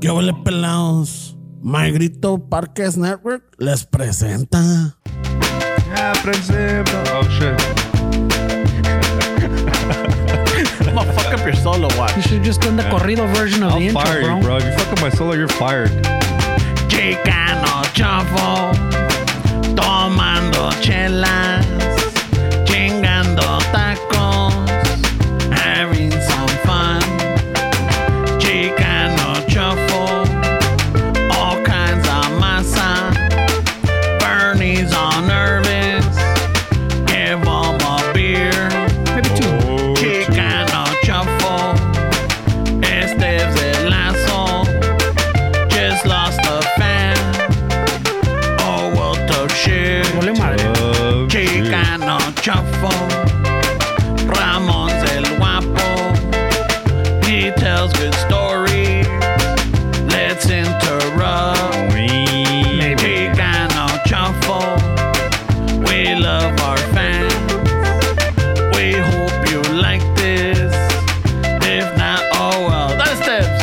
¿Qué huele pelados? My Grito Parques Network les presenta. Yeah, principio. Oh shit. I'm gonna fuck up your solo You watch. should just done the corrido version of I'll the intro, fire bro. you, bro. If you fuck up my solo, you're fired. Chicano chofo, tomando chelas, chingando tacos, having some fun. Chicano chofo, all kinds of masa. Bernie's all nervous, give 'em a beer. Maybe two. Oh, Chicano Shuffle. Esteves el lazo. Just lost a fan. Oh, what the shit. Vale madre. Oh, shit. Chicano Shuffle. Ramon's el guapo. He tells good stories. Let's interrupt. Chicano Shuffle. We love our fans. We hope you like this. If not, oh well. That's tips.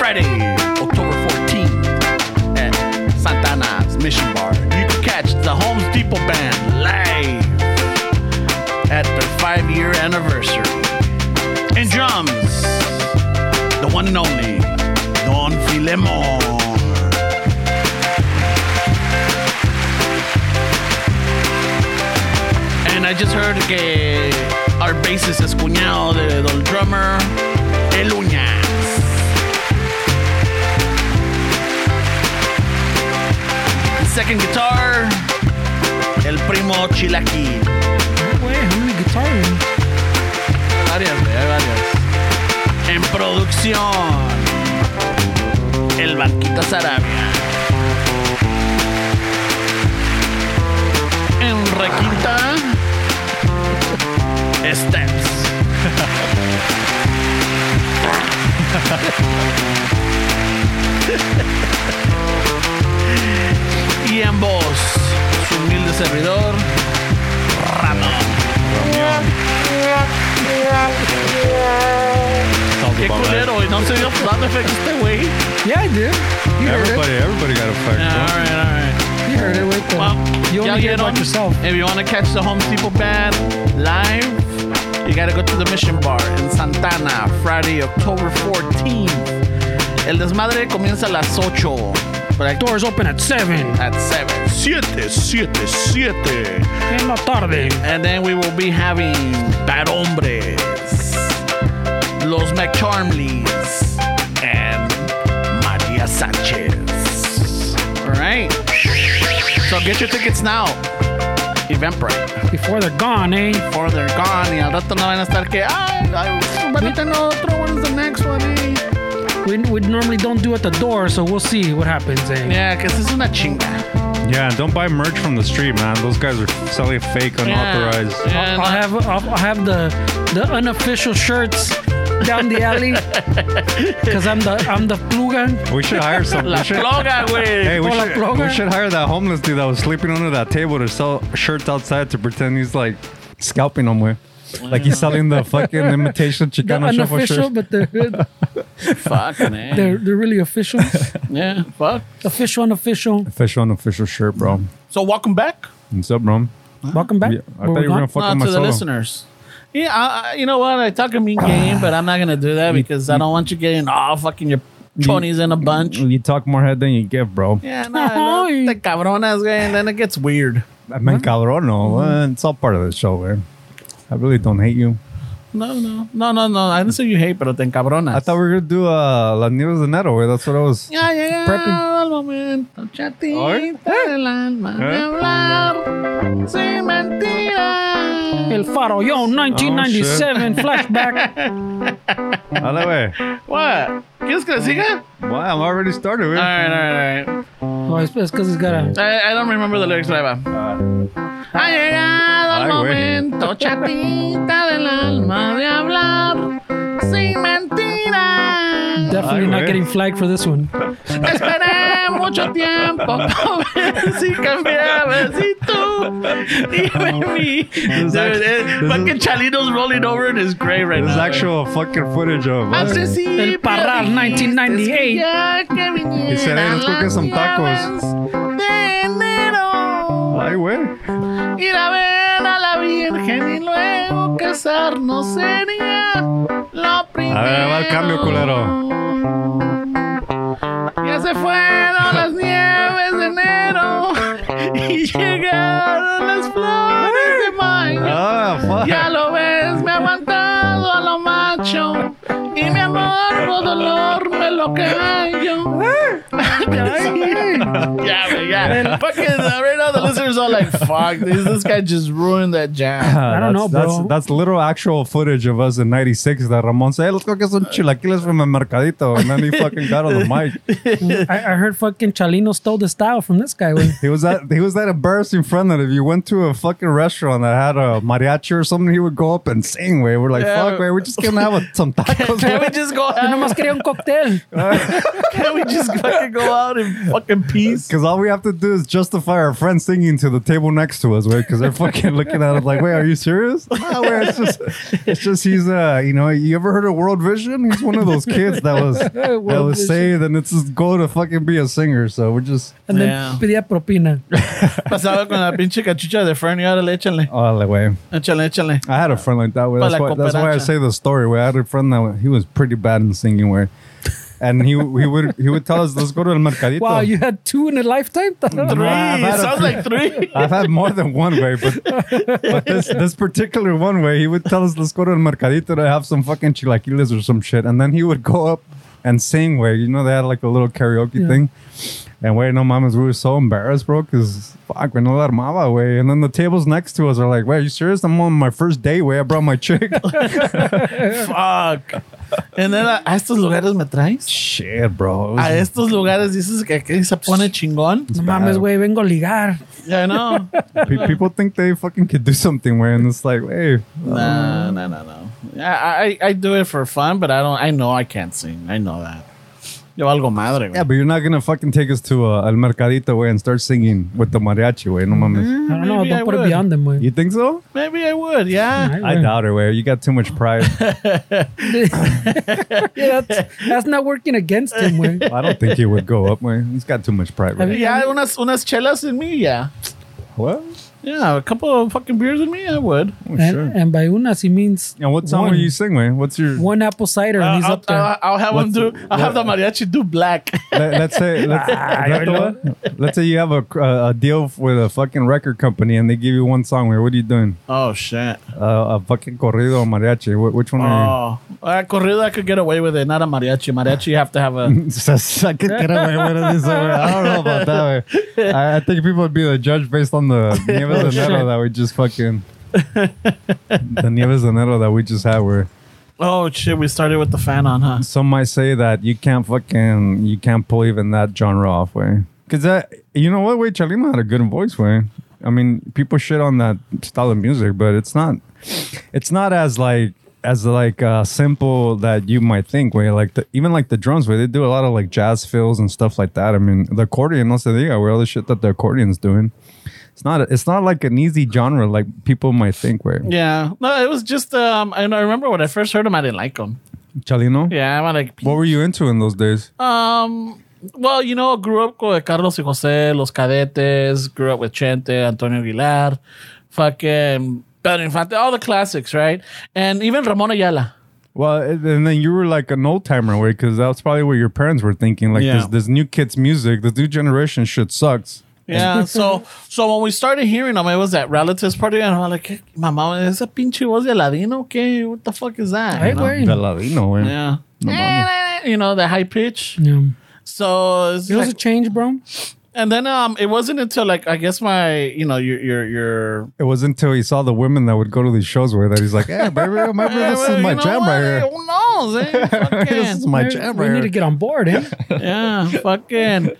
Friday, October 14th at Santana's Mission Bar. You can catch the Holmes Depot Band live at their five year anniversary. And drums, the one and only Don Filemon. And I just heard que our bassist es cuñado de, del drummer, El Uñas. Second guitar, el primo Chilaki. Güey, how many guitar in? Varias, güey, hay varias. En producción, el Banquita Sarabia. En Requinta, Steps. y en voz, su humilde servidor, Ramón. Sounds Qué about right. culero, güey. No se dio sound effects este güey. Yeah, I did. You heard Everybody, everybody got a fact. Yeah, all right, all right. it. You heard it. Wait, Well, well, you y'all only hear get about on. yourself. If you want to catch the Home Depot band live, you gotta go to the Mission Bar in Santana, Friday, October 14th. El desmadre comienza a las 8. But I Doors open at 7. at 7. Siete, siete, siete. En la tarde. And then we will be having Bad Hombres, Los McCharmleys, and Maria Sanchez. All right. So get your tickets now. Eventbrite. Before they're gone, eh? Before they're gone, y al rato no van a estar que, ay, ay, but no otro, when is the next one, eh? We, we normally don't do at the door, so we'll see what happens, eh? Yeah, because this is una chinga. Yeah, and don't buy merch from the street, man. Those guys are selling fake, unauthorized. Yeah, I'll have I'll, I'll have the the unofficial shirts down the alley because I'm the I'm the pluga. We should hire some. we La should- floga, güey. Hey, we Hola, should, blogger. we should hire that homeless dude that was sleeping under that table to sell shirts outside to pretend he's like scalping them with. Like he's selling the fucking imitation The Chicano shuffle unofficial, shirts. but they're Fucking, eh. they're, they're really official. Yeah, fuck. official, unofficial. Official unofficial shirt, bro. So welcome back. What's up, bro? Welcome back. Yeah, I thought Where we you were gone? gonna fuck Not up my to the solo. listeners. Yeah, I, I- you know what? I talk a mean game, but I'm not gonna do that because I don't want you getting all fucking your chonies in a bunch. You talk more head than you give, bro. Yeah, no, no, Ay. the cabronas, güey, and then it gets weird. I mean, cabrón, no. Mm-hmm. uh, It's all part of the show, man. I really don't hate you. No, no, no, no, no. I didn't say you hate, pero te encabronas. I thought we were gonna do uh, La Nieves de Neto. güey. That's what I was. Ya llegado Prepping. el momento, Ay. chatita del alma, de Eh. hablar sin mentiras. El Faro, yo, 1997 flashback. Dale, güey. What? ¿Qué? ¿Quieres que le siga? Wow, I'm already started, güey. All right, all right, all right. Oh, it's because it's got a. I, I don't remember the lyrics, but va. Ha llegado el Ay, güey. momento, chatita del alma, de hablar sin mentiras. Ay, Definitely not güey. getting flagged for this one. Esperé mucho tiempo para ver si cambiabas y tú dime mi. is act- Dude, eh, this is- fucking Chalino's rolling over in his grave right This is now. actual fucking footage of Al us. principio El Parral, dijiste 1998. que ya que vinieran Y se le nos coque las son tacos. llamas de enero. Ay, güey. Ir a ver a la Virgen y luego casarnos sería lo primero. A ver, ahí va el cambio, Ya se fueron las nieves de enero y llegaron las flores de mayo. Ah, fuck. Ya lo ves, me ha aguantado a lo macho y mi amor por dolor me lo callo. yeah, but yeah. Fucking uh, right now the listeners are like, "Fuck, this, this guy just ruined that jam." I don't know, bro. That's, that's literal actual footage of us in 96 that Ramon said, hey, let's go get some chilaquiles from el mercadito. And then he fucking got on the mic. I, I heard fucking Chalino stole the style from this guy. güey. He was that he was that embarrassing friend that if you went to a fucking restaurant that had a mariachi or something, he would go up and sing. Way we're like, Yeah. fuck, way we're just gonna have a, some tacos. Can wey." we just go? Yo nomás quería un cóctel. Can we just fucking go out in fucking peace? Because all we have to do is justify our friends singing to the table next to us, right? Because they're fucking looking at us like, "Wait, are you serious?" No, wait, it's just, it's just he's uh, you know, you ever heard of World Vision? He's one of those kids that was that World was Vision. saved, and it's his goal to fucking be a singer. So we're just, And then Yeah. pedía propina. Pasaba con la pinche cachucha de Fernie. Ahora le échale, oh, like, way. échale, échale. I had a friend like that. Way. That's, Para la why, that's why I cooperacha. say the story. Where I had a friend that he was pretty bad in singing. Where, and he he would he would tell us, "Let's go to the mercadito." Wow, you had two in a lifetime? Three. I've had a sounds few- like three. I've had more than one way, but, but this this particular one way, he would tell us, "Let's go to the mercadito to have some fucking chilaquiles or some shit," and then he would go up and sing. Where you know they had like a little karaoke thing, and wait, no mamas, we were so embarrassed, bro, because fuck, we no la armaba, way. And then the tables next to us are like, "Wait, are you serious? I'm on my first day, way. I brought my chick." Fuck. And then, uh, a, a estos lugares me traes. shit, bro. It was- A estos lugares dices que aquí se pone chingón. No mames, güey, vengo a ligar. Ya no. pe- people think they fucking could do something, way, and it's like, hey, No, no, no, no. I, I, I do it for fun, but I don't. I know I can't sing. I know that. Yo algo madre, güey. yeah, but you're not gonna fucking take us to uh, El Mercadito, way, and start singing with the mariachi, way. No mames. I don't know, Maybe don't I put would. it beyond them, güey. You think so? Maybe I would. Yeah. I doubt it, where you got too much pride. Yeah, that's, that's not working against him, güey. I don't think he would go up, man. He's got too much pride. Have right? you- Yeah, unas unas chelas in me. Yeah. What? Yeah, a couple of fucking beers in me. I would. Oh, And, sure. and by unas, he means And what song one, will you sing, man? What's your? one apple cider, Uh, and he's I'll, up there. I'll- I'll have What's them do. the- I'll have the mariachi do black. Let, us say, let's, let let's say you have a, uh, a deal with a fucking record company, and they give you one song. Where what are you doing? oh shit. Uh, a fucking corrido or mariachi? Wh- which one? Are Oh, uh, corrido. I could get away with it. Not a mariachi. Mariachi, you have to have a. you? I could get away with this. I don't know about that. Way. I, I think people would be the judge based on the Nieves de Enero that we just fucking the Nieves de Enero that we just had. Where Oh shit, we started with the fan on, huh? some might say that you can't fucking you can't pull even that genre off way because that you know what way Chalino had a good voice way I mean people shit on that style of music but it's not it's not as like as like uh simple that you might think way like the, even like the drums way they do a lot of like jazz fills and stuff like that I mean the accordion also they got where all the shit that the accordion's doing it's not it's not like an easy genre like people might think way Yeah. No, it was just. Um, I, I remember when I first heard him, I didn't like him. Chalino Yeah, I'm like. what were you into in those days Um, well, you know, grew up with Carlos y José, Los Cadetes, grew up with Chente, Antonio Aguilar, fucking Pedro Infante, all the classics, right? And even Ramon Ayala. Well, and then you were like an old timer, way because that's probably what your parents were thinking. Like Yeah. this, this new kids' music, this new generation shit sucks. Yeah, so so when we started hearing them, it was at relatives party, and I'm like, "Hey, my mom, esa pinche voz de Aladino, ¿qué? What the fuck is that? Ay, You know? güey. The Ladino, way. Yeah. You know, the high pitch. Yeah. So it's It was like, a change, bro. And then um, it wasn't until like I guess my you know your your your It was until he saw the women that would go to these shows with that he's like, "Hey, baby, remember this Well, is my you know jam what? right here. Who knows? eh? this is Fucking- my We- jam we right here." need to get on board, eh? yeah, fucking.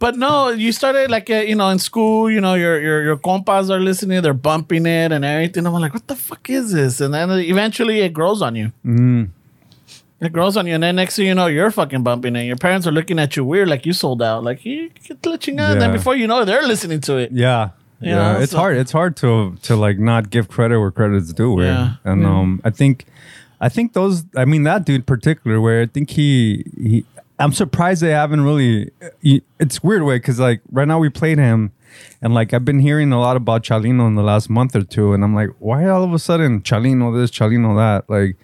But no, you started like uh, you know in school, you know your your your compas are listening, they're bumping it and everything. I'm like, what the fuck is this? And then eventually it grows on you. Mm. It grows on you, and then next thing you know, you're fucking bumping it. Your parents are looking at you weird, like you sold out, like you get glitching out. And then Yeah. before you know, it, they're listening to it. Yeah. Yeah, Yeah, it's so- hard. It's hard to to like not give credit where credit's due. Where Yeah. and um, I think, I think those. I mean that dude in particular. Where I think he he. I'm surprised they haven't really. he- It's weird way because like right now we played him, and like I've been hearing a lot about Chalino in the last month or two, and I'm like, why all of a sudden Chalino this, Chalino that? Like,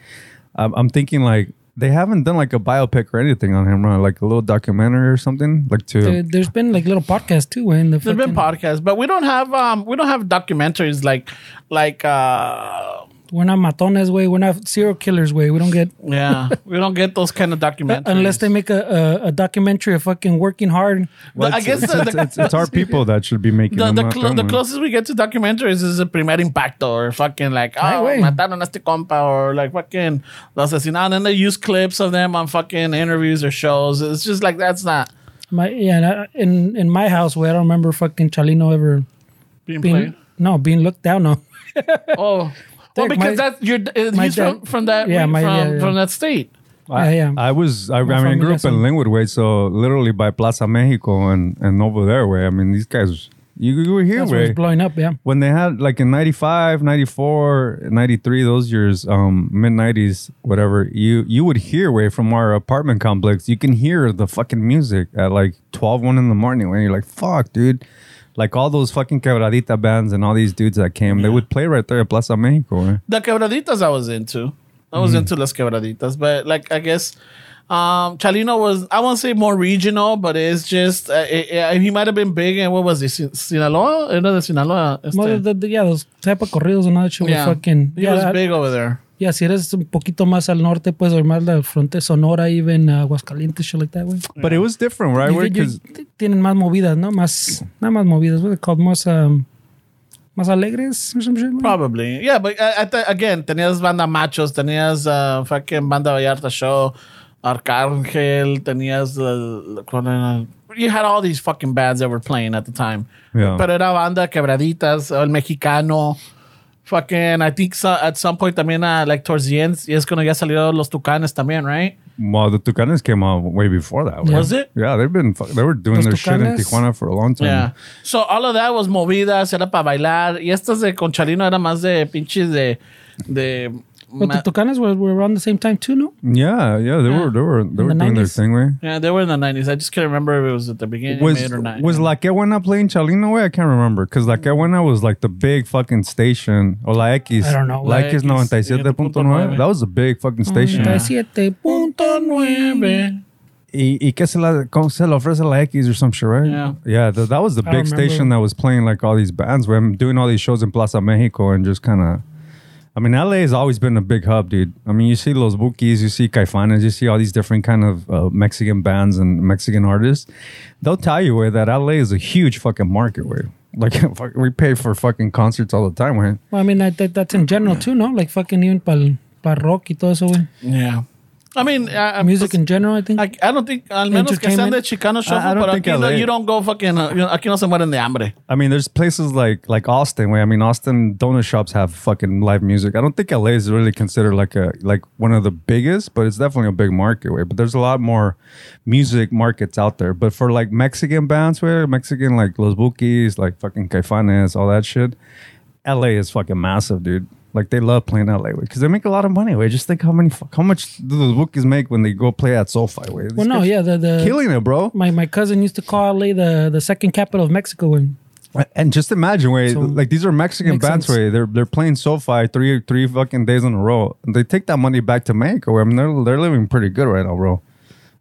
I'm, I'm thinking like they haven't done like a biopic or anything on him, right? Like a little documentary or something, like to There, there's been like little podcasts too, eh? In the There've been fucking- podcasts, but we don't have um we don't have documentaries like like uh we're not matones way. We're not serial killers way. We don't get yeah we don't get those kind of documentaries unless they make a, a, a documentary of fucking working hard. But I it's- guess it's, the- it's, it's, it's our people that should be making the, them the, not clo- them, the right? closest we get to documentaries is a primer impacto or fucking like oh Ay, güey. mataron a este compa or like fucking los asesinaron and then they use clips of them on fucking interviews or shows it's just like that's not My yeah, and I, in in my house way, I don't remember fucking Chalino ever being, being played no being looked down on. oh well Dick, because my- that's you're uh, my he's from, dad- from that yeah, from, my- yeah, yeah. from that state I, Ah, Yeah, yeah. I was, I, I My mean, grew up in familia son- Linwood Way, so literally by Plaza Mexico and, and over there way. I mean, these guys, you, you were here That's why way. it's blowing up. Yeah, When they had like in 95, 94, 93, those years, um, mid 90s, whatever, you you would hear way from our apartment complex. You can hear the fucking music at like 12, 1 in the morning when you're like, fuck, dude. Like all those fucking quebradita bands and all these dudes that came, they would play right there at Plaza Mexico. eh? the quebraditas I was into. I Mm-hmm. was into las quebraditas, but like I guess um Chalino was I won't say more regional, but it's just uh, it, it- he might have been big and what was he Sin- Sinaloa? Eh, No, de Sinaloa. este. Well, the, the, yeah, those type of corridos and all that shit yeah. were fucking he yeah. was I- big over there. yeah, si eres un poquito más al norte, pues, or más la frontera Sonora, even uh, Aguascalientes, shit like that, way. But it was different, right? Where, 'cause- tienen más movidas, ¿no? Más, nada más movidas. What they called? Más, um, más alegres or some shit, güey. Probably. Yeah, but uh, at the, again, tenías banda machos, tenías uh, fucking banda Vallarta show, Arcángel, tenías uh, ¿cuál era? you had all these fucking bands that were playing at the time. Yeah. Pero era banda quebraditas, el mexicano. Fucking, I think so, at some point también, uh, like towards the end, y es cuando ya salieron los tucanes también, right? Well, the Tucanes came out way before that. right? Was it? Yeah, they've been fuck- they were doing Los their shit in Tucanes? Tijuana for a long time. Yeah. So all of that was movidas, era para bailar. Y estas de Conchalino era más de pinches de. de But the Tucanes were, were around the same time too, no? yeah, yeah, they were they were they were the doing their 90s. thing, right? Yeah, they were in the nineties. I just can't remember if it was at the beginning, Was mid or not. was La Quebuena playing Chalino way? I can't remember because La Quebuena was like the big fucking station or La X. I don't know. La, La X X, 97.9. 97.9 That was a big fucking station. Mm, punto nueve. Y, y que se la, como se la ofrece la X or some shit, right? Yeah. Yeah, th- that was the I big remember. station that was playing like all these bands. Where I'm doing all these shows in Plaza Mexico and just kind of. I mean, LA has always been a big hub, dude. I mean, you see Los Bookies, you see Caifanes, you see all these different kind of uh, Mexican bands and Mexican artists. They'll tell you where that LA is a huge fucking market where. Like fuck, we pay for fucking concerts all the time, right? Well, I mean, I, that, that's in general too, no? Like fucking even pal, pal rock y todo eso, güey. yeah. I mean, I, I, Music in general, I think. I, I don't think al menos que sean Entertainment. de Chicano shuffle, I- I don't pero think aquí LA. no, you don't go fucking uh, you know, aquí no se mueren de hambre. I mean, there's places like like Austin where I mean, Austin donut shops have fucking live music. I don't think LA is really considered like a like one of the biggest, but it's definitely a big market where. But there's a lot more music markets out there. But for like Mexican bands, where Mexican like Los Bookies, like fucking Caifanes, all that shit, LA is fucking massive, dude. Like they love playing LA because they make a lot of money. Way, just think how many fuck- how much do those bookies make when they go play at SoFi? Way, well, no, yeah, the, the killing it, bro. my, my cousin used to call LA the, the second capital of Mexico, güey. And just imagine, way So, like these are Mexican makes bands, sense. way they're they're playing SoFi three three fucking days in a row. They take that money back to Mexico. I mean, they're they're living pretty good right now, bro.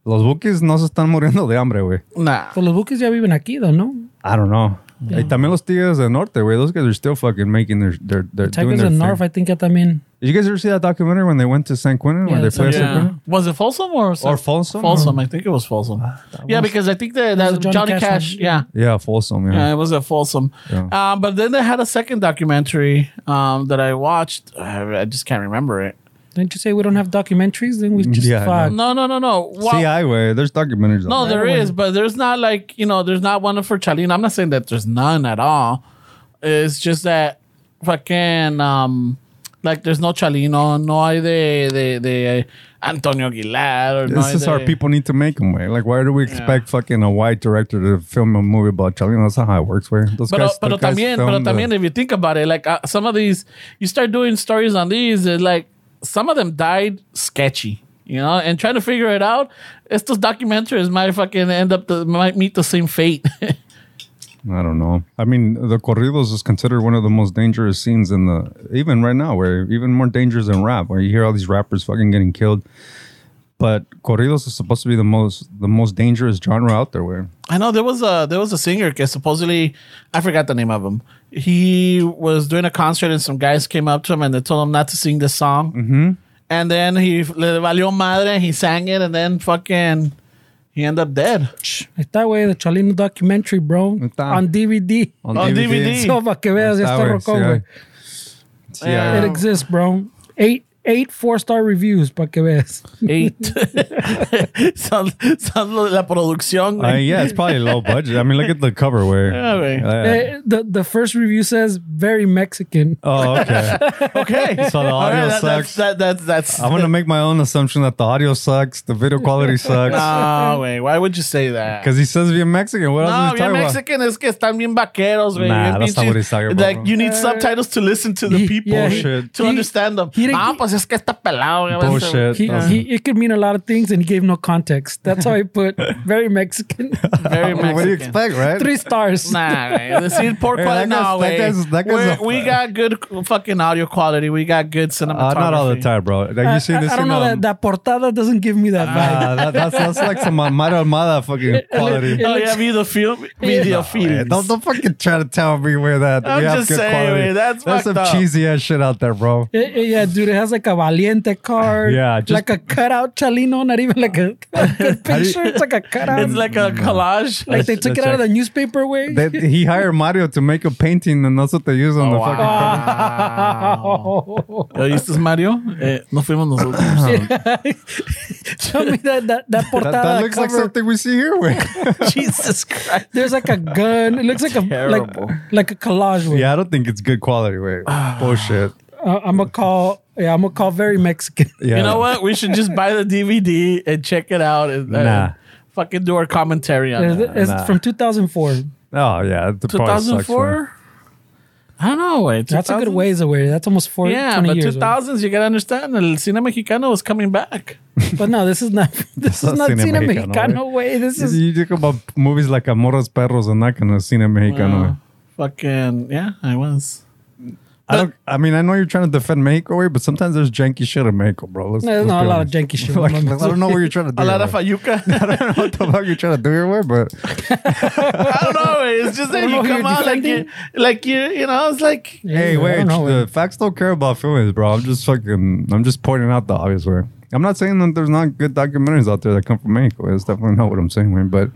Los buques no se están muriendo de hambre, way. Nah. But los buques ya viven aquí, though, no? I don't know. Y también los Tigres del Norte, güey. Those guys are still fucking making their, their, their doing Tigers their and thing. North, I think, ya también. Did you guys ever see that documentary when they went to San Quentin? Yeah, when they it's on played Yeah. San YouTube. Yeah. Quentin? Was it Folsom or Or Folsom? Uh, Folsom? I think it was Folsom. yeah, because I think that, was that a Johnny, Johnny Cash. Cash one. yeah. Yeah, Folsom, yeah. Yeah, it was a Folsom. Yeah. Um, but then they had a second documentary um, that I watched. I, I just can't remember it. Didn't you say we don't have documentaries? Then we just Yeah, I fuck. No, no, no, no. Well, See, I way. There's documentaries. on no, that. there is, but there's not like you know, there's not one for Chalino. I'm not saying that there's none at all. It's just that fucking um, like there's no Chalino, no hay de de de Antonio Aguilar. Or no This hay is our de- people need to make them, way. Like, why do we expect fucking a white director to film a movie about Chalino? That's not how it works, way. Those Pero, guys, pero those guys también, film pero the- también, if you think about it, like uh, some of these, you start doing stories on these, it's like some of them died sketchy, you know, and trying to figure it out. Estos documentaries might fucking end up, the, might meet the same fate. I don't know. I mean, the corridos is considered one of the most dangerous scenes in the even right now, where even more dangerous than rap, where you hear all these rappers fucking getting killed. But corridos is supposed to be the most the most dangerous genre out there. Where I know there was a there was a singer because supposedly I forgot the name of him. He was doing a concert and some guys came up to him and they told him not to sing this song. Mm-hmm. And then he le valió madre and he sang it and then fucking he ended up dead. Está, güey, the Chalino documentary, bro. Está. On DVD. On DVD. So, para que veas, ya Está, está güey, rocón, sí, güey. Sí, hay. It exists, bro. Eight, eight four-star reviews, para que veas. Eight. son, son lo de la producción. I güey. mean, yeah, it's probably low budget. I mean, look at the cover where. uh, Yeah, güey. Yeah. Eh, the, the first review says, very Mexican. Oh, okay. okay. So the All audio right, Oh, that, that's sucks. that, that's that's. I'm gonna make my own assumption that the audio sucks, the video quality sucks, No, wait. Why would you say that? because he says being Mexican. What else No, is he bien talking about? Mexican es que están bien vaqueros, güey. Nah, bien that's not pinches. what he's talking about, Like, bro. you need subtitles to listen to the He- people yeah, he- Bullshit. to he- understand them. he- ah, pues es que está pelado. güey. Bullshit. He, That's- he, it could mean a lot of things, and he gave no context. That's how I put very Mexican. Very Mexican. What do you expect, right? Three stars. Nah, güey. Decir por Hey, cual that guy's- no, that güey. guy's- that guy's a- We we got good fucking audio quality. We got good Uh, cinematography. not all the time, bro. Like, I, you seen I- this? I in, don't know um, Ah. that that portada doesn't give me that vibe. Nah, that, that's, that's like some Amara Almada fucking quality. Oh, yeah, video film. Video film. eh, Don't, don't fucking try to tell me where that. I'm we have just good saying, quality. man, that's There's some fucked up. cheesy ass shit out there, bro. Eh, eh, yeah, dude, it has like a valiente card. Yeah, just- like a cutout Chalino, not even like a, a good picture. It's like a cutout. It's like a collage. Like they Let's- took it let's out of check. the newspaper way. They, he hired Mario to make a painting, and that's what they use Oh, on the fucking. Ah. ¿Oíste, Mario? Eh, no fuimos nosotros. Show me that that, that portada That, that looks like cover. something we see here. Where, Jesus Christ. There's like a gun. It looks like a Terrible. like like a collage. Way. yeah, I don't think it's good quality. Wait, Ah. bullshit. Uh, I'm gonna call. Yeah, I'm gonna call very Mexican. Yeah. You know what? We should just buy the DVD and check it out and uh, Nah. fucking do our commentary on It's, it. it's nah. from 2004. Oh yeah, it probably sucks, man. 2004? I don't know. Wait, That's a good 2000s? ways away. That's almost 40, Yeah, 20 but years. 2000s, you gotta understand, el cine mexicano was coming back. Way. But no, this is not. This is not not cine Cine mexicano, Mexicano way. This is You think about movies like Amores Perros and that kind of cine mexicano. Uh, güey. fucking, yeah, I was. I don't. I mean, I know you're trying to defend Mexico, way, but sometimes there's janky shit in Mexico, bro. Let's, No, let's no, a be lot of honest. janky shit. Like, I don't know what you're trying to do. A lot of güey. fayuca. I don't know what the fuck you're trying to do here, way, but I don't know. güey. It's just that don't you know who come you're out like you, defending. like you, you know, it's like, hey, Yeah, I wait, don't know, the facts don't care about feelings, bro. I'm just fucking. I'm just pointing out the obvious. Way I'm not saying that there's not good documentaries out there that come from Mexico. That's definitely not what I'm saying, man. But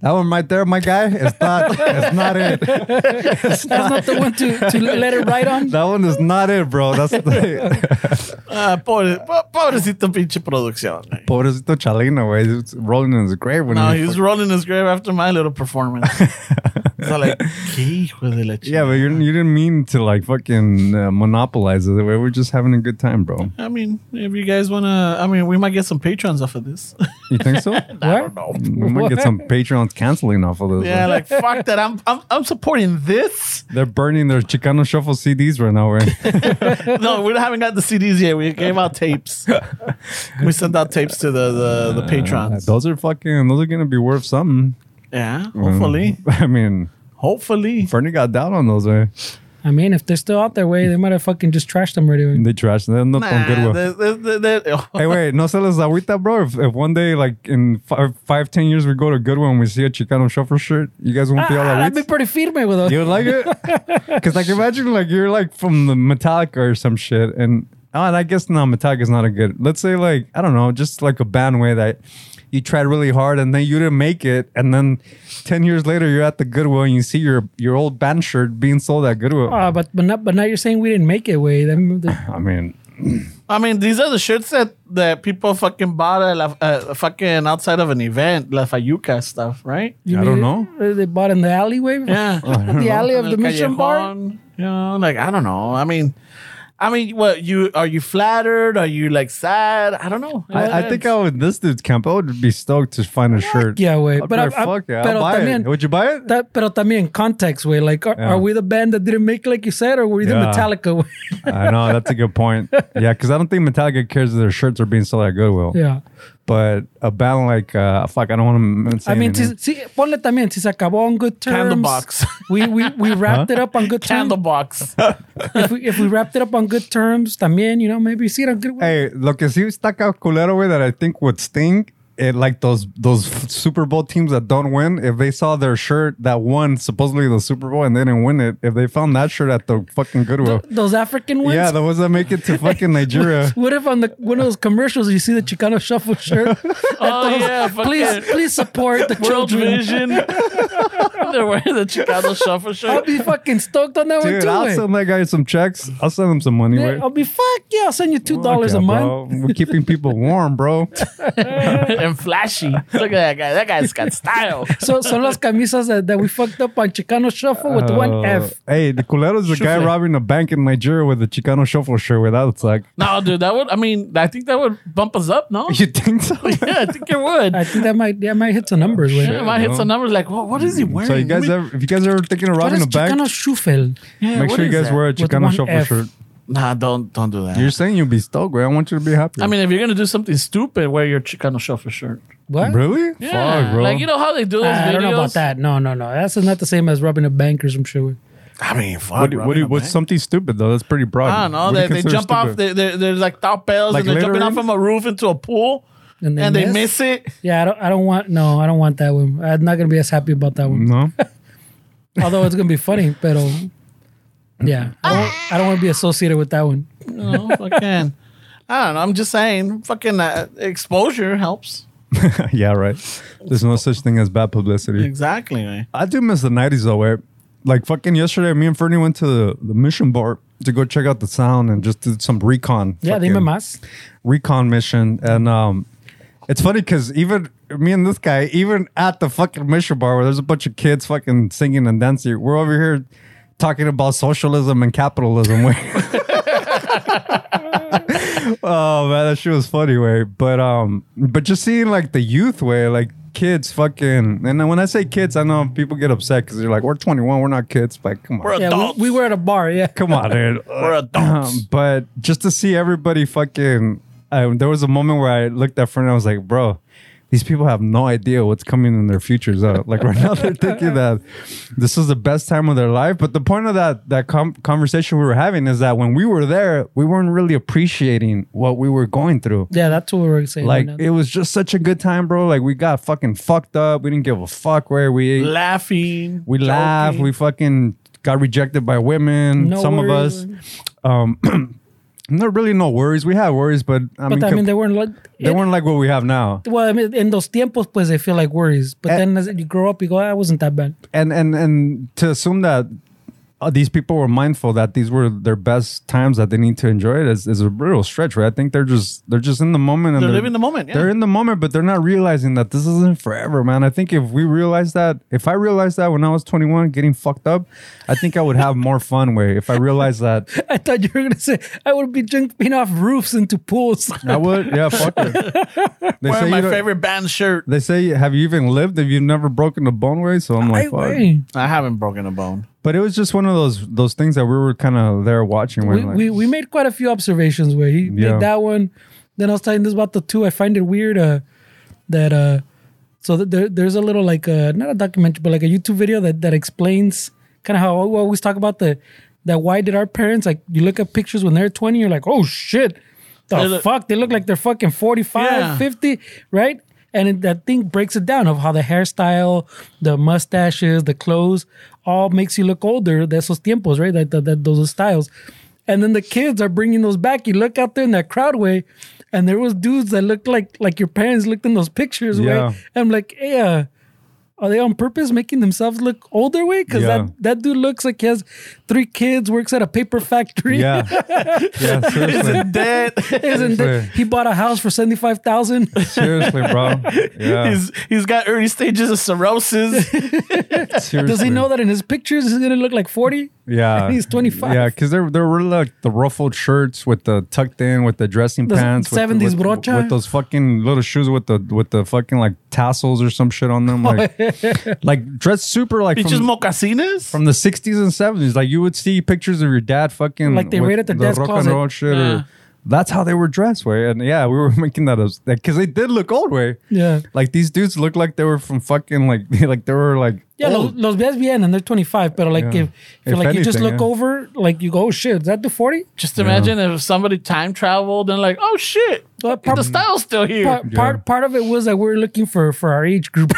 that one right there, my guy, it's not. it's not it. That's not the one to, to let it ride on. That one is not it, bro. That's the ah, pobre, po- pobrecito pinche producción. güey. pobrecito Chalino, way. He's rolling in his grave when No, he he's rolling his grave after my little performance. so like, ¿qué hijo de la Yeah, but chingada? you're, you didn't mean to like fucking uh, monopolize it. We We're just having a good time, bro. I mean, if you guys wanna, I mean, we might get some patrons off of this. You think so? What? we might get some Patreons canceling off of this. yeah, one. like fuck that. I'm I'm I'm supporting this. They're burning their Chicano Shuffle CDs right now, right? No, we haven't got the CDs yet. We gave out tapes. we sent out tapes to the the, the patrons. those are fucking, those are going to be worth something. Yeah, hopefully, I mean, hopefully. Fernie got down on those, eh? right? I mean, if they're still out there, way, they might have fucking just trashed them already. güey. They trash. They're not on Nah, Goodwill. de- de- de- de- oh. Hey, wait, no se les agüita, bro. If, if one day, like in five, five, ten years, we go to Goodwill and we see a Chicano shuffle shirt, you guys won't feel Ah, that I'd be week. pretty firme with them. You would like it? Because, like, imagine, like, you're like from the Metallica or some shit, and oh, and I guess no, Metallica's not a good. Let's say, like, I don't know, just like a band way that you tried really hard and then you didn't make it, and then ten years later, you're at the Goodwill and you see your your old band shirt being sold at Goodwill. Ah, but but not, but now you're saying we didn't make it, way. Them, the- I mean, I mean, these are the shirts that, that people fucking bought at la, uh, fucking outside of an event, La Fayuca stuff, right? you I don't uh, They bought in the alleyway, Yeah. the alley of En the el mission bar. callejón, You know, like I don't know. I mean, I mean, what you are you flattered? Are you like sad? I don't know. I, I think I would this dude's camp. I would be stoked to find a shirt. yeah, wait, I'd be but like, I- I- fuck yeah, pero I'll buy también- it. Would you buy it? That, pero también context, way. Like, are, Yeah. are we the band that didn't make, like you said, or were we the Yeah. Metallica? güey? I know that's a good point. Yeah, because I don't think Metallica cares if their shirts are being sold at Goodwill. yeah. But a band like uh, fuck, I don't want to say. I mean, any si, names. si, ponle también, si se acabó on good terms. Candle box. We, we, we wrapped it up on good terms. candle box. If we, if we wrapped it up on good terms, también, you know, maybe see it on good hey, way. lo que sí está culero, way that I think would sting. It, like those those Super Bowl teams that don't win, if they saw their shirt that won supposedly the Super Bowl and they didn't win it, if they found that shirt at the fucking Goodwill, Those African ones. yeah, the ones that make it to fucking Nigeria. What if on the one of those commercials you see the Chicano Shuffle shirt? oh yeah, please, fucking please support the World children. Vision. They're wearing the Chicago Shuffle I'll shirt. be fucking stoked on that one Dude, too. I'll eh. send that guy some checks. I'll send him some money. Yeah, right? I'll be fuck yeah. I'll send you two dollars a Okay, month. bro. We're keeping people warm, bro. and flashy. Look at that guy. That guy's got style. So, son las camisas that, that we fucked up on Chicano Shuffle with Oh. one F. Uh, Hey, the culero's the guy Shuffle. robbing a bank in Nigeria with a Chicano shuffle shirt without like. No, dude, that would. I mean, I think that would bump us up. No. You think so? Yeah, I think it would. I think that might that might hit some numbers. güey. Yeah, I might hit some numbers like, what, what is he wearing? so you guys Let me- ever, if you guys are ever thinking of What robbing is a bank, Chicano Shuffle? Yeah, make what sure you is guys that? wear a Chicano one shuffle F. shirt. Nah, don't don't do that. You're saying you'll be stoked, bro. I want you to be happy. I mean, if you're gonna do something stupid, wear your Chicano shuffle shirt. What? really? Fuck, bro. Like you know how they do those videos. I don't know about that. No, no, no. That's not the same as robbing a bank or some shit. güey. I mean, fuck. what, do- what, do- robbing what's a bank. something stupid though? That's pretty broad. I don't know. What do you They, they consider jump off. stupid? They, they, they're like top bells Like and they're jumping littering? off from a roof into a pool And they and they miss? miss it. Yeah, I don't. I don't want. No, I don't want that one. I'm not gonna be as happy about that one. no. Although it's gonna be funny, but yeah, I don't, I don't want to be associated with that one. No, fucking. I don't know. I'm just saying, fucking uh, exposure helps. yeah, right. There's no such thing as bad publicity. Exactly. man. I do miss the nineties though, where like fucking yesterday, me and Fernie went to the, the mission bar to go check out the sound and just did some recon. Yeah, fucking dime más. recon mission. And um it's funny because even me and this guy, even at the fucking mission bar where there's a bunch of kids fucking singing and dancing, we're over here talking about socialism and capitalism. Way. oh man, that shit was funny way. But um, but just seeing like the youth way, like kids fucking, and when I say kids, I know people get upset because they're like, we're 21, we're not kids. Like, come on, We're Yeah, adults. we, we were at a bar. Yeah, Come on, dude. We're adults. but just to see everybody fucking, I, there was a moment where I looked at friend and I was like, bro, these people have no idea what's coming in their futures. Out. Like right now, they're thinking that this is the best time of their life. But the point of that that com- conversation we were having is that when we were there, we weren't really appreciating what we were going through. yeah, that's what we were saying. Like right now. it was just such a good time, bro. Like we got fucking fucked up. We didn't give a fuck where we ate. laughing. We laugh. joking. We fucking got rejected by women. No some worries. of us. Um, not really no worries. We had worries, but I but mean, I mean, they they, weren't like it- weren't like what we have now. Well, I mean, in those tiempos, pues, they feel like worries. But Eh. then as you grow up, you go, I wasn't that bad. And and and to assume that uh, these people were mindful that these were their best times that they need to enjoy it is, is a real stretch, right? I think they're just they're just in the moment and They're living the moment, yeah. They're in the moment, but they're not realizing that this isn't forever, man. I think if we realized that, if I realized that when I was 21, getting fucked up, I think I would have more fun. Way if I realized that I thought you were going to say, I would be jumping off roofs into pools. I would. Yeah, fuck it. They Wearing say, my you don't- favorite band shirt. they say, have you even lived? Have you never broken a bone way? So I'm like, Ay, fuck. güey. I haven't broken a bone. But it was just one of those those things that we were kind of there watching. we, when like, we, we made quite a few observations where he Yeah. did that one. Then I was telling this about the two. I find it weird uh, that uh, so that there, there's a little like uh, not a documentary, but like a YouTube video that that explains kind of how we always talk about the that why did our parents like you look at pictures when they're 20 you're like oh shit the They look- fuck they look like they're fucking 45 Yeah. 50 right and it, that thing breaks it down of how the hairstyle the mustaches the clothes all makes you look older de esos tiempos right that, that, that- those styles and then the kids are bringing those back you look out there in that crowd way and there was dudes that looked like like your parents looked in those pictures Yeah. way and i'm like yeah are they on purpose making themselves look older way? Because Yeah. that, that dude looks like he has three kids, works at a paper factory. Yeah. yeah, seriously. Dead. Isn't that, he bought a house for seventy five thousand? Seriously, bro. Yeah. He's he's got early stages of cirrhosis. Seriously. Does he know that in his pictures he's gonna look like forty? Yeah. he's 25? Yeah, because there, there were like the ruffled shirts with the tucked in, with the dressing The pants. with the- 70s with, brocha? With those fucking little shoes with the with the fucking like tassels or some shit on them. Like, like dressed super like Pinches from, mocasines. from the 60s and 70s. Like you would see pictures of your dad fucking Like they with read at the desk rock closet. and roll shit. Yeah. Or, that's how they were dressed, way. And yeah, we were making that as because they did look old, way. Yeah. Like these dudes looked like they were from fucking like like they were like Yeah, los, old. los ves bien and they're twenty five, but like Oh. Yeah. if, if, If like you just anything, look yeah. over, like you go, oh shit, is that the forty? Just imagine if somebody time traveled and like, oh shit, Well, fucking the prob- style's still here. Part, Yeah. part part of it was that we are looking for for our age group.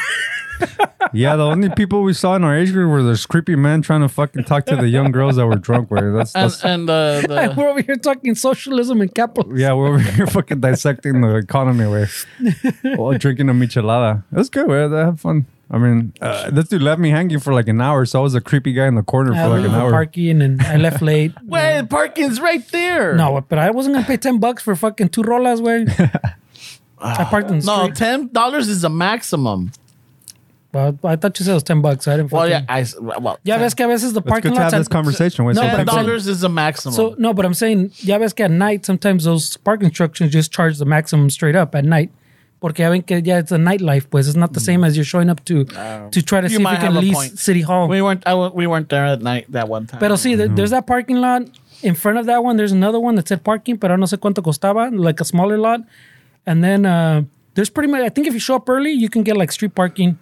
Yeah, the only people we saw in our age group were those creepy men trying to fucking talk to the young girls that were drunk. Where that's, and that's and uh, and the we're over here talking socialism and capitalism. yeah, we're over here fucking dissecting the economy. Where while drinking a michelada, that's good. Where I had fun. I mean, uh, this dude left me hanging for like an hour, so I was a creepy guy in the corner I for like went an for hour. parking and I left late. wait, parking's right there. No, but I wasn't gonna pay ten bucks for fucking two rolas, way. I parked in the no, street. ten dollars is the maximum. Well, I thought you said it was ten bucks. So I didn't. Well, fucking- yeah, I s- well, Ya ves que a veces the It's parking good to have lots. this at- conversation. Where No, some but ten people- dollars is the maximum. So no, but I'm saying ya ves que at night sometimes those parking instructions just charge the maximum straight up at night. Porque ya ven que yeah, it's a nightlife, pues. It's not the same as you're showing up to to try Mm. Ah, to You see if you might can have a lease point. City Hall. we weren't. I, wa- we weren't there at night that one time. Pero sí, there- there's Mm-hmm. that parking lot. In front of that one, there's another one that said parking, pero no sé cuánto costaba, like a smaller lot. And then uh, there's pretty much, I think if you show up early, you can get like street parking.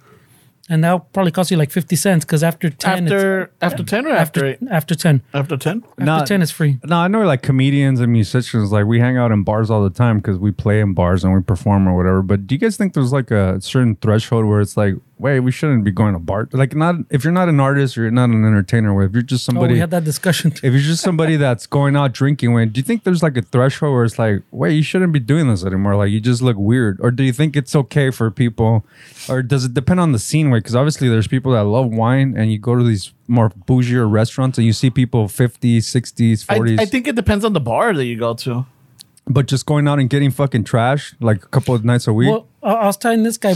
And that'll probably cost you like 50 cents because after 10, it's- after after ten or after after, eight? after 10, After ten. after 10 is free. No, I know like comedians and musicians, like we hang out in bars all the time because we play in bars and we perform or whatever. But do you guys think there's like a certain threshold where it's like, wait, we shouldn't be going to bar? Like, not if you're not an artist or you're not an entertainer, or if you're just Oh, somebody, we had that discussion. if you're just somebody that's going out drinking, when do you think there's like a threshold where it's like, wait, you shouldn't be doing this anymore? Like, you just look weird, or do you think it's okay for people, or does it depend on the scene? Way because obviously there's people that love wine, and you go to these more bougier restaurants and you see people 50s, 60s, 40s. I, I think it depends on the bar that you go to. But just going out and getting fucking trash like a couple of nights a week. Well, I I was telling this guy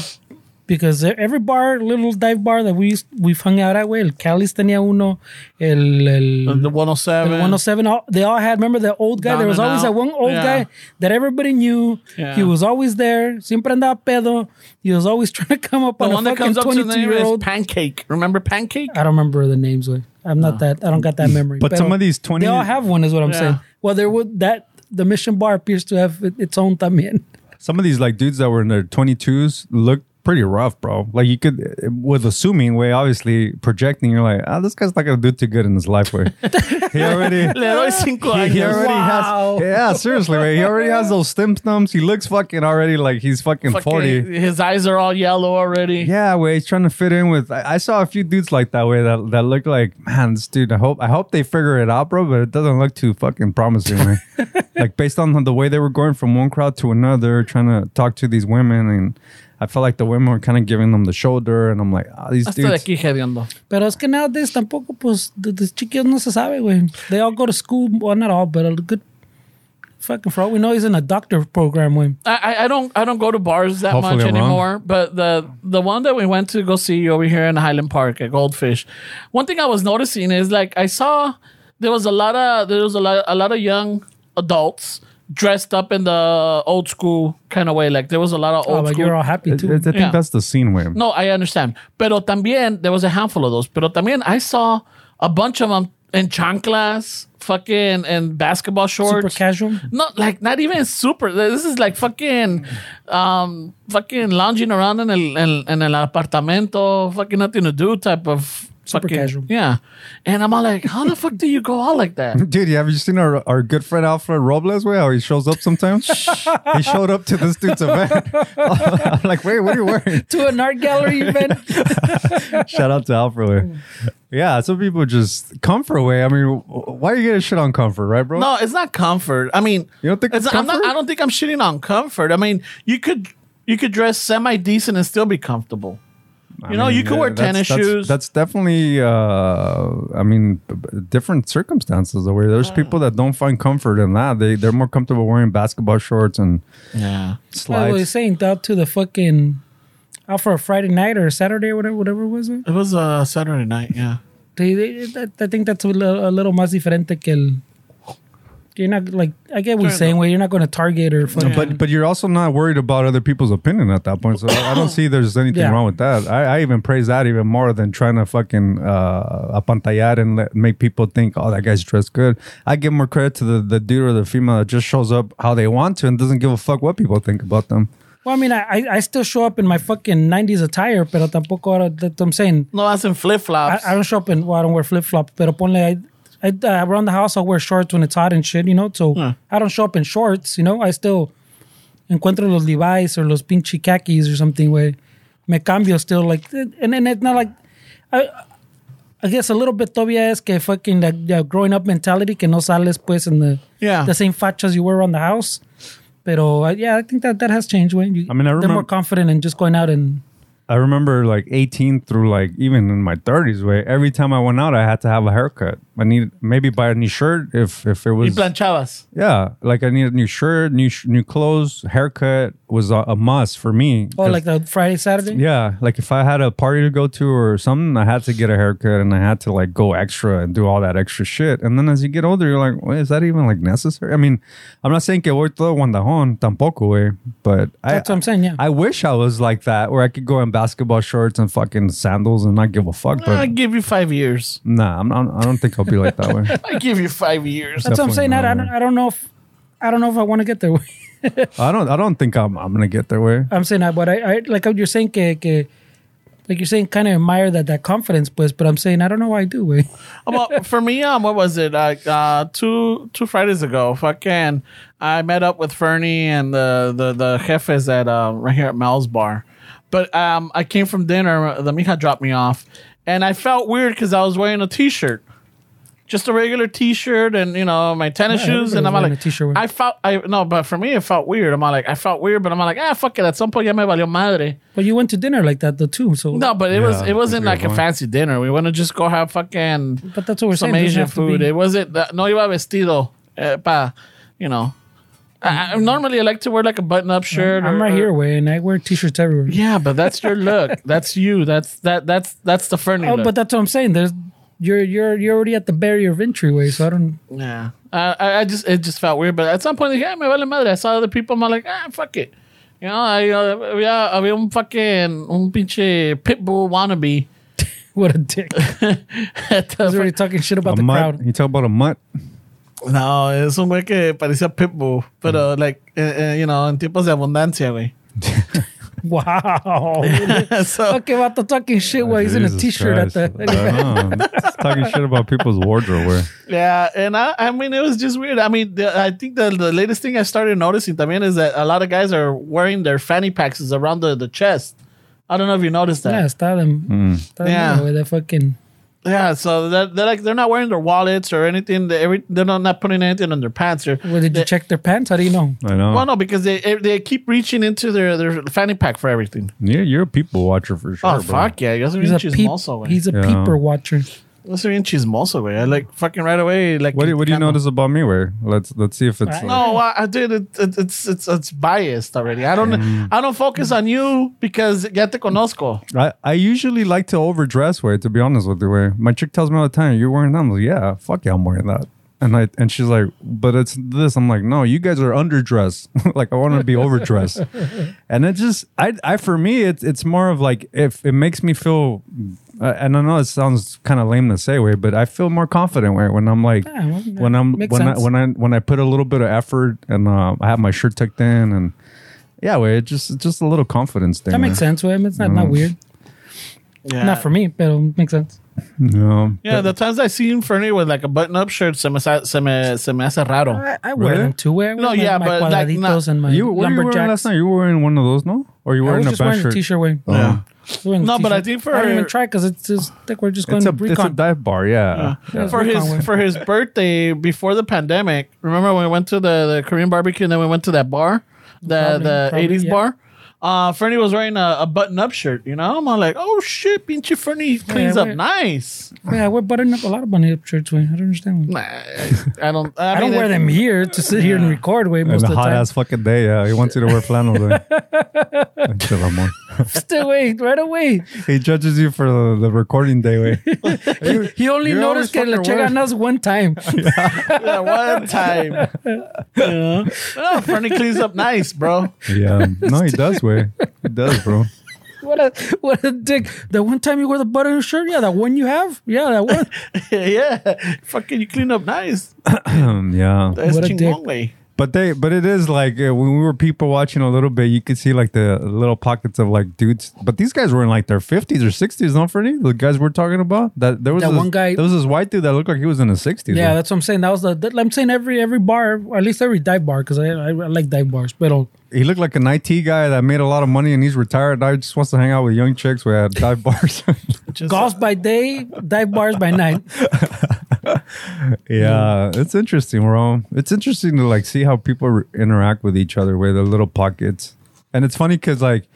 because every bar, little dive bar that we used, we've hung out at, güey, el Cali's tenía uno, el, el The one hundred seven. Mm-hmm. The 107, all, they all had, remember the old guy? Down there was and always out. that one old Yeah. guy that everybody knew. Yeah. He was always there. Siempre andaba pedo. He was always trying to come up The on one a that fucking comes up to the 22 name year is old. Pancake. Remember Pancake? I don't remember the names. güey. I'm not that, I don't got that memory. But Pero some of these 20 They all have one, is what I'm Yeah. saying. Well, there would, that, the Mission Bar appears to have it- its own también. Some of these like dudes that were in their 22s looked pretty rough, bro. Like you could, with assuming way, obviously projecting, you're like, ah, this guy's not gonna do too good in his life. Way he already. Le doy cinco He años. already Wow. has, yeah, seriously, way. He already has those symptoms. He looks fucking already like he's fucking, Fucking- 40. His eyes are all yellow already. Yeah, way. He's trying to fit in with. I, I saw a few dudes like that way that that look like, man, this dude. I hope I hope they figure it out, bro. But it doesn't look too fucking promising, man. like based on the way they were going from one crowd to another, trying to talk to these women, and I felt like the women were kind of giving them the shoulder, and I'm like, ah, these Hasta de dudes. aquí, hediondo. Pero es que nowadays tampoco, pues, the, the chiquillos no se sabe, güey. They all go to school. Well, not all, but a good fucking fraud. We know he's in a doctor program, güey. I, I- I don't I don't go to bars that Hopefully much I'm wrong. anymore. But the the one that we went to go see over here in Highland Park at Goldfish, one thing I was noticing is like I saw there was a lot of there was a lot a lot of young adults dressed up in the old school kind of way. Like there was a lot of Oh, old but school. you're all happy It- too. it- I think Yeah. that's the scene where No, I understand. Pero también, there was a handful of those. Pero también, I saw a bunch of them in chanclas, fucking, and basketball shorts. Super casual. Not like, not even super. This is like fucking, um, fucking lounging around in el, en, en el apartamento, fucking nothing to do type of super fucking- casual. Yeah. And I'm all like, how the fuck do you go out like that? Dude, have you seen our, our good friend Alfred Robles? Way how he shows up sometimes. he showed up to this dude's event. I'm like, wait, what are you wearing? To an art gallery event. Shout out to Alfred. Way. Yeah, some people just comfort way. I mean, wh- why are you getting shit on comfort, right, bro? No, it's not comfort. I mean, You don't think it's it's I'm not, comfort? I don't think I'm shitting on comfort. I mean, you could you could dress semi decent and still be comfortable. I you know, you could wear that's- tennis that's- shoes. That's definitely, uh, I mean, b- b- different circumstances. Where there's people that don't find comfort in that. They they're more comfortable wearing basketball shorts and Yeah. I was slides. saying out to the fucking out for a Friday night or a Saturday or whatever, whatever it was it. It was a uh, Saturday night, yeah. They, they, that, I think that's a little, a little más diferente que el. You're not like I get what you're Fair saying. enough. Where you're not going to target or fucking. But but you're also not worried about other people's opinion at that point. So I I don't see there's anything Yeah. wrong with that. I, I even praise that even more than trying to fucking uh, apantallar and let, make people think, oh, that guy's dressed good. I give more credit to the, the dude or the female that just shows up how they want to and doesn't give a fuck what people think about them. Well, I mean, I, I, I still show up in my fucking '90s attire, pero tampoco ahora. That's what I'm saying. No, as in flip I, flops. I don't show up in. Well, I don't wear flip flops, pero ponle. I, I uh, around the house, I'll wear shorts when it's hot and shit, you know. So I don't show up in shorts, you know. I still encuentro los Levi's or los pinche khakis or something. Way me cambio still like, and then it's not like. I, I guess a little bit todavía es que fucking like yeah, growing up mentality que no sales pues in the Yeah. the same fachas you were around the house. Pero uh, yeah, I think that that has changed. Way you, I mean, I they're more remem- confident in just going out and I remember like 18 through like even in my 30s, where every time I went out, I had to have a haircut. I need maybe buy a new shirt if if it Y was planchabas. yeah, like I need a new shirt, new sh- new clothes. Haircut was a, a must for me. oh 'Cause- like the Friday Saturday. yeah, like if I had a party to go to or something, I had to get a haircut and I had to like go extra and do all that extra shit. And then as you get older, you're like, wait, is that even like necessary? I mean, I'm not saying que voy todo guandajón tampoco, way, but I, That's what I'm saying. Yeah. I wish I was like that, where I could go in basketball shorts and fucking sandals and not give a fuck. I But give you five years. nah, I'm not, I don't think I'll be like that way. I give you five years. That's what I'm Definitely saying. I, not, I, don't, I don't know if I don't know if I want to get there. I don't. I don't think I'm. I'm gonna get that way. I'm saying that, but I, I like what you're saying. Que, que, like you're saying, kind of admire that that confidence, pues. But I'm saying I don't know why I do. Way. well, for me, um, what was it? Like uh, two two Fridays ago, fucking, I met up with Fernie and the the the jefes at uh, right here at Mel's bar. But um, I came from dinner. The mija dropped me off, and I felt weird because I was wearing a t-shirt, just a regular t-shirt, and you know my tennis Yeah, shoes. And everybody's I'm wearing like, a t-shirt. I felt I no, but for me it felt weird. I'm like, I felt weird, but I'm like, ah, fuck it. At some point, ya me valió madre. But you went to dinner like that, the two. So No, but it was Yeah, it wasn't that's a good like a point. fancy dinner. We want to just go have fucking But that's what we're some saying, it Asian doesn't have to food. be- It wasn't that, no iba vestido eh, pa, you know. I, I normally I like to wear like a button up shirt. I'm or- right or- here, way, and I wear t-shirts everywhere. Yeah, but that's your look. that's you. That's that that's that's the Fernie oh, look. but that's what I'm saying. There's you're you're you're already at the barrier of entry, way. So I don't. yeah. Uh, I, I just it just felt weird. But at some point, like, yeah, me vale madre. I saw other people. I'm like, ah, fuck it. You know, I uh, había, había un fucking un pinche pitbull wannabe. What a dick. I at the was already talking shit about A the mutt. crowd. You talk about a mutt. No, es un güey que parecía Pitbull, pero, like, eh, eh, you know, en tiempos de abundancia, güey. Wow. so, Fucking about the talking shit while he's in a Jesus t-shirt at Christ. the. I don't know. Just talking shit about people's wardrobe. Where yeah, and I, I mean, it was just weird. I mean, the, I think the, the latest thing I started noticing también is that a lot of guys are wearing their fanny packs is around the, the chest. I don't know if you noticed Yeah, that. está de, está de Yeah. moda, güey, that fucking. Yeah, so they're, they're like they're not wearing their wallets or anything. They, every, they're not, not putting anything on their pants. Or, Well, did you they- check their pants? How do you know? I know. Well, no, because they they keep reaching into their, their fanny pack for everything. yeah, you're a people watcher for sure. Oh, bro. fuck yeah. Yo soy He's bien a, peep, chismoso, güey. he's a Yeah. peeper watcher. Yo soy bien chismoso, güey. I eh? like fucking right away. Like, What do, what do you kind of- notice about me? Where let's let's see if it's Right. like, No, I, I did. It, it, it's it's it's biased already. I don't Mm. I don't focus on you because ya te conozco. I, I usually like to overdress where to be honest with you where my chick tells me all the time you're wearing that I'm like yeah fuck yeah I'm wearing that and I and she's like but it's this I'm like no you guys are underdressed like I want to be overdressed and it just I I for me it's it's more of like if it makes me feel uh, and I know it sounds kind of lame to say way but I feel more confident where when I'm like Yeah, well, that when I'm makes when I, sense. when I when I put a little bit of effort and uh, I have my shirt tucked in and yeah where it just it's just a little confidence thing That where- makes sense, güey. It's not, not weird. Yeah. Not for me, but it makes sense. No. Yeah, the times I see Inferno with like a button up shirt, se me, sa- se me, se me hace raro. I, I wear Really? them too. Where No, yeah, my but, like, cuadraditos not- and my You what were you wearing lumberjacks. last night? You were wearing one of those, no? Or you were I was wearing a Oh. just band wearing a shirt? t-shirt. Wearing, Yeah. wearing a No, but I t-shirt. think for- I didn't even try because it's just like we're just going It's a, to it's a recon. dive bar, yeah. Yeah. For his for his birthday before the pandemic, remember when we went to the, the Korean barbecue and then we went to that bar, the Probably, the probably, eighties yeah. bar. Uh, Fernie was wearing a, a button up shirt. You know, I'm all like, oh shit, pinche Fernie cleans up we're- nice. yeah, we're buttering up a lot of bunny up shirts. Way I don't understand. Why. Nah, I don't. I, I don't mean, wear it- them here to sit here and record. Way And most a of the hot time. ass fucking day, yeah. He wants you to wear flannel there. Chill, amor. Still wait right away. he judges you for the, the recording day, way. He only You're noticed que always le fucking chegan us one time. Yeah, one time. You know? No, Fernie cleans up nice, bro. Yeah. No, he does, way. He does, bro. What a what a dick! That one time you wore the button shirt, yeah, that one you have, yeah, that one. yeah, fucking, you clean up nice. yeah. That's What a dick. chingón, güey. But they, but it is like uh, when we were people watching a little bit, you could see like the little pockets of like dudes. But these guys were in like their fifties or sixties, not for any the guys we're talking about. That there was That this- one guy- There was this white dude that looked like he was in his sixties. Yeah, that's what I'm saying. That was the that, I'm saying every every bar, or at least every dive bar, because I, I I like dive bars, but oh, he looked like an IT guy that made a lot of money and he's retired. Now he just wants to hang out with young chicks. We had dive bars. Just- golf by day, dive bars by night. yeah, it's interesting, bro. It's interesting to like see how people re- interact with each other with the little pockets, and it's funny because like.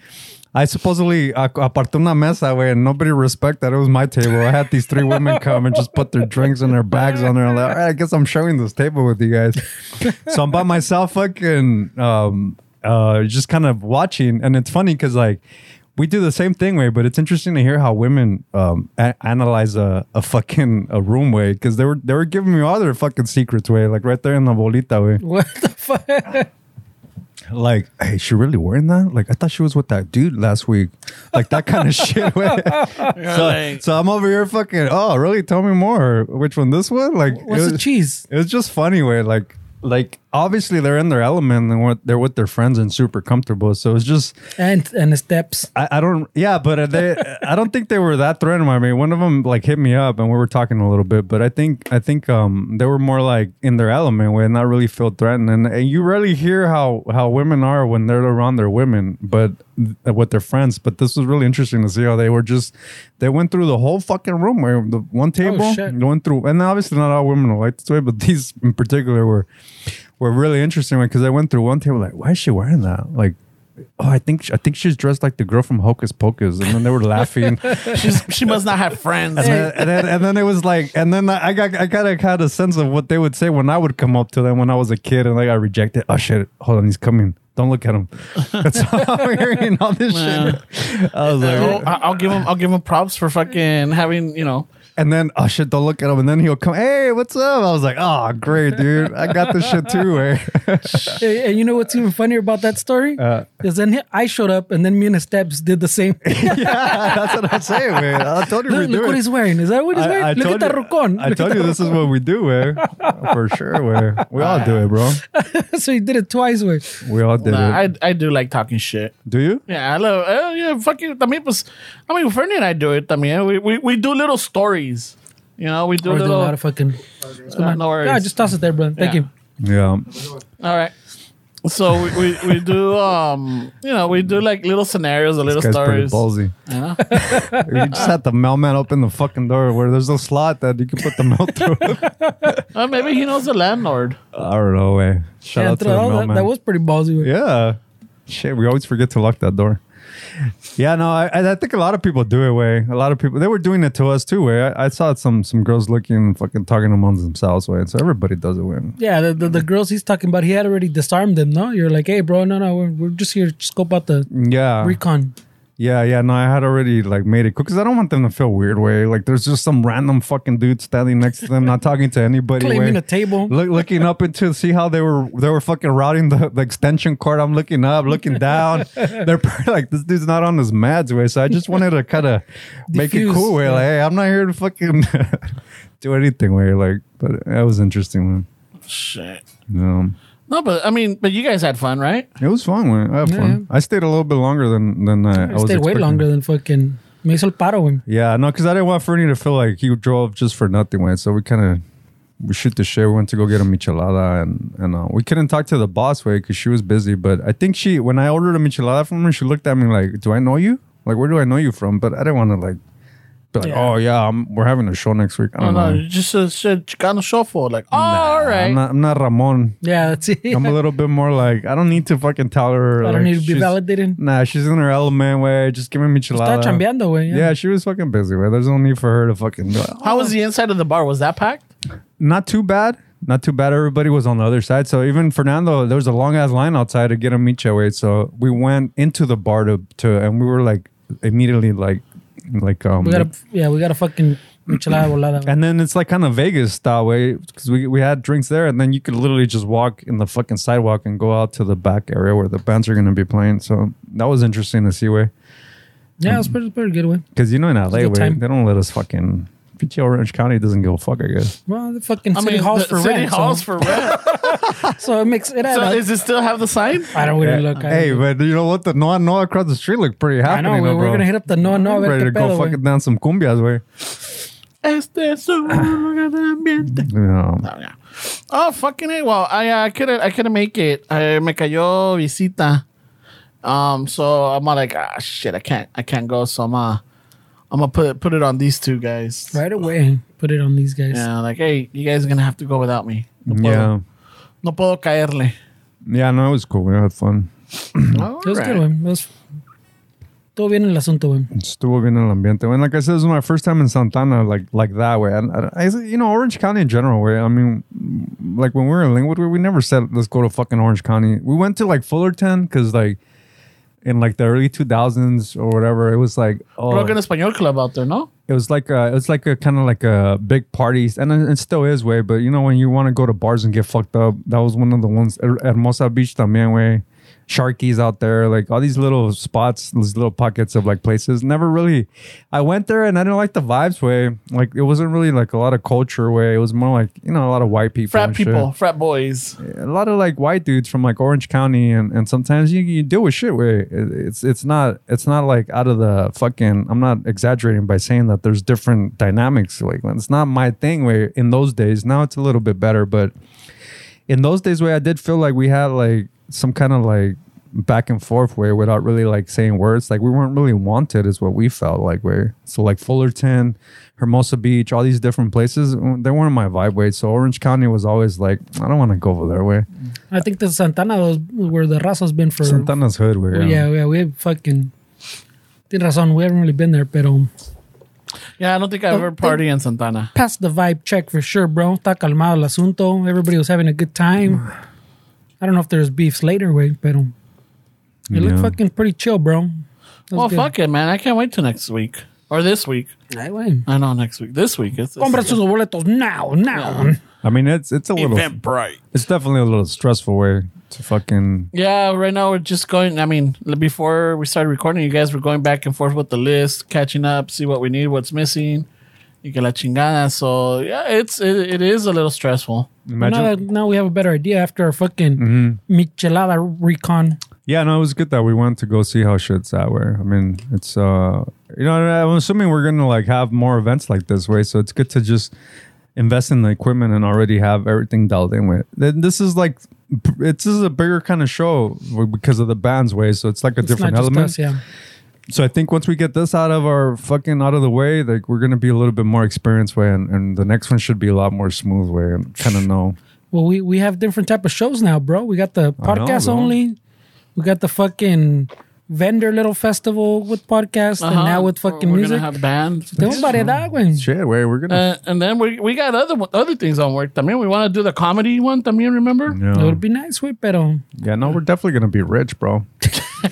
I supposedly I aparté una mesa, way, and nobody respect that it was my table. I had these three women come and just put their drinks and their bags on there. I'm like, all right, I guess I'm sharing this table with you guys. so I'm by myself, fucking, um, uh, just kind of watching. And it's funny because like we do the same thing, way, but it's interesting to hear how women um a- analyze a, a fucking a room way because they were they were giving me all their fucking secrets way, like right there in the bolita way What the fuck? like, hey, she really wearing that? Like, I thought she was with that dude last week. Like that kind of shit. You're so, like, so I'm over here fucking. Oh, really? Tell me more. Which one? This one? Like, What's it the was, cheese? it was just funny. Way like, like obviously they're in their element and what they're with their friends and super comfortable. So it's just And and the steps. I, I don't. Yeah, but uh, they. I don't think they were that threatened. I mean, one of them like hit me up and we were talking a little bit, but I think I think um they were more like in their element where not really feel threatened. And, and you rarely hear how how women are when they're around their women, but uh, with their friends. But this was really interesting to see how they were just they went through the whole fucking room where the one table shit. going through, and obviously not all women are like this way, but these in particular were were really interesting because I went through one table like, why is she wearing that? Like, oh, I think I think she's dressed like the girl from Hocus Pocus, and then they were laughing, she's, she must not have friends. and, then, and then and then it was like, and then I got I kind of had a sense of what they would say when I would come up to them when I was a kid, and I got rejected. Oh shit, hold on, he's coming. Don't look at him. That's how I'm hearing all this shit. I was like, I'll, I'll give him. I'll give him props for fucking having. You know, and then oh shit, don't look at him. And then he'll come. Hey, what's up? I was like, oh great, dude, I got this shit too. Eh? And and you know what's even funnier about that story? Uh, Is then he- I showed up, and then me and the steps did the same. yeah, that's what I'm saying, man. I told you we look do look it. what he's wearing. Is that what he's wearing? look at told that you- rucón. I told you this is what we do, way. For sure, way. We all do it, bro. so he did it twice. Way. We all did nah, it. I I do like talking shit. do you? Yeah, I love. Oh yeah, fucking. También pues. I mean, Fernie and I do it. También we we, we do little stories. You know, we do Or did a little. uh, lot of fucking. no, no worries. Yeah, just toss it there, brother. Thank Yeah. you. Yeah. All right. So we, we, we do um you know we do like little scenarios or little This guy's stories. pretty ballsy. Yeah. you just had the mailman open the fucking door where there's a slot that you can put the mail through. Uh, maybe he knows the landlord. I don't know, way. Shout Yeah, out to the throw- that- mailman. that, was pretty ballsy. Way. yeah. Shit, we always forget to lock that door. Yeah, no, I, I I think a lot of people do it. Way a lot of people they were doing it to us too. Way I, I saw some some girls looking and fucking talking amongst themselves. Way so everybody does it. Way Yeah, the, Mm-hmm. the, the girls he's talking about, he had already disarmed them, no? You're like, hey, bro, no, no, we're, we're just here to scope out the yeah, recon. Yeah, yeah. No, I had already like made it cool because I don't want them to feel weird. Way like there's just some random fucking dude standing next to them, not talking to anybody. Claiming way. a table. Look, looking up into see how they were they were fucking routing the, the extension cord. I'm looking up, looking down. They're probably like this dude's not on his meds way. So I just wanted to kind of make it Diffuse, cool way. Like hey, I'm not here to fucking do anything way. Like, but that was interesting man. Shit. Um, No, but I mean, but you guys had fun, right? it was fun. Man. I had fun. I stayed a little bit longer than than I, I was Stay way expecting. longer than fucking Me hizo el paro, güey. Yeah, no, because I didn't want Fernie to feel like he drove just for nothing, man. So we kind of we shoot the shit. We went to go get a michelada, and and uh, we couldn't talk to the boss way because she was busy. But I think she, when I ordered a michelada from her, she looked at me like, "Do I know you? Like, where do I know you from?" But I didn't want to like be like, Yeah. "Oh yeah, I'm, we're having a show next week." I No, don't no, know. you just uh, said Chicano Shuffle. Like, oh, all I'm right. not, I'm not Ramon. Yeah, that's it. I'm a little bit more like I don't need to fucking tell her. I like, don't need to be she's- validated. Nah, she's in her element way. Just give me Estaba michelada. chambeando, güey. Yeah, she was fucking busy. Right? There's no need for her to fucking. Be like, How was the inside of the bar? Was that packed? not too bad. Not too bad. Everybody was on the other side. So even Fernando, there was a long ass line outside to get a micha wait. So we went into the bar to, to and we were like immediately like like um We got a, yeah, we got a fucking michelada volada. güey. and then it's like kind of Vegas style way because we, we had drinks there and then you could literally just walk in the fucking sidewalk and go out to the back area where the bands are gonna be playing. So that was interesting to see way. Yeah, it was pretty, pretty good, güey. Because you know in LA good way, time. they don't let us fucking PTO Orange County doesn't give a fuck, I guess. Well, the fucking I city halls the for city rent. halls for so, rent. so it makes it. so add up. does it still have the sign? I don't really look. I- Hey, but you know what? The Noah Noah across the street looked pretty I happening. know. We're, though, we're bro. gonna hit up the no, no. a ver ready qué to go pedo, güey. fucking down some cumbias, way. Este es un lugar de ambiente. No. Oh, yeah. Oh, fucking it. Well, I uh, I couldn't I couldn't make it. I me cayó visita. Um, so I'm uh, like ah shit. I can't I can't go. So I'm uh, I'm gonna put put it on these two guys. right away. Put it on these guys. Yeah. Like hey, you guys are gonna have to go without me. No puedo, Yeah. no puedo caerle. Yeah, no, it was cool. We had fun. All right. It was Mm-hmm. good, güey. It was- Todo bien el asunto, güey. Estuvo bien el ambiente. And like I said, this was my first time in Santana, like like that way. And I, I, you know, Orange County in general, way. I mean, like when we were in Linwood, we, we never said let's go to fucking Orange County. We went to like Fullerton because like in like the early two thousands or whatever, it was like oh, Broken Español Club out there, no? it was like a, it was like a kind of like a big party, and it it still is way. But you know, when you want to go to bars and get fucked up, that was one of the ones. Her- Hermosa Beach, también way. Sharkies out there, like all these little spots, these little pockets of like places. Never really, I went there and I didn't like the vibes way. Like it wasn't really like a lot of culture way. It was more like you know a lot of white people, Frat and shit. people, frat boys. a lot of like white dudes from like Orange County, and and sometimes you, you deal with shit where it- it's it's not it's not like out of the fucking. I'm not exaggerating by saying that there's different dynamics. Like it's not my thing. Where in those days, now it's a little bit better, but in those days, where I did feel like we had like some kind of like back and forth way without really like saying words. Like we weren't really wanted, is what we felt like. Where so like Fullerton, Hermosa Beach, all these different places, mm, they weren't my vibe way. So Orange County was always like, I don't want to go over there way. I think the Santana was where the raza's been for. Santana's hood yeah. way. Oh, yeah, we have fucking. Tienes razón. We haven't really been there, pero Yeah, I don't think I ever party in Santana. passed the vibe check for sure, bro. Está calmado el asunto. Everybody was having a good time. I don't know if there's beefs later, way, pero it looked Yeah. fucking pretty chill, bro. That's Well, good. fuck it, man. I can't wait till next week or this week. Ay, güey. I know next week. This week. It's, Compra it's, sus boletos now, now. I mean, it's it's a little, bright. it's definitely a little stressful way to fucking. Yeah, right now we're just going. I mean, l- before we started recording, you guys were going back and forth with the list, catching up, see what we need, what's missing. You get la chingada. So yeah, it's it, it is a little stressful. But Imagine. Mm-hmm. Now, that, now we have a better idea after our fucking michelada recon. Yeah, no, it was good that we went to go see how shit's at. Where I mean, it's uh, you know, I'm assuming we're gonna like have more events like this way, so it's good to just invest in the equipment and already have everything dialed in with. Then this is like, it's this is a bigger kind of show because of the band's way, so it's like a It's different not just element. us, yeah. So I think once we get this out of our fucking out of the way, like we're gonna be a little bit more experienced way, and, and the next one should be a lot more smooth way, and kind of know. Well, we we have different type of shows now, bro. We got the I know, podcast bro. only. We got the fucking vendor little festival with podcast, and Uh-huh. now with fucking we're music. gonna have bands. Tenemos variedad, güey. Shit, way we're gonna. Uh, and then we, we got other one- other things on work. I mean, we want to do the comedy one. I mean, remember? It yeah. would be nice, güey, pero yeah, no, we're definitely gonna be rich, bro.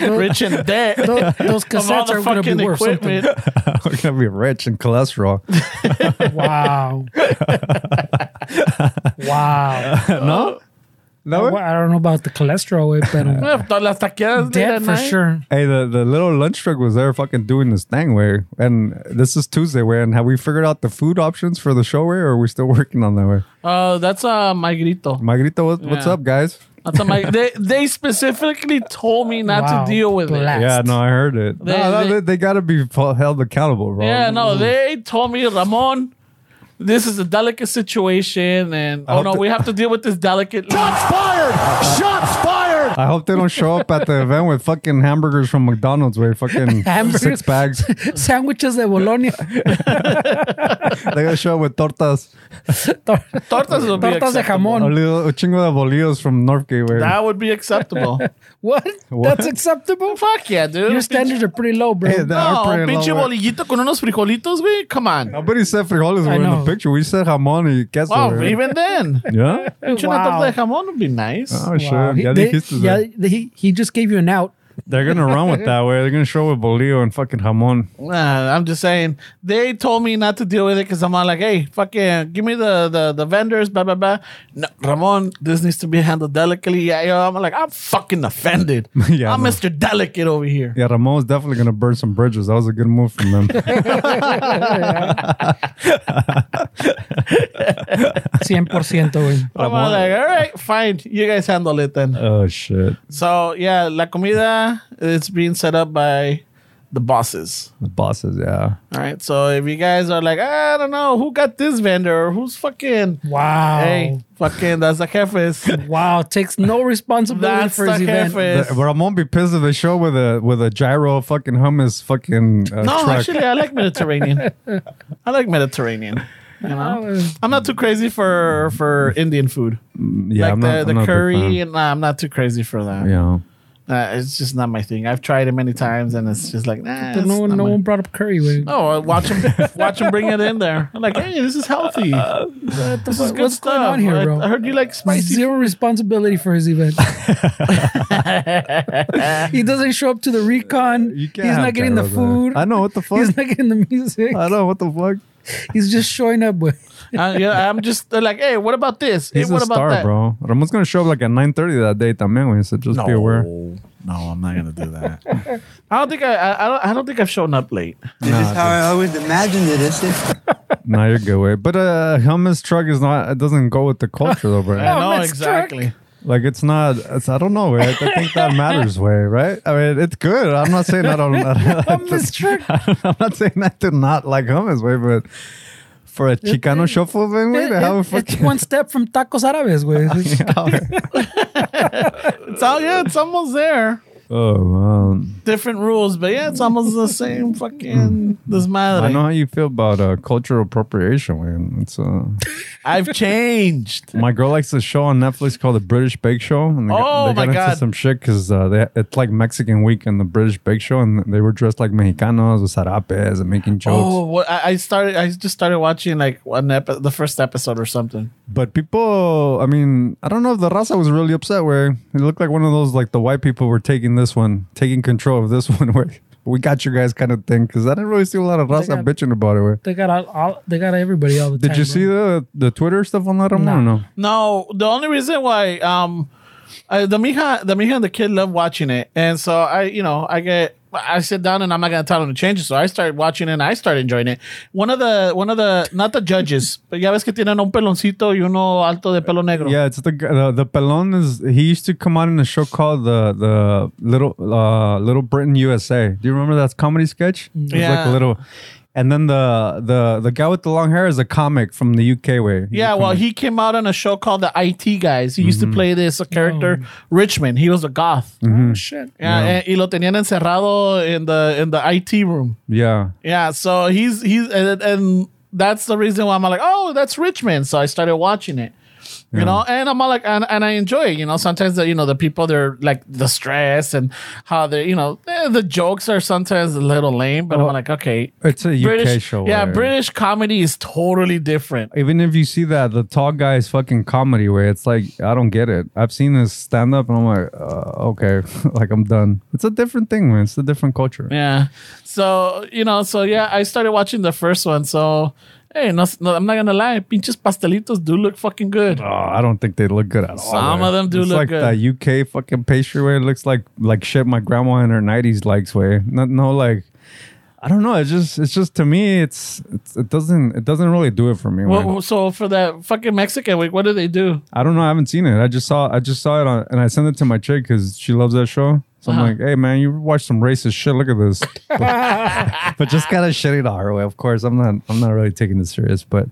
Rich and debt. those, those Of all cassettes the are going to fucking be worth equipment. we're gonna be rich in cholesterol. something. Wow. wow. no? No? Well, I don't know about the cholesterol, güey, pero Yeah, Las taqueras late dead at for night. sure. Hey, the, the little lunch truck was there fucking doing this thing where, and this is Tuesday where, and have we figured out the food options for the show where, or are we still working on that way? Uh, that's uh, my grito. Magrito, what, what's Yeah. up, guys? That's on my, they, they specifically told me not Wow, to deal with it. blast. Yeah, no, I heard it. They- no, no, they- they, they gotta be fu- held accountable, bro. Yeah, no, they told me, Ramon, this is a delicate situation, and oh hope no, th- we have to deal with this delicately. fired! Shots fired! I hope they don't show up at the event with fucking hamburgers from McDonald's with fucking Hamburgers. six bags. They Sandwiches de Bologna. gotta show up with tortas, Tor- Tortas would be Tortas de acceptable. a jamón. little a chingo de bolillos from Northgate. Where That would be acceptable. What? What? That's acceptable? Fuck yeah, dude. Your standards are pretty low, bro. Hey, that- No, are un pretty pinche low, eh. bolillito con unos frijolitos, güey. Come on. nobody said frijoles I were in know. the picture. We said jamón y queso. Wow, right? even then. Yeah. Pinche una Wow. torta Uh-huh. de jamón would be nice. Oh shit! Wow. He, Yeah, they- they, kissed us. yeah, they- he, he just gave you an out. They're gonna run with that way. They're gonna show with bolillo and fucking jamón. Nah, I'm just saying they told me not to deal with it because I'm all like, hey, fucking give me the the, the vendors, blah blah blah. No, Ramon, this needs to be handled delicately. Yeah, yo, I'm like, I'm fucking offended. Yeah, I'm I know. Mr. Delicate over here. Yeah, Ramon's definitely gonna burn some bridges. That was a good move from them. Cien por ciento, güey. I'm all like, all right, fine, you guys handle it then. oh shit! so yeah, la comida is being set up by the bosses. The bosses, yeah. All right, so if you guys are like, I don't know, who got this vendor or who's fucking. Wow. Hey, fucking, that's the jefes. Wow. Takes no responsibility That's for the his event. The, jefes. but Ramon be pissed if they show with a with a gyro fucking hummus fucking uh, No, truck. actually, I like Mediterranean. I like Mediterranean. You Ah, know, I'm not too crazy for for Indian food, yeah, like I'm the, not, the I'm not a big fan. curry, and nah, I'm not too crazy for that. yeah, Uh, it's just not my thing. I've tried it many times, and it's just like nah. But it's no one, not no my- one brought up curry, güey. No, I watch them, watch them bring it in there. I'm like, hey, this is healthy. Uh, this is good what's stuff. going on here, I, bro? I heard you like spicy. Zero responsibility for his event. he doesn't show up to the you recon. He's can't have not getting the gyros there. food. I know what the fuck. He's not getting the music. I know what the fuck. He's just showing up, güey. Uh, yeah, I'm just uh, like, hey, what about this? Hey, He's what a about star, that? bro. Ramon's gonna show up like at 9:30 that day, también. güey, So just be aware. no, I'm not gonna do that. I don't think I, I, I don't, I don't think I've shown up late. This is how I always imagined it. It's just Nah, you're good way. But uh, hummus truck is not. It doesn't go with the culture though, bro. I know let's exactly. Like it's not. It's, I don't know. Way. I think that matters. Way. Right. I mean, it's good. I'm not saying I don't. I don't Hummus truck. I'm not saying I do not like hummus. Way, but for a Chicano shuffle thing, way, It- to have a it- it's fucking. one step from tacos árabes, güey. It's all yeah, it's almost there. oh man, Different rules, but yeah, it's almost the same fucking this I know matter. how you feel about uh, cultural appropriation. Way. It's uh, I've changed. my girl likes a show on Netflix called The British Bake Show, and they, Oh, got, they my got into God. some shit because uh, they it's like Mexican week and the British Bake Show, and they were dressed like Mexicanos with sarapes and making jokes. Oh, what I I started. I just started watching like one epi- the first episode or something. But people, I mean, I don't know if the Raza was really upset where it looked like one of those, like the white people were taking this one, taking control of this one, where we got you guys kind of thing. Cause I didn't really see a lot of Raza got- bitching about it. Where. They got all, all, they got everybody all the Did time. you see bro. the the Twitter stuff on that? I don't know. No, the only reason why um, I, the mija, the mija and the kid love watching it, and so I, you know, I get. I sit down and I'm not gonna tell them to change it, so I started watching it and I started enjoying it. One of the, one of the, not the judges, but ya ves que tienen un peloncito y uno alto de pelo negro. Yeah, it's the, g- the the Pelon is he used to come on in a show called the the little uh, Little Britain USA. Do you remember that comedy sketch? It was like a Yeah. little. And then the the the guy with the long hair is a comic from the UK. Way He's a Yeah, well, comic. he came out on a show called the IT Guys. He Mm-hmm. used to play this character Richmond. He was a goth. Oh, shit. Yeah, And, y lo tenían encerrado in the in the IT room. yeah Yeah, so he's he's and, and that's the reason why I'm like, oh, that's Richmond. So I started watching it. You know, and I'm all like, and, and I enjoy it. You know, sometimes the, you know the people they're like the stress and how they, you know, eh, the jokes are sometimes a little lame. But I'm like, okay, Oh. it's a UK British show. Yeah, where- British comedy is totally different. even if you see that the tall guy's fucking comedy where it's like I don't get it. I've seen his stand up and I'm like, uh, okay, like I'm done. It's a different thing, man. It's a different culture. Yeah. So, you know, so yeah, I started watching the first one. So, hey, no, no, I'm not going to lie. Pinches pastelitos do look fucking good. Oh, I don't think they look good at all. Some man. of them do it's look like good. that UK fucking pastry where it looks like like shit my grandma in her nineties likes way. Not no like I don't know. It's just it's just to me it's, it's it doesn't it doesn't really do it for me. Well, man. well, so for that fucking Mexican week, what do they do? I don't know. I haven't seen it. I just saw I just saw it on and I sent it to my chick because she loves that show. So Uh-huh. I'm like, hey man, you watch some racist shit. Look at this. but, but just kind of shitting our way. Of course, I'm not I'm not really taking this serious, but.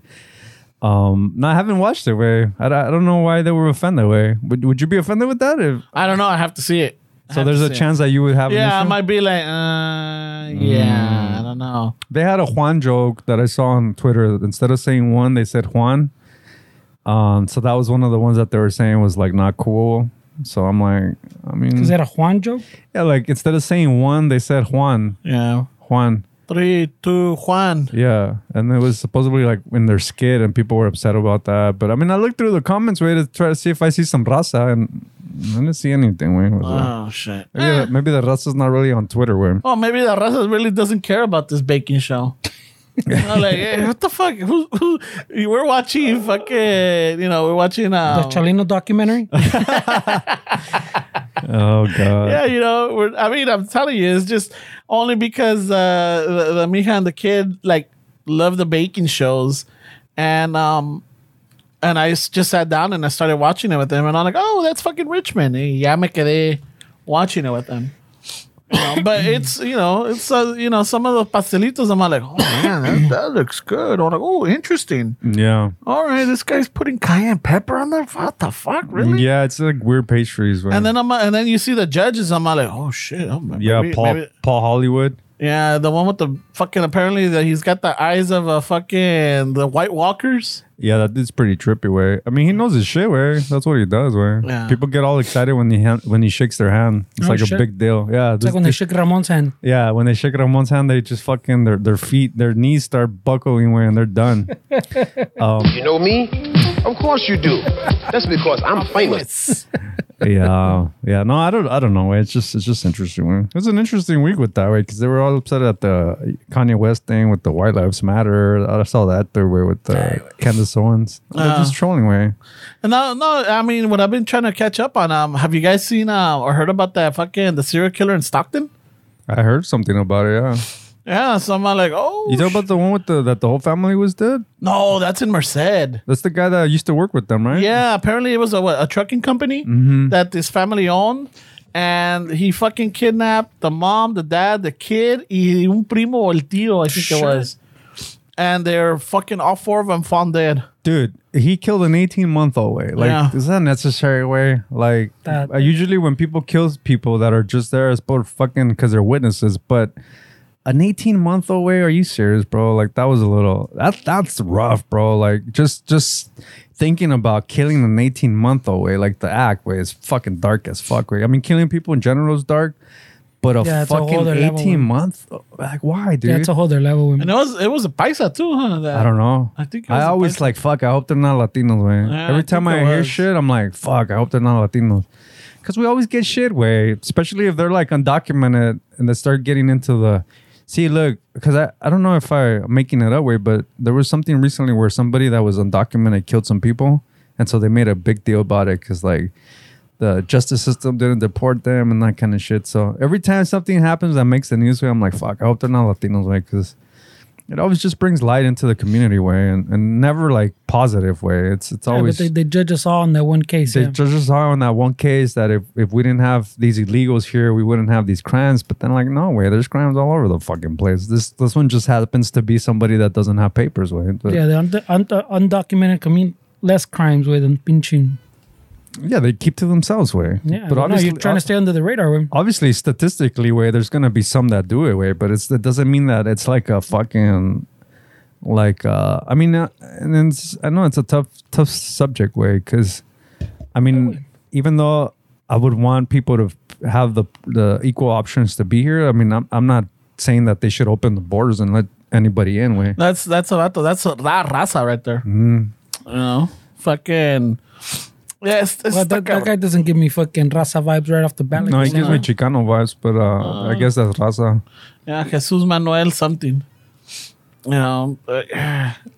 Um, no, I haven't watched it. Way I, I don't know why they were offended. Way would, would you be offended with that? If I don't know. I have to see it. I so, have there's to a see it. chance that you would have. an Yeah, I issue? might be like, uh, yeah, I don't know. They had a Juan joke that I saw on Twitter. Instead of saying one, they said Juan. Um, so that was one of the ones that they were saying was like not cool. So I'm like, I mean, Is that a Juan joke? yeah, like instead of saying one, they said Juan, Yeah. Juan, Three, two, Juan. yeah. And it was supposedly like in their skit, and people were upset about that. But I mean, I looked through the comments way to try to see if I see some raza, and I didn't see anything. Way with that. Oh, shit. maybe, the, maybe the raza's not really on Twitter. Way Oh, maybe the raza really doesn't care about this baking show. You know, like, hey, what the fuck? Who, who, we're watching fucking, you know, we're watching. The Uh, Chalino documentary? oh god, yeah, you know, we're, I mean, I'm telling you, it's just only because uh, the, the Mija and the kid like love the baking shows, and um, and I s- just sat down and I started watching it with them, and I'm like, oh, that's fucking Richmond. Y ya me quedé watching it with them. You know, but it's you know it's uh, you know some of the pastelitos I'm like oh man that, that looks good I'm like oh interesting yeah, all right this guy's putting cayenne pepper on there what the fuck really yeah. It's like weird pastries. Way. and then I'm and then you see the judges. I'm like, oh shit. Oh, maybe, yeah, Paul maybe- Paul Hollywood. yeah, the one with the fucking apparently that he's got the eyes of a fucking the White Walkers. Yeah, that is pretty trippy, way. I mean, he knows his shit, way. That's what he does, way. Yeah. People get all excited when he hand, when he shakes their hand. It's Oh, like shit. a big deal. Yeah, It's like when they shook Ramon's hand. yeah, when they shake Ramon's hand, they just fucking their their feet, their knees start buckling, way, and they're done. You know me? Of course you do. That's because I'm famous. yeah, yeah. No, I don't. I don't know. way. It's just it's just interesting. way. It was an interesting week with that, way, because they were all upset at the Kanye West thing with the White Lives Matter. I saw that through way with uh, Candace Owens. They're just trolling, way. And no, no, I mean what I've been trying to catch up on. Um, have you guys seen uh, or heard about that fucking the serial killer in Stockton? I heard something about it. Yeah, Yeah, so I'm like, oh, you talk about the one with the that the whole family was dead. no, that's in Merced. That's the guy that used to work with them, right? Yeah, apparently it was a, what, a trucking company Mm-hmm. that this family owned. And he fucking kidnapped the mom, the dad, the kid, y un primo o el tío, I think it was. And they're fucking all four of them found dead. Dude, he killed an 18 month old way. Like, Yeah. is that a necessary way? Like, That- uh, usually when people kill people that are just there, it's both fucking because they're witnesses, but an 18 month old way? Are you serious, bro? Like, that was a little, that that's rough, bro. Like, just, just thinking about killing an 18 month old way, like the act way is fucking dark as fuck, way. I mean, killing people in general is dark, but a Yeah, it's a whole fucking other level, 18 man. month, like, why, dude? Yeah, it's a whole other level. And Women. it was it was a paisa too, huh? That- I don't know. I think it was I a always Paisa- like fuck. I hope they're not Latinos, man. Yeah, I Every time think I it hear was. shit, I'm like, fuck. I hope they're not Latinos, because we always get shit way, especially if they're like undocumented and they start getting into the. See, look, because I, I don't know if I'm making it up way, but there was something recently where somebody that was undocumented killed some people, and so they made a big deal about it because like the justice system didn't deport them and that kind of shit. So every time something happens that makes the news, way, I'm like, fuck. I hope they're not Latinos, way, because it always just brings light into the community way and, and never like positive way. It's it's Yeah, but always they, they judge us all in that one case. they yeah. judge us all on that one case that if, if we didn't have these illegals here, we wouldn't have these crimes. But then like no way, there's crimes all over the fucking place. This this one just happens to be somebody that doesn't have papers way. But yeah, yeah. the und- und- undocumented commit less crimes with than pinching. they keep to themselves way. Yeah, but obviously uh, you're trying to stay under the radar. Women. obviously statistically way there's gonna be some that do it way but it's it doesn't mean that it's like a fucking like uh i mean uh, and then it's, i know it's a tough tough subject way because i mean even though i would want people to have the the equal options to be here i mean i'm, I'm not saying that they should open the borders and let anybody in way That's that's a vato. That's a la raza right there. Mm-hmm. You know, fucking. Yeah, it's, it's Well, that, that guy doesn't give me fucking raza vibes right off the bat. like no you it said. Uh-huh. gives me chicano vibes but uh, i guess that's raza Yeah, Jesus Manuel something. You know, eh, but-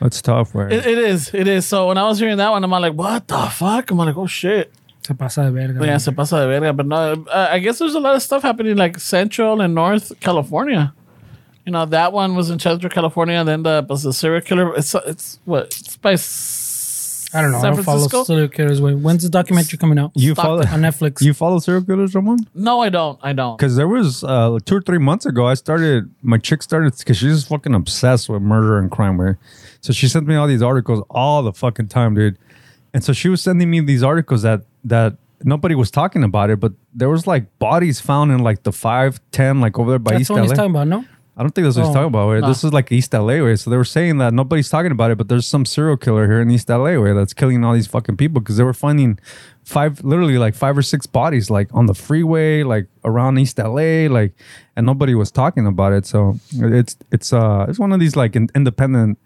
that's tough way It, it is. It is. So when I was hearing that one, I'm like, what the fuck? I'm like, oh shit. Se pasa de verga. Yeah, man. se pasa de verga. But no, uh, I guess there's a lot of stuff happening like Central and North California. You know, that one was in Central California. Then the was the serial killer. It's it's what it's by. S- I don't know. San I don't follow Francisco? serial killers. Wait, when's the documentary coming out? You Stop follow it. on Netflix. you follow serial killers, Ramon? No, I don't. I don't. Because there was uh, like two or three months ago, I started my chick started because she's fucking obsessed with murder and crime, right? So she sent me all these articles all the fucking time, dude. And so she was sending me these articles that that nobody was talking about it, but there was like bodies found in like the five ten, like over there by That's East what he's LA. talking about, no? I don't think that's what he's Oh, talking about. Right? This is like East LA way. So they were saying that nobody's talking about it, but there's some serial killer here in East LA way that's killing all these fucking people because they were finding five, literally like five or six bodies like on the freeway, like around East LA, like, and nobody was talking about it. So it's it's uh it's one of these like in, independent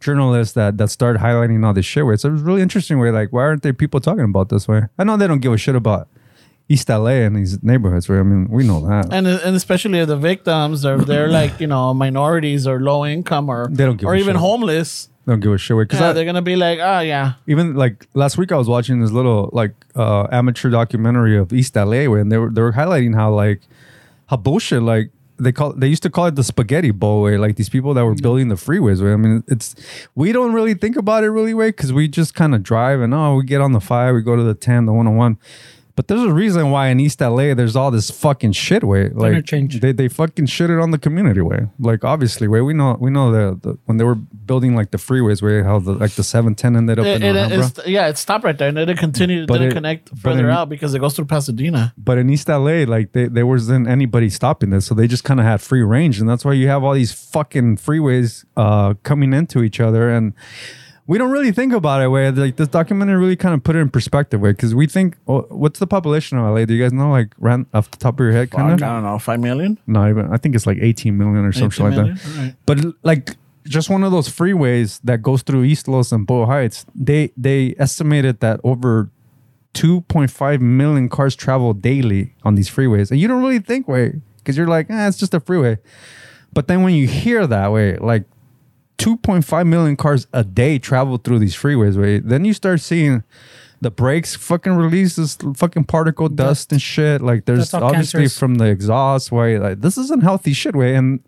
journalists that that start highlighting all this shit. Way. So it was really interesting. Way like why aren't there people talking about this way? I know they don't give a shit about. East LA and these neighborhoods, right? I mean, we know that. and and especially the victims they're they're like you know minorities or low income or They don't give or a even shit. homeless. don't give a shit. Because Yeah, they're gonna be like, oh yeah, even like last week I was watching this little like uh amateur documentary of East LA where- and they were they were highlighting how like how bullshit like they call they used to call it the spaghetti bowl way like these people that were building the freeways way. I mean it's we don't really think about it really way because we just kind of drive and oh we get on the five we go to the ten the one on one. But there's a reason why in East LA there's all this fucking shit way. Like Interchange. they they fucking shitted on the community way. Like obviously way we know we know the, the when they were building like the freeways way how the like the seven ten ended up in it, it, Alhambra. it's, yeah, it stopped right there and it didn't continue, But didn't it- connect but further it- out because it goes through Pasadena. but in East LA, like they, there wasn't anybody stopping this, so they just kind of had free range, and that's why you have all these fucking freeways uh, coming into each other, and we don't really think about it. Way like this documentary really kind of put it in perspective, way because we think, oh, what's the population of LA? Do you guys know like ran off the top of your head? Fuck, I Kind of don't know, five million. no, even I think it's like eighteen million or something 18 like that. million? Alright. But like just one of those freeways that goes through East Los and Boyle Heights, they they estimated that over 2.5 million cars travel daily on these freeways. And you don't really think way because you're like, eh, it's just a freeway. But then when you hear that way, like 2.5 million cars a day travel through these freeways, way, then you start seeing the brakes fucking release this fucking particle dust and shit. Like there's all obviously cancerous. from the exhaust way, like this isn't healthy shit way. And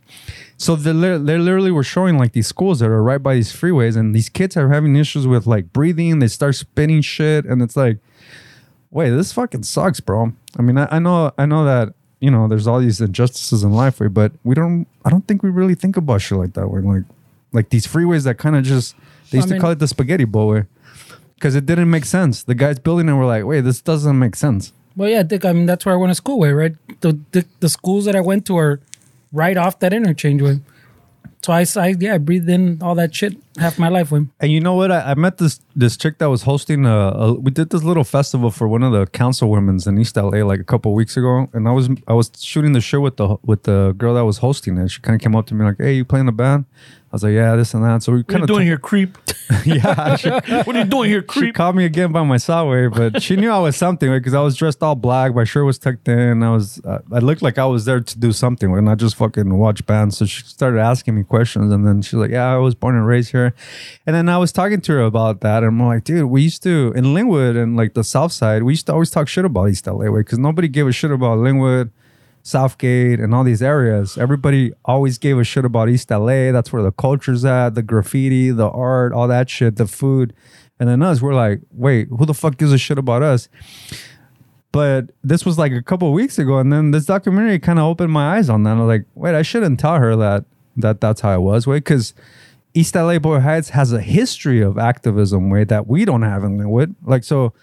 so they li- they literally were showing like these schools that are right by these freeways, and these kids are having issues with like breathing. They start spitting shit, and it's like, wait, this fucking sucks, bro. I mean, I, I know I know that you know there's all these injustices in life, way, but we don't. I don't think we really think about shit like that. We're like like these freeways that kind of just they used I to mean- call it the spaghetti bowl way because it didn't make sense. The guys building it were like, wait, this doesn't make sense. Well, yeah, Dick. I mean, that's where I went to school, way, right? The, the the schools that I went to are right off that interchange, way. So I, I yeah, I breathed in all that shit half my life, way. And you know what? I, I met this this chick that was hosting. A, a, we did this little festival for one of the council women's in East LA like a couple weeks ago, and I was I was shooting the shit with the with the girl that was hosting it. She kind of came up to me like, "Hey, you playing a band?" I was like, "Yeah, this and that." So we What are kind you of doing here, creep? yeah. She, What are you doing here, she creep? caught me again by my sideway, but she knew I was something because I was dressed all black. My shirt was tucked in. I was uh, I looked like I was there to do something and not just fucking watch bands. So she started asking me questions, and then she's like, "Yeah, I was born and raised here," and then I was talking to her about that, and I'm like, "Dude, we used to in Linwood and like the South Side, we used to always talk shit about East LA way because nobody gave a shit about Linwood." Southgate and all these areas, everybody always gave a shit about East LA. That's where the culture's at, the graffiti, the art, all that shit, the food. And then us, we're like, wait, who the fuck gives a shit about us? But this was like a couple weeks ago, and then this documentary kind of opened my eyes on that. I was like, wait, I shouldn't tell her that that that's how I was, wait, because East LA Boy Heights has a history of activism, way that we don't have in Linwood. Like so,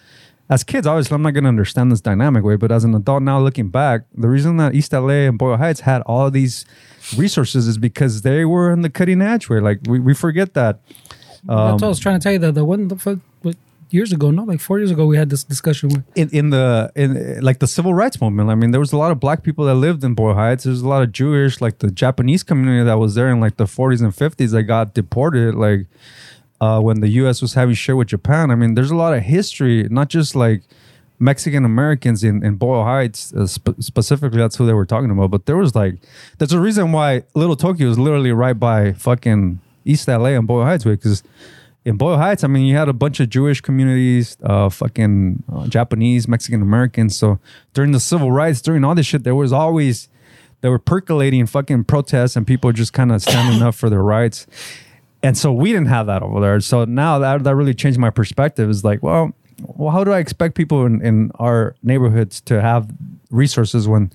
as kids, obviously, I'm not going to understand this dynamic way, but as an adult now looking back, the reason that East LA and Boyle Heights had all these resources is because they were in the cutting edge way. Like we, we forget that. that's what I was trying to tell you. That the one the fuck what, years ago, no, like four years ago, we had this discussion. With, in, in the in like the civil rights movement. I mean, there was a lot of black people that lived in Boyle Heights. There's a lot of Jewish, like the Japanese community that was there in like the 40s and 50s that got deported, like uh, when the U.S. was having shit with Japan. I mean, there's a lot of history, not just like Mexican Americans in in Boyle Heights uh, sp- specifically. That's who they were talking about. But there was like, there's a reason why Little Tokyo is literally right by fucking East LA and Boyle Heights because in Boyle Heights, I mean, you had a bunch of Jewish communities, uh, fucking uh, Japanese, Mexican Americans. So during the civil rights, during all this shit, there was always they were percolating fucking protests and people just kind of standing up for their rights. And so we didn't have that over there. So now that that really changed my perspective. Is like, well, well, how do I expect people in, in our neighborhoods to have resources when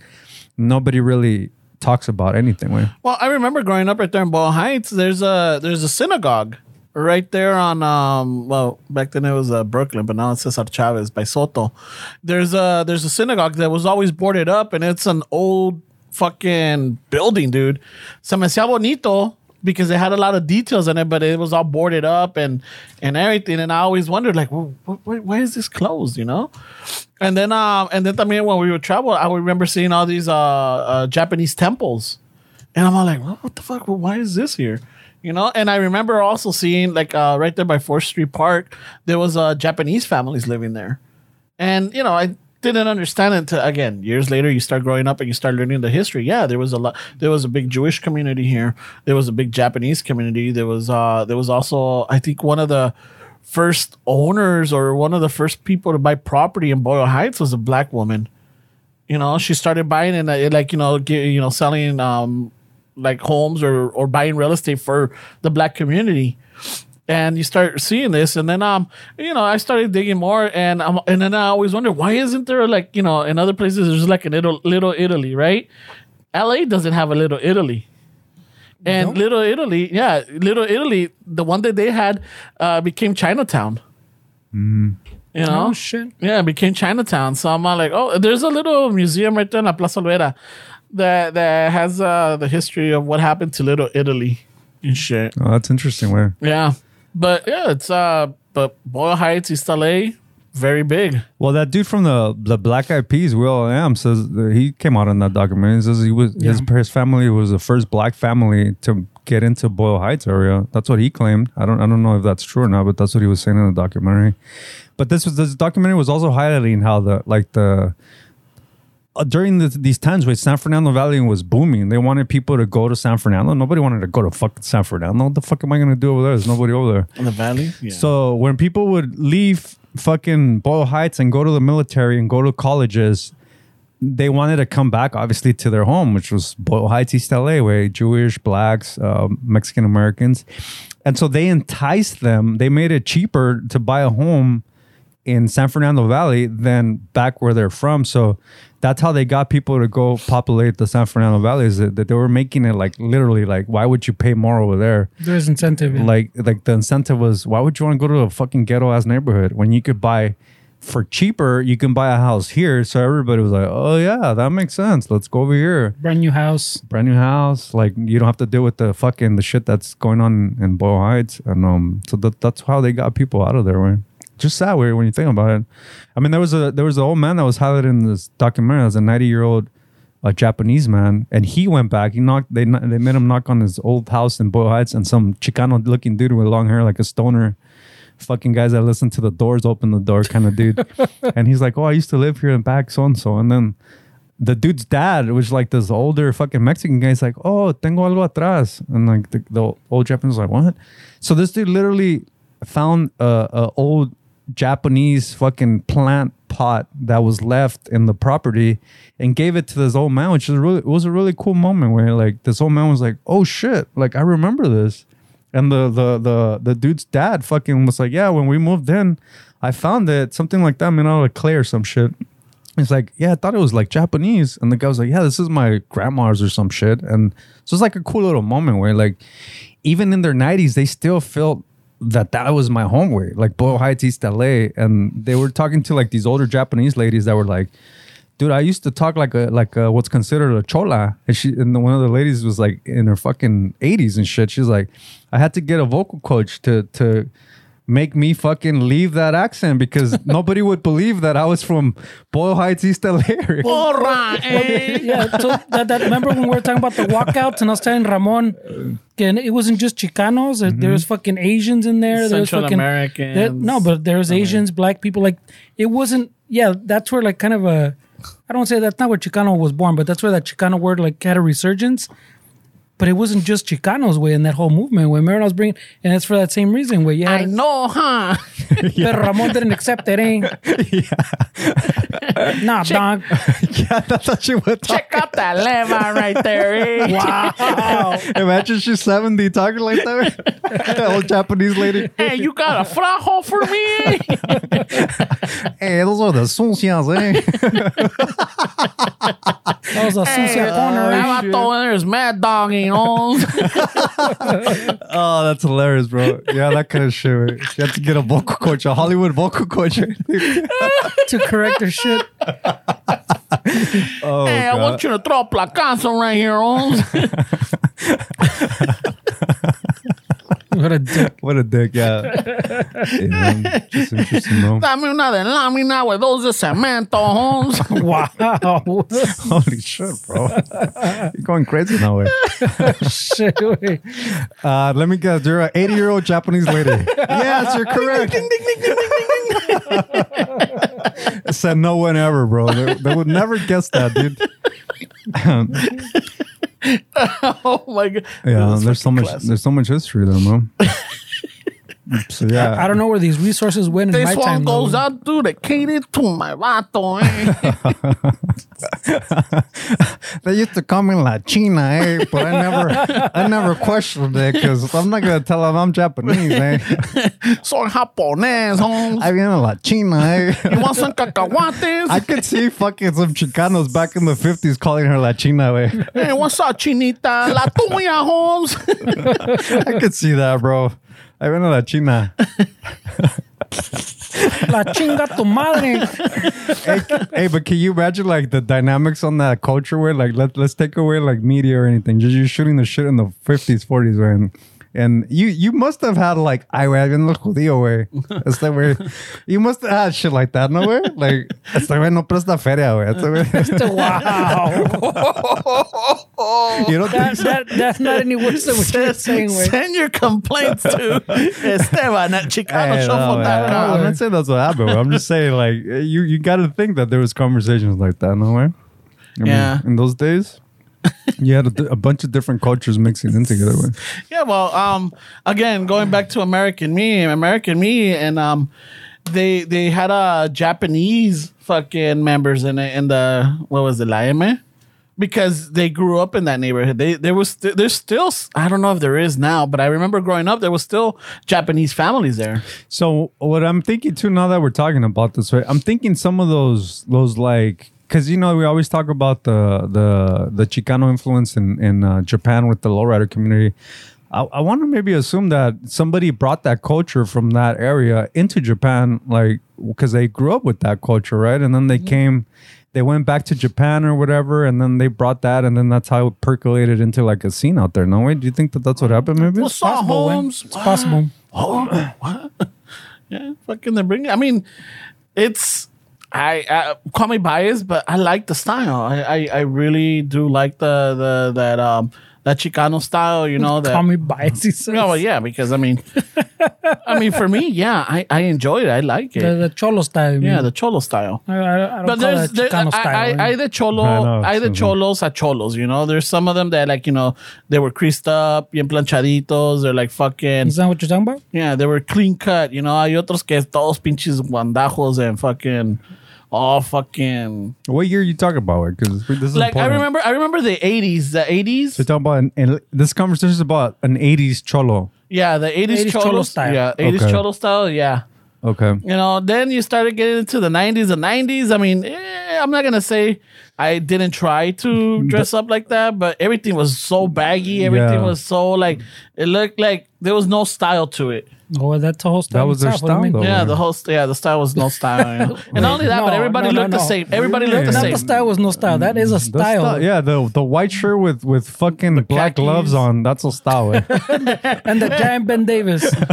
nobody really talks about anything? Right? Well, I remember growing up right there in Boyle Heights. There's a there's a synagogue right there on um well back then it was uh, Brooklyn, but now it's Cesar Chavez by Soto. There's a there's a synagogue that was always boarded up, and it's an old fucking building, dude. Se me hacía bonito because it had a lot of details in it, but it was all boarded up and and everything. And I always wondered like, well, wh- wh- why is this closed? You know. And then, um, and then, I mean, when we would travel, I would remember seeing all these uh, uh Japanese temples. And I'm all like, what, what the fuck? Well, why is this here? You know, and I remember also seeing like uh, right there by Fourth Street Park, there was uh, Japanese families living there, and you know I didn't understand it until again years later you start growing up and you start learning the history. Yeah, there was a lot. There was a big Jewish community here. There was a big Japanese community. There was uh there was also I think one of the first owners or one of the first people to buy property in Boyle Heights was a black woman you know she started buying and uh, like you know ge- you know selling um like homes or or buying real estate for the black community and you start seeing this and then um you know i started digging more and um, and then i always wonder why isn't there like you know in other places there's like a little little italy right la doesn't have a little italy and little italy yeah little italy the one that they had uh became chinatown you know Oh shit. yeah, it became Chinatown. So I'm all like, oh, there's a little museum right there in La Plaza Olvera that that has uh, the history of what happened to Little Italy and shit. Oh, that's interesting. Where Yeah, but yeah, it's uh, but Boyle Heights, East LA, very big. Well, that dude from the the Black Eyed Peas, Will I Am, says that he came out on that documentary. He says he was his his family was the first black family to get into Boyle Heights area. That's what he claimed. I don't I don't know if that's true or not, but that's what he was saying in the documentary. But this was this documentary was also highlighting how the like the uh, during the, these times where San Fernando Valley was booming, they wanted people to go to San Fernando. Nobody wanted to go to fucking San Fernando. What the fuck am I going to do over there? There's nobody over there. In the valley, yeah. So when people would leave fucking Boyle Heights and go to the military and go to colleges, they wanted to come back, obviously, to their home, which was Boyle Heights, East LA, where Jewish, blacks, uh, Mexican Americans. And so they enticed them, they made it cheaper to buy a home in San Fernando Valley than back where they're from. So that's how they got people to go populate the San Fernando Valley is that, that they were making it like literally like, why would you pay more over there? There's incentive. yeah. like like the incentive was why would you want to go to a fucking ghetto ass neighborhood when you could buy for cheaper you can buy a house here so everybody was like oh yeah that makes sense let's go over here brand new house. brand new house like you don't have to deal with the fucking the shit that's going on in Boyle Heights and um so that, that's how they got people out of there man just sad way when you think about it I mean there was a there was an old man that was highlighted in this documentary as a 90 year old a Japanese man, and he went back. He knocked. They kn- they made him knock on his old house in Boyle Heights, and some Chicano looking dude with long hair, like a stoner, fucking guys that listen to the doors open the door kind of dude. and he's like, "Oh, I used to live here in back so and so," and then. The dude's dad was like this older fucking Mexican guy. He's like, "Oh, tengo algo atrás," and like the, the old Japanese was like, "What?" So this dude literally found a, a old Japanese fucking plant pot that was left in the property and gave it to this old man, which is a really it was a really cool moment where like this old man was like, Oh shit, like I remember this. And the the the the dude's dad fucking was like, Yeah, when we moved in, I found it, something like that, made out of clay or some shit. He's like, yeah, I thought it was like Japanese. And the guy was like, yeah, this is my grandma's or some shit. And so it's like a cool little moment where, like, even in their 90s, they still felt that that was my home way, like Boyle Heights, East LA. And they were talking to like these older Japanese ladies that were like, dude, I used to talk like a like a, what's considered a chola, and she and the, one of the ladies was like in her fucking eighties and shit. She's like, I had to get a vocal coach to to make me fucking leave that accent because nobody would believe that I was from Boyle Heights, East LA. area." Porra, eh? yeah, so that, that remember when we were talking about the walkouts and I was telling Ramon, and it wasn't just Chicanos. There, there was fucking Asians in there. there was Mm-hmm. Central fucking, Americans. there- no, but there was Asians, black people. Like it wasn't. Yeah, that's where like kind of a. I don't wanna say that's not where Chicano was born, but that's where that Chicano word like had a resurgence. But it wasn't just Chicanos, way, in that whole movement. When Marinel's bringing, and it's for that same reason, way. Yeah, I know, huh? But Ramon didn't accept it, eh? nah, dog. yeah, that's what she would talk. Check out that lever right there. eh? Wow. Imagine she's 70 talking like that. that old Japanese lady. Hey, you got a frajo for me? Hey, those are the suncias, eh? That was a hey, sucia corner. I'm throwing there's mad dogging on. oh, that's hilarious, bro. Yeah, that kind of shit. right? She had to get a vocal coach, a Hollywood vocal coach. to correct her shit. oh, hey, I want you to throw a placazo right here oh. on. What a dick. What a dick, yeah. yeah just interesting, bro. Dame una de lámina with those de cemento, Holmes. Wow. Holy shit, bro. You're going crazy now, eh? shit. wait. Uh, let me guess. You're an 80 year old Japanese lady. yes, you're correct. Said no one ever, bro. They, they would never guess that, dude. Oh my god. Yeah, This is there's so much. classic. There's so much history there, bro. so yeah, I don't know where these resources went in This my one time. goes though. out dedicated to my vato, eh? They used to call me Latina, eh? But I never, I never questioned it because I'm not gonna tell them I'm Japanese, eh? Soy japonés, Holmes. I mean, a Latina, eh? You want some cacahuates? I could see fucking some Chicanos back in the '50s calling her Latina, eh? hey, what's up, chinita? La tuya, Holmes. I could see that, bro. I went to Latina. La chinga tu madre. hey, hey, but can you imagine like the dynamics on that culture where like let let's take away like media or anything. Just you shooting the shit in the fifties, forties, man. And you you must have had like I en los judío way. That's the way you must have had shit like that, no way? Like este güey no presta feria, way. Wow. you don't That, think so? that, that's not any worse than what you're saying, way. Send your complaints to Esteban at Hey, no, man. I'm ChicanoShuffle.com. not saying that's what happened. but I'm just saying like you you got to think that there was conversations like that, no way. I mean, Yeah. in those days, you had a, di- a bunch of different cultures mixing in together. Way. Yeah, well, um, again, going back to American Me, American Me, and um, they they had uh, Japanese fucking members in it in the what was it, Laime? Because they grew up in that neighborhood. They there was st- there's still s- I don't know if there is now, but I remember growing up there was still Japanese families there. So what I'm thinking too now that we're talking about this, right? I'm thinking some of those those like because you know we always talk about the the the Chicano influence in in uh, Japan with the lowrider community. I, I want to maybe assume that somebody brought that culture from that area into Japan, like because they grew up with that culture, right? And then they came, they went back to Japan or whatever, and then they brought that, and then that's how it percolated into like a scene out there. No way? Do you think that that's what happened? Maybe What's up, way. Holmes? It's possible. Oh, what? yeah, fucking they bring. I mean, it's I, I call me biased, but I like the style. I I, I really do like the the that um that Chicano style. You know that. Call me biased. he says. no, well, yeah, because I mean, I mean, for me, yeah, I, I enjoy it. I like it. The, the cholo style. you yeah, mean. the cholo style. I, I, I But don't call there's that there, Chicano I, style. eh? I, I the cholo, I know, I the mhm. cholos a cholos. You know, there's some of them that like you know they were creased up, bien planchaditos. They're like fucking Is that what you're talking about? Yeah, they were clean cut, you know. Hay otros que todos pinches guandajos and fucking all fucking What year you talking about? Because this is like I important. remember I remember the eighties. The eighties They're talking about an, an, this conversation is about an 80s cholo. Yeah, the eighties 80s cholo cholo style. style. Yeah, eighties Okay. cholo style, yeah. Okay. You know, then you started getting into the nineties. The nineties, I mean, eh, I'm not gonna say I didn't try to dress up like that, but everything was so baggy, everything Yeah. was so like it looked like there was no style to it. Oh, that's a whole style. That was their itself, what do you style, mean? though. Yeah, the whole yeah, the style was no style. You know? and not only that, but No, everybody no, no, looked the no. same. Everybody looked Really? the Not same. the style was no style. That is a Mm, The style. sti- yeah, the the white shirt with with fucking black khakis. gloves on. That's a style. eh? And the giant Ben Davis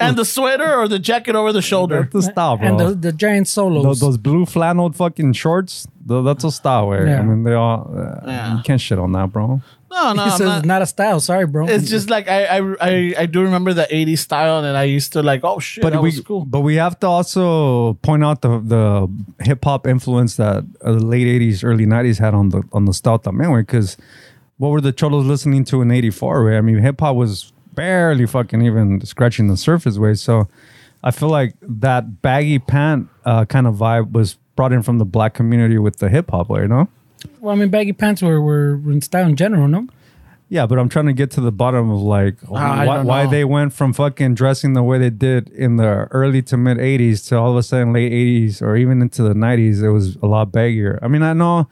and the sweater or the jacket over the shoulder. that's a style, Oh, bro. and the, the giant those, solos. those blue flannel fucking shorts. tho- that's a style. eh? Yeah. I mean, they all. Uh, Yeah. You can't shit on that, bro. No, no, he I'm says not. it's not a style. Sorry, bro. It's just like I, I, I, I do remember the '80s style, and I used to like, oh shit, But that we was cool. but we have to also point out the the hip hop influence that uh, the late '80s, early '90s had on the on the style también, because. what were the cholos listening to in '84? Way I mean, hip hop was barely fucking even scratching the surface. Way so, I feel like that baggy pant uh, kind of vibe was brought in from the black community with the hip hop. Way you know. Well, I mean, baggy pants were, were in style in general, no? Ah. Yeah, but I'm trying to get to the bottom of like Ah, I why, don't why know. they went from fucking dressing the way they did in the early to mid 80s to all of a sudden late 80s or even into the 90s. It was a lot baggier. I mean, I know,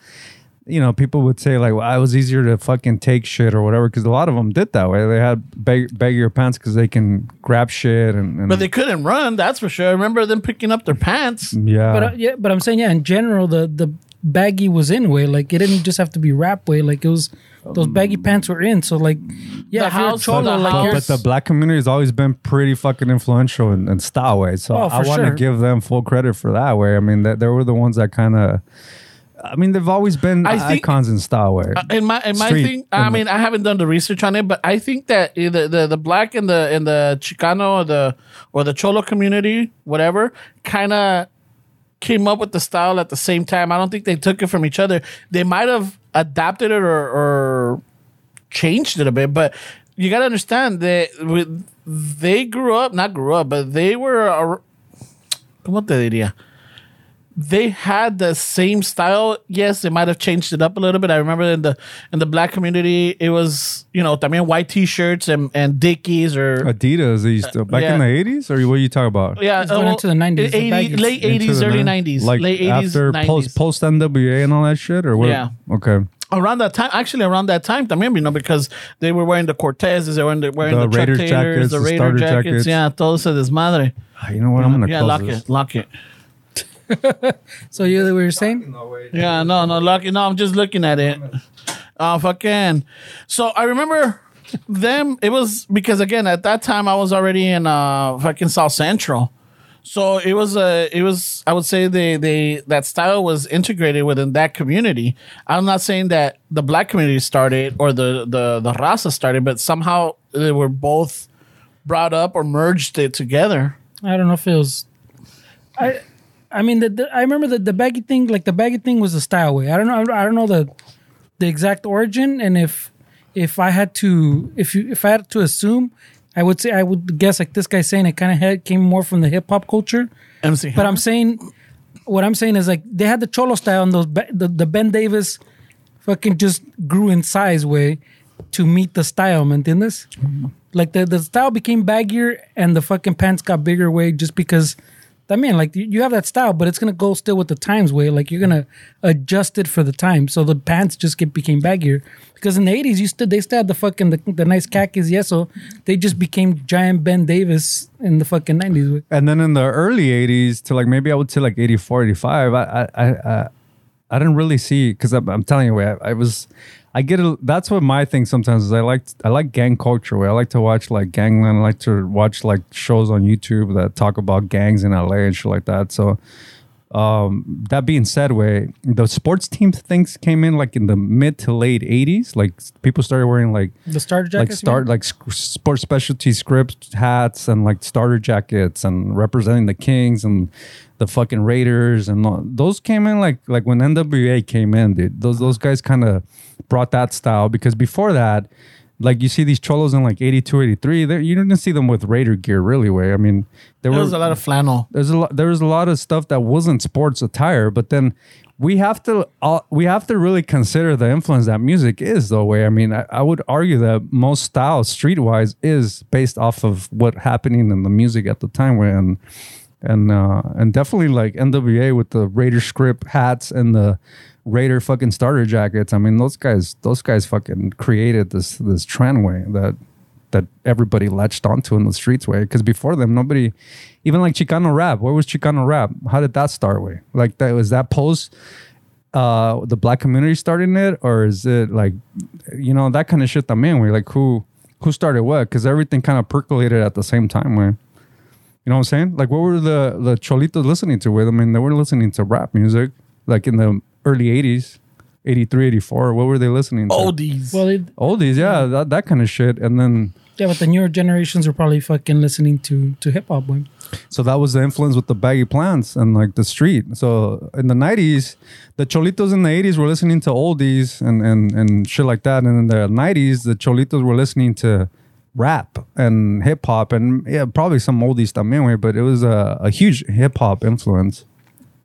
you know, people would say like, well, it was easier to fucking take shit or whatever because a lot of them did that way. They had bag- baggier pants because they can grab shit and, and But they couldn't run, that's for sure. I remember them picking up their pants. yeah. But uh, yeah, but I'm saying yeah. In general, the the baggy was in way. Like it didn't just have to be rap way. Like it was those baggy pants were in. So like yeah, Um, The if you're a but, house- cholo, the house- like but, you're- but the black community has always been pretty fucking influential in, in style way. So Oh, I for want to sure. give them full credit for that way. I mean, that they were the ones that kind of. I mean, they've always been I think- icons in style way. in my in my Street thing i and- mean i haven't done the research on it but i think that either the the black and the and the chicano or the or the cholo community whatever kind of came up with the style at the same time i don't think they took it from each other they might have adapted it or or changed it a bit but you got to understand that with they grew up not grew up but they were ar- what the idea they had the same style. Yes, they might have changed it up a little bit. I remember in the in the black community, it was you know, I mean, white t-shirts and and Dickies or Adidas, they used to, back yeah. in the eighties, or what are you talking about? yeah, It's going into the 90s, the 80 baggies. late Into eighties, the early nin- nineties, like late eighties, after nineties. post post NWA and all that shit, or what? Yeah. okay. Around that time, actually, around that time, I remember you know because they were wearing the Cortezes, they were wearing the, wearing The the, Chuck Raider Taylors, jackets, the the Raider starter jackets, jackets. yeah, todo se desmadre. Ah, You know what? I'm gonna Yeah, close lock this. it, lock it. so you know what you're saying. Yeah, no, no, lucky. No, I'm just looking at it. Oh, fucking. So I remember them. It was because again at that time I was already in uh fucking South Central, so it was uh, it was I would say they they that style was integrated within that community. I'm not saying that the black community started or the the the raza started, but somehow they were both brought up or merged it together. I don't know if it was. I I mean, the, the, I remember that the baggy thing, like the baggy thing, was the style way. I don't know. I don't know the the exact origin, and if if I had to, if you, if I had to assume, I would say I would guess like this guy saying it kind of had came more from the hip hop culture. MC, But I'm saying, what I'm saying is like they had the cholo style and those ba- the, the Ben Davis, fucking just grew in size way to meet the style. ¿Me entiendes? Like the the style became baggier and the fucking pants got bigger way just because. I mean, like you- you have that style, but it's gonna go still with the times way. Like you're gonna adjust it for the time, so the pants just get became baggier. Because in the '80s, you still they still had the fucking the, the nice khakis, yes. So they just became giant Ben Davis in the fucking '90s. Way. and then in the early 80s to like maybe i would say like 84 85 i i i, I, I didn't really see because I'm, I'm telling you I, I was i get a, that's what my thing sometimes is i like i like gang culture where i like to watch like gangland i like to watch like shows on youtube that talk about gangs in la and shit like that so um, that being said, way the sports team things came in like in the mid to late '80s. Like people started wearing like The starter like jackets, you start mean? like sc- sports specialty script hats and like starter jackets and representing the Kings and the fucking Raiders and all. those came in like like when NWA came in, dude. Those those guys kind of brought that style because before that. Like you see these cholos in like 82, 83, they're- you didn't see them with Raider gear really. Way I mean, there there were was a lot of flannel. there's a lot there was a lot of stuff that wasn't sports attire but then we have to uh, we have to really consider the influence that music is though way i mean I, I would argue that most styles streetwise is based off of what happening in the music at the time where and and uh and definitely like nwa with the raider script hats and the raider fucking starter jackets i mean those guys those guys fucking created this this trend way that that everybody latched onto in the streets way because before them nobody even like chicano rap where was chicano rap how did that start way like that was that post uh the black community starting it or is it like you know that kind of shit man way like who who started what because everything kind of percolated at the same time way you know what i'm saying like what were the the cholitos listening to with i mean they were listening to rap music like in the early 80s 83 84 what were they listening to Oldies. Well, it, oldies, yeah, that, that kind of shit. And then Yeah, but the newer generations are probably fucking listening to to hip hop, boy. So that was the influence with the baggy pants and like the street. So in the nineties, the cholitos in the eighties were listening to oldies and and and shit like that. And in the nineties, the cholitos were listening to rap and hip hop and yeah, probably some oldies también, güey, but it was a, a huge hip hop influence.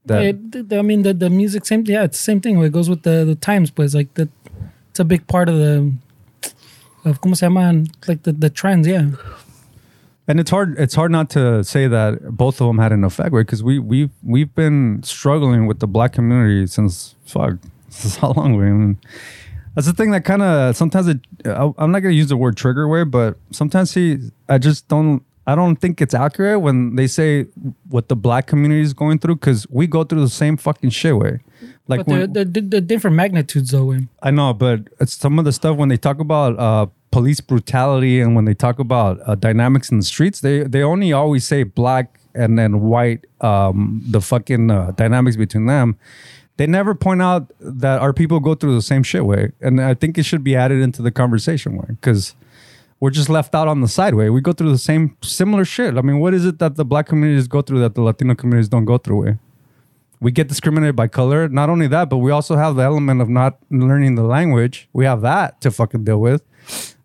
That It- th- I mean, the the music, same. Yeah, it's the same thing. It goes with the the times, but it's like that. It's a big part of the of como se llaman, like the the trends. Yeah, and it's hard it's hard not to say that both of them had an effect, right? Because we we we've been struggling with the black community since fuck since how long we. I mean, that's the thing that kind of sometimes it. I, I'm not gonna use the word trigger way, but sometimes see, I just don't. I don't think it's accurate when they say what the black community is going through because we go through the same fucking shit way. Like but they're, when, they're, they're different magnitudes, though. Way. I know, but it's some of the stuff when they talk about uh, police brutality and when they talk about uh, dynamics in the streets, they they only always say black and then white, um, the fucking uh, dynamics between them. They never point out that our people go through the same shit way, and I think it should be added into the conversation way because we're just left out on the sideway. We go through the same similar shit. I mean, what is it that the black communities go through that the Latino communities don't go through? Way? we get discriminated by color. Not only that, but we also have the element of not learning the language. We have that to fucking deal with.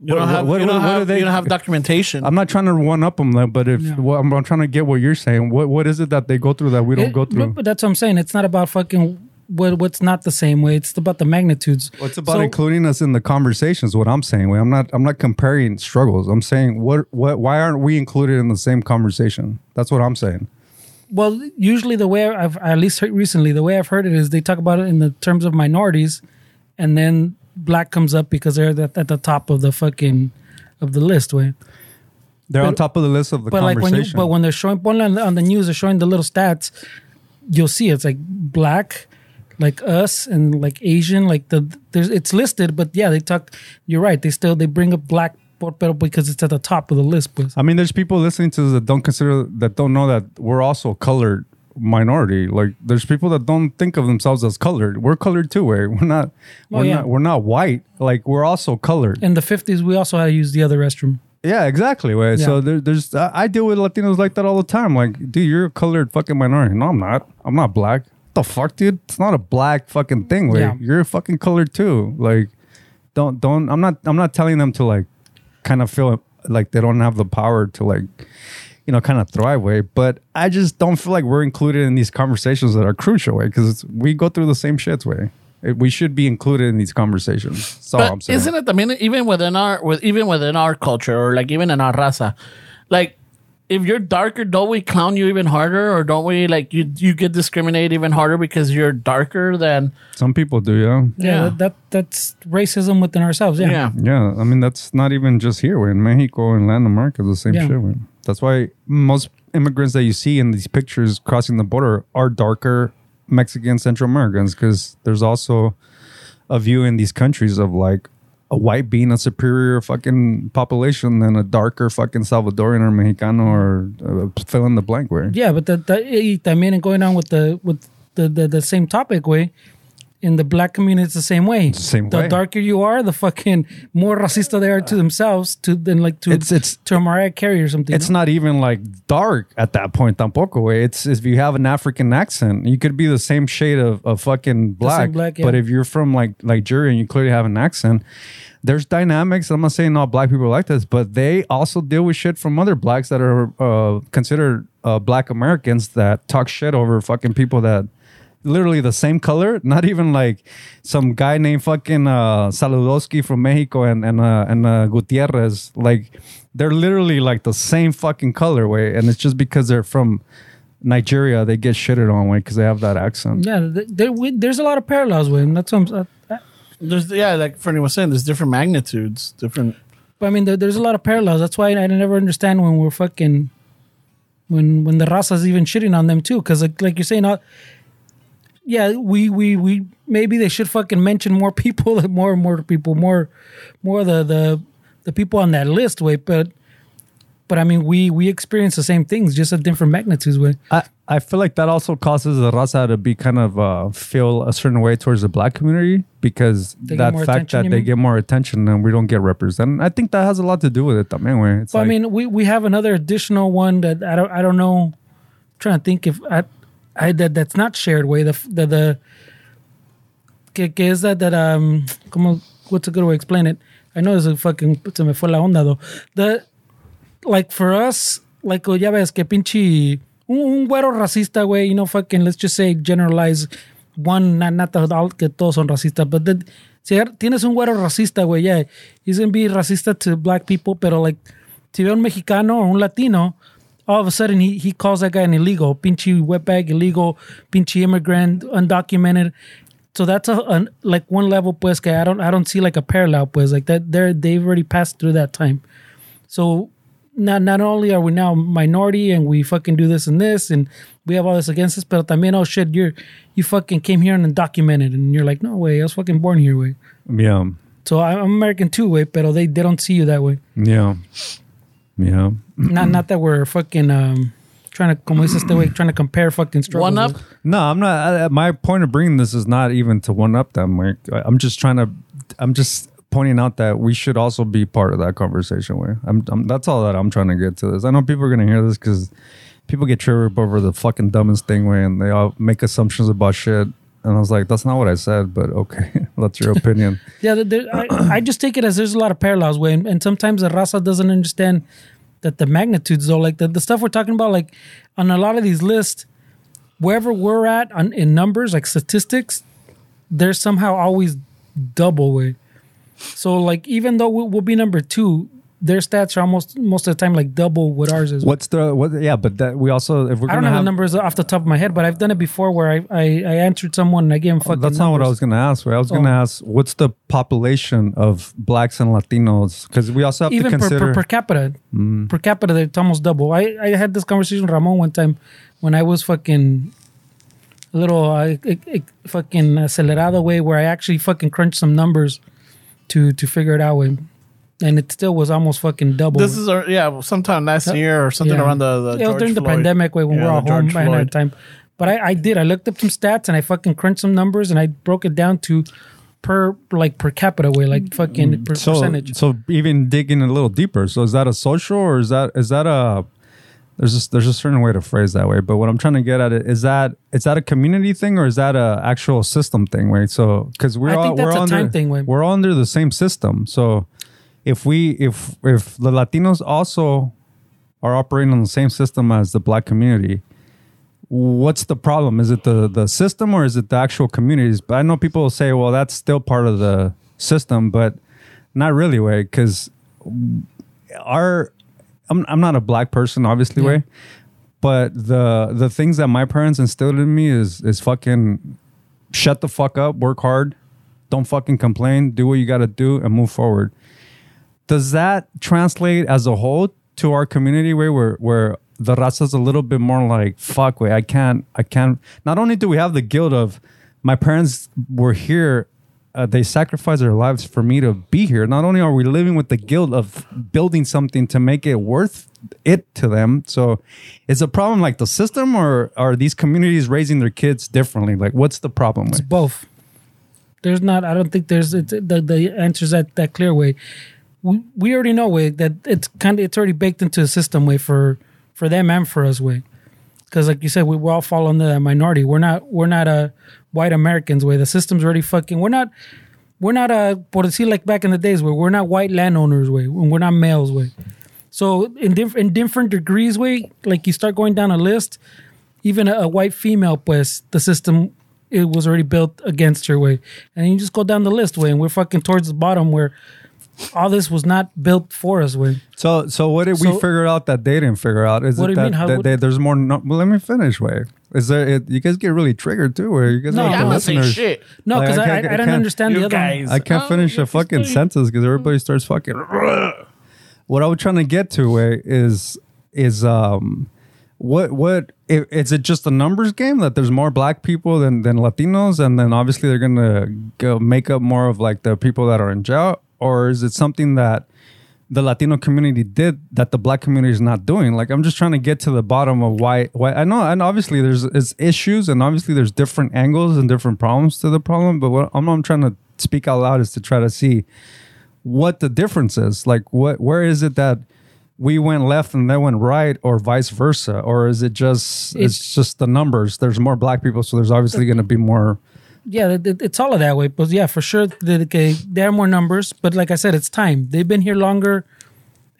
You don't have you don't have you don't have documentation. I'm not trying to one up them, though, but if well, I'm, I'm trying to get what you're saying, what what is it that they go through that we don't It- go but- through? But that's what I'm saying. It's not about fucking what what's not the same way. It's about the magnitudes. What's about So- including us in the conversations? What I'm saying, Wait, I'm not I'm not comparing struggles. I'm saying what what why aren't we included in the same conversation? That's what I'm saying. Well, usually the way I've at least heard recently, the way I've heard it is they talk about it in the terms of minorities, and then black comes up because they're at, at the top of the fucking of the list. Way, They're on top of the list of the but like when you, conversation. but when they're showing ponle on the, on the news, they're showing the little stats. You'll see it's like black, like us, and like Asian. Like the there's it's listed, but yeah, they talk. You're right. They still they bring up black. Pero because it's at the top of the list, pues. I mean, there's people listening to this that don't consider that don't know that we're also colored minority. Like, there's people that don't think of themselves as colored. We're colored too. Way we're not. Oh, we're yeah. not. We're not white. Like, we're also colored. in the 50s we also had to use the other restroom yeah, exactly. Way. So Yeah. there, there's. I, I deal with Latinos like that all the time. Like, dude, you're a colored fucking minority. No, I'm not. I'm not black. the fuck, dude? It's not a black fucking thing. Way Yeah. you're fucking colored too. Like, don't don't. I'm not. I'm not telling them to like, kind of feel like they don't have the power to like you know, kind of thrive way. But I just don't feel like we're included in these conversations that are crucial way because we go through the same shits way. It, we should be included in these conversations. That's all But I'm saying. Isn't it? I mean, even within our with even within our culture, or like even in our raza, like if you're darker, don't we clown you even harder, or don't we like you you get discriminated even harder because you're darker than Some people do, yeah. yeah, Yeah. That, that that's racism within ourselves yeah, yeah. Yeah, I mean that's not even just here. We're in Mexico and Latin America, the same Yeah. shit. We're, that's why most immigrants that you see in these pictures crossing the border are darker Mexican Central Americans because there's also a view in these countries of like a white being a superior fucking population than a darker fucking Salvadorian or Mexicano or uh, fill in the blank where. yeah but that that eh, I mean and going on with the with the, the the same topic way in the black community it's the same way Same the way. darker you are the fucking more racista they are to themselves to then like to It's- it's- to a Mariah Carey or something it's not even like dark at that point tampoco way it's if you have an african accent you could be the same shade of, of fucking black, black, yeah. but if you're from like nigeria and you clearly have an accent there's dynamics i'm not saying all black people are like this but they also deal with shit from other blacks that are uh, considered uh, black americans that talk shit over fucking people that literally the same color not even like some guy named fucking uh saludowski from mexico and and uh, and uh, gutierrez like they're literally like the same fucking colorway and it's just because they're from nigeria they get shitted on way because they have that accent yeah th- there, we, there's a lot of parallels with him that's what I'm, I, There's yeah, like Fernie was saying, there's different magnitudes, different. But I mean, there, there's a lot of parallels. That's why I never understand when we're fucking, when when the raza's even shitting on them too. Because like, like you're saying, uh, yeah, we we we maybe they should fucking mention more people, more and more people, more more the the the people on that list. Wait, but But I mean, we we experience the same things, just at different magnitudes. Way I, I feel like that also causes the raza to be kind of uh, feel a certain way towards the black community because get that more fact attention, that you they mean? get more attention and we don't get represented. I think that has a lot to do with it. También, way. It's But like, I mean, we we have another additional one that I don't I don't know. I'm trying to think if I, I that that's not shared way the f- the the. Que, que es that that um como what's a good way to explain it? I know it's a fucking se me fue la onda though. The like for us like oh, ya ves que pinche un, un güero racista güey you know fucking let's just say generalize one not, not the, all, que todos son racistas but then, si ar- tienes un güero racista güey yeah he's gonna be racista to black people pero like si ve un mexicano o un latino all of a sudden he, he calls that guy an illegal pinche wetbag illegal pinche immigrant undocumented so that's a an, like one level pues que I don't I don't see like a parallel pues like that they they've already passed through that time so not not only are we now minority and we fucking do this and this and we have all this against us, but también oh shit, you're you fucking came here and undocumented and you're like, no way, I was fucking born here way. yeah, So I- I'm American too way, pero they they don't see you that way. yeah, yeah. not not that we're fucking um trying to como dices este way trying to compare fucking struggles. One up? No, I'm not. I, I- my point of bringing this is not even to one up them. Like, I- I'm just trying to. I'm just pointing out that we should also be part of that conversation. Where I'm, I'm that's all that I'm trying to get to this. I know people are gonna hear this because people get triggered up over the fucking dumbest thing. Where and they all make assumptions about shit. And I was like, that's not what I said, but okay, that's your opinion. Yeah, there- there, I, I just take it as there's a lot of parallels, way, and, and sometimes the raza doesn't understand that the magnitudes, though, like the, the stuff we're talking about, like on a lot of these lists, wherever we're at on, in numbers, like statistics, they're somehow always double way. So, like, even though we'll, we'll be number two, their stats are almost most of the time like double what ours is. What's the what? Yeah, but that we also if we're gonna I don't know have, the numbers off the top of my head, but I've done it before where I I, I answered someone and I gave him fucking. Oh, That's not what I numbers. was going to ask. Right? I was going to Oh. ask, what's the population of blacks and Latinos? Because we also have even to consider per, per, per capita Mm. per capita it's almost double I, I had this conversation with ramon one time when i was fucking a little uh, it- it- fucking acelerado way where i actually fucking crunched some numbers to to figure it out way and it still was almost fucking double This is, our, yeah, sometime last year or something Yeah. around the, the Yeah, it was George during the Floyd. pandemic way when Yeah, we were all the home George and out Floyd. of time but I, I did i looked up some stats and i fucking crunched some numbers and i broke it down to per like per capita way like fucking Mm. per, so, percentage So even digging a little deeper. So is that a social or is that is that a there's a, there's a certain way to phrase that way, but what I'm trying to get at it is that is that a community thing or is that a actual system thing, right? So because we're I all think that's we're a under, time thing, Wayne. we're all under the same system. So if we if if the Latinos also are operating on the same system as the black community, what's the problem? Is it the the system or is it the actual communities? But I know people will say, well, that's still part of the system, but not really, way because our I'm I'm not a black person, obviously, way, but the the things that my parents instilled in me is is fucking shut the fuck up, work hard, don't fucking complain, do what you got to do, and move forward does that translate as a whole to our community where where, where the raza's a little bit more like fuck way i can't i can't not only do we have the guilt of my parents were here uh, they sacrificed their lives for me to be here not only are we living with the guilt of building something to make it worth it to them so is the problem like the system or are these communities raising their kids differently like what's the problem with both. There's not. I don't think there's it's, the the answers that that clear way. We, we already know way that it's kind of it's already baked into the system way for for them and for us way. Because like you said, we, we all fall under that minority. We're not we're not a white Americans way. The system's already fucking. We're not we're not a por decir like back in the days where we're not white landowners way. We're not males way. So in diff- in different degrees way, like you start going down a list, even a, a white female, pues the system it was already built against her way, and you just go down the list way, and we're fucking towards the bottom where all this was not built for us way. So, so what did we So- figure out that they didn't figure out? Is it What do you that, mean? How that would- they- there's more? No, well, let me finish. Way is there? It, you guys get really triggered too. Where you guys No, are I the I'm not saying listeners. shit. No, Like, because I I, I, can't- I I don't can't- understand the You other one. guys. I can't finish a fucking sentence because Mm. everybody starts fucking. What I was trying to get to way is is um what what i- is it just a numbers game that there's more black people than than Latinos and then obviously they're gonna go make up more of like the people that are in jail or is it something that the Latino community did that the black community is not doing. Like I'm just trying to get to the bottom of why why I know and obviously there's it's issues and obviously there's different angles and different problems to the problem, but what I'm, I'm trying to speak out loud is to try to see what the difference is. Like what where is it that we went left and they went right or vice versa or is it just it's, It's- just the numbers there's more black people so there's obviously going to be more yeah, it, it- it's all of that way. But yeah, for sure, the, the, there are more numbers. But like I said, it's time. They've been here longer,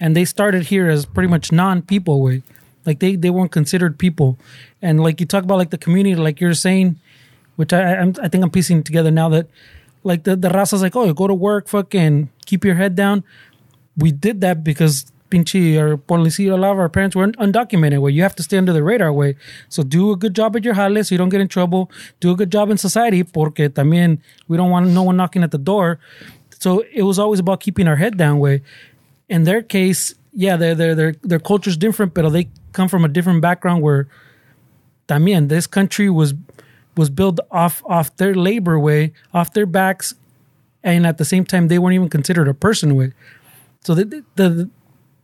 and they started here as pretty much non-people way. Like they they weren't considered people, and like you talk about like the community, like you're saying, which I I, I'm, I think I'm piecing together now that like the the raza's like, oh, go to work, fucking keep your head down. We did that because. Pinchy or policía, a lot of our parents were undocumented, where you have to stay under the radar way. So do a good job at your jale so you don't get in trouble. Do a good job in society, porque también we don't want no one knocking at the door. So it was always about keeping our head down way. In their case, yeah, their their their their culture's different, but they come from a different background where también this country was was built off off their labor way, off their backs, and at the same time they weren't even considered a person way. So the the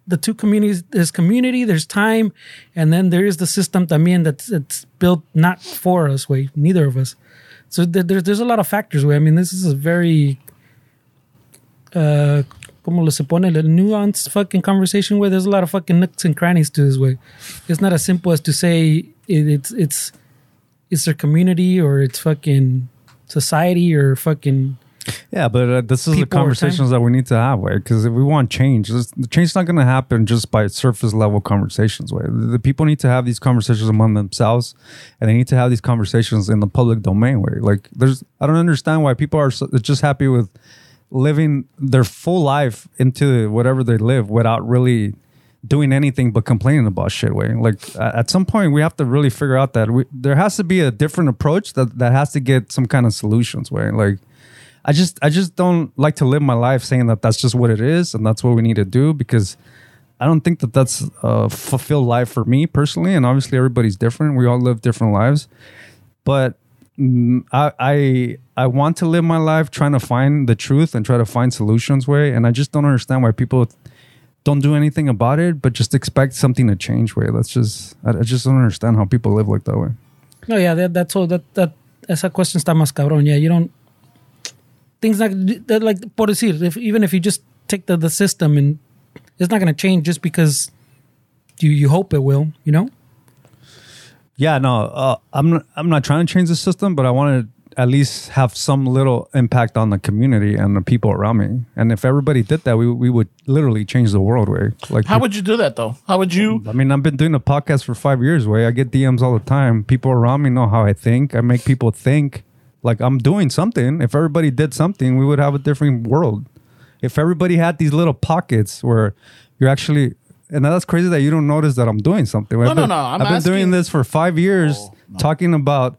the two communities there's community there's time and then there is the system también that's it's built not for us way neither of us so there, there's there's a lot of factors way i mean this is a very uh como le se pone a nuanced fucking conversation where there's a lot of fucking nooks and crannies to this way it's not as simple as to say it, it's it's it's their community or it's fucking society or fucking Yeah, but uh, this is the People are conversations that we need to have, way. Because if we want change, this, the change's not going to happen just by surface level conversations, way. The, the people need to have these conversations among themselves, and they need to have these conversations in the public domain, way. Like, there's, I don't understand why people are so, they're just happy with living their full life into whatever they live without really doing anything but complaining about shit way like a- at some point we have to really figure out that we, there has to be a different approach that, that has to get some kind of solutions way like I just I just don't like to live my life saying that that's just what it is and that's what we need to do because I don't think that that's a fulfilled life for me personally. And obviously, everybody's different. We all live different lives, but mm, I I I want to live my life trying to find the truth and try to find solutions way. And I just don't understand why people don't do anything about it, but just expect something to change way. That's just I, I just don't understand how people live like that way. No, yeah, that, that's all. That that esa question está más cabrón. Yeah, you don't things like that. Like por decir, if, even if you just take the, the system and it's not going to change just because you you hope it will. You know, Yeah, no, uh, I'm not, I'm not trying to change the system, but I want to at least have some little impact on the community and the people around me. And if everybody did that, we we would literally change the world. Way like How would you do that though? How would you? I mean, I've been doing a podcast for five years. Way I get DMs all the time. People around me know how I think. I make people think like I'm doing something. If everybody did something, we would have a different world. If everybody had these little pockets where you're actually, and that's crazy that you don't notice that I'm doing something. No, I've no, been, no, have I'm been doing asking- Oh, this for five years, talking about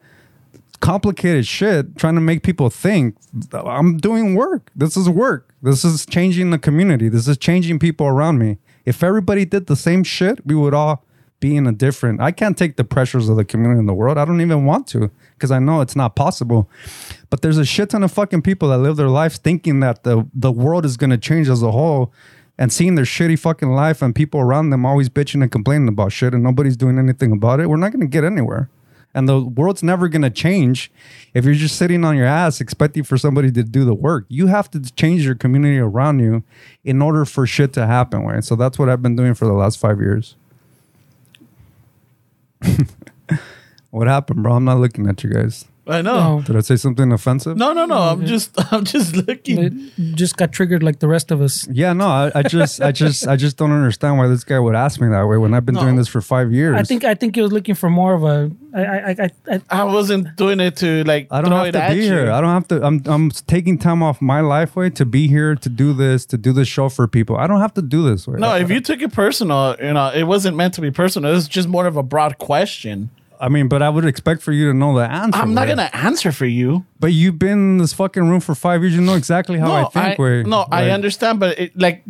complicated shit, trying to make people think I'm doing work. This is work. This is changing the community. This is changing people around me. If everybody did the same shit, we would all be in a different. I can't take the pressures of the community in the world. I don't even want to because I know it's not possible. But there's a shit ton of fucking people that live their lives thinking that the the world is going to change as a whole and seeing their shitty fucking life and people around them always bitching and complaining about shit and nobody's doing anything about it. We're not going to get anywhere. And the world's never going to change if you're just sitting on your ass expecting for somebody to do the work. You have to change your community around you in order for shit to happen. Right? So that's what I've been doing for the last five years. what happened, bro? I'm not looking at you guys. I Um, know. Did I say something offensive? No, no, no. I'm just, I'm just looking. it just got triggered like the rest of us. Yeah, no, I, I just, I just, I just don't understand why this guy would ask me that way when I've been doing this for five years. I think I think he was looking for more of a. I I I, I I wasn't doing it to like. I don't throw have it to at be you. here. I don't have to. I'm I'm taking time off my life way to be here to do this to do this show for people. I don't have to do this way. No, if you took it personal, you know, it wasn't meant to be personal. It was just more of a broad question. I mean, but I would expect for you to know the answer. I'm not way. gonna answer for you. But you've been in this fucking room for five years. You know exactly how I think. way. no, I Like, understand, but it, like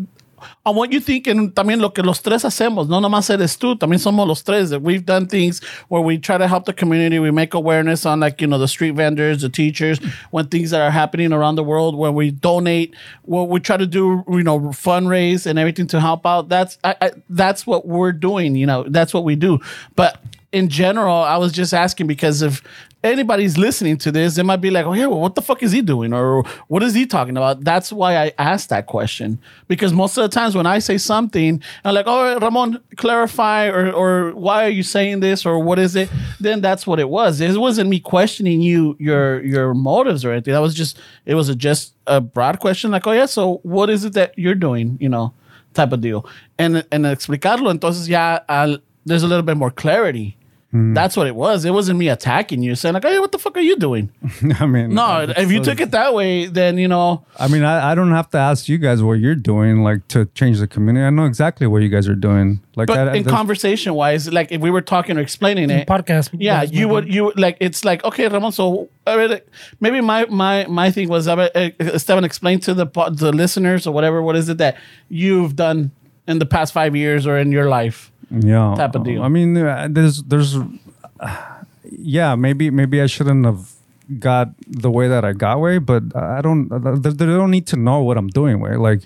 on what you think and también lo que los tres hacemos. No nomás eres tú, también somos los tres. That we've done things where we try to help the community. We make awareness on like, you know, the street vendors, the teachers, when things that are happening around the world, when we donate, what we try to do, you know, fundraise and everything to help out. That's, I, I, that's what we're doing. You know, that's what we do. But in general, I was just asking because if anybody's listening to this, they might be like, "Oh yeah, well, what the fuck is he doing?" or "What is he talking about?" That's why I asked that question because most of the times when I say something, I'm like, "Oh, Ramon, clarify," or "or why are you saying this?" or "What is it?" Then that's what it was. It wasn't me questioning you your your motives or anything. That was just it was a, just a broad question like, "Oh yeah, so what is it that you're doing?" You know, type of deal. And and explicarlo, entonces ya. Al, there's a little bit more clarity. Hmm. That's what it was. It wasn't me attacking you, saying like, "Hey, what the fuck are you doing?" I mean, No, uh, if you so- took it that way, then you know, I mean, I, I don't have to ask you guys what you're doing, like to change the community. I know exactly what you guys are doing. Like, but I, in conversation wise, like if we were talking or explaining it, podcast. yeah, you would, you would, like it's like okay, Ramon. So I mean, like, maybe my my my thing was I mean, uh, Esteban explain to the po- the listeners or whatever what is it that you've done in the past five years or in your life. yeah, type of deal. I mean, uh, there's, there's, uh, yeah, maybe, maybe I shouldn't have got the way that I got way, but I don't. They, they don't need to know what I'm doing. Way like.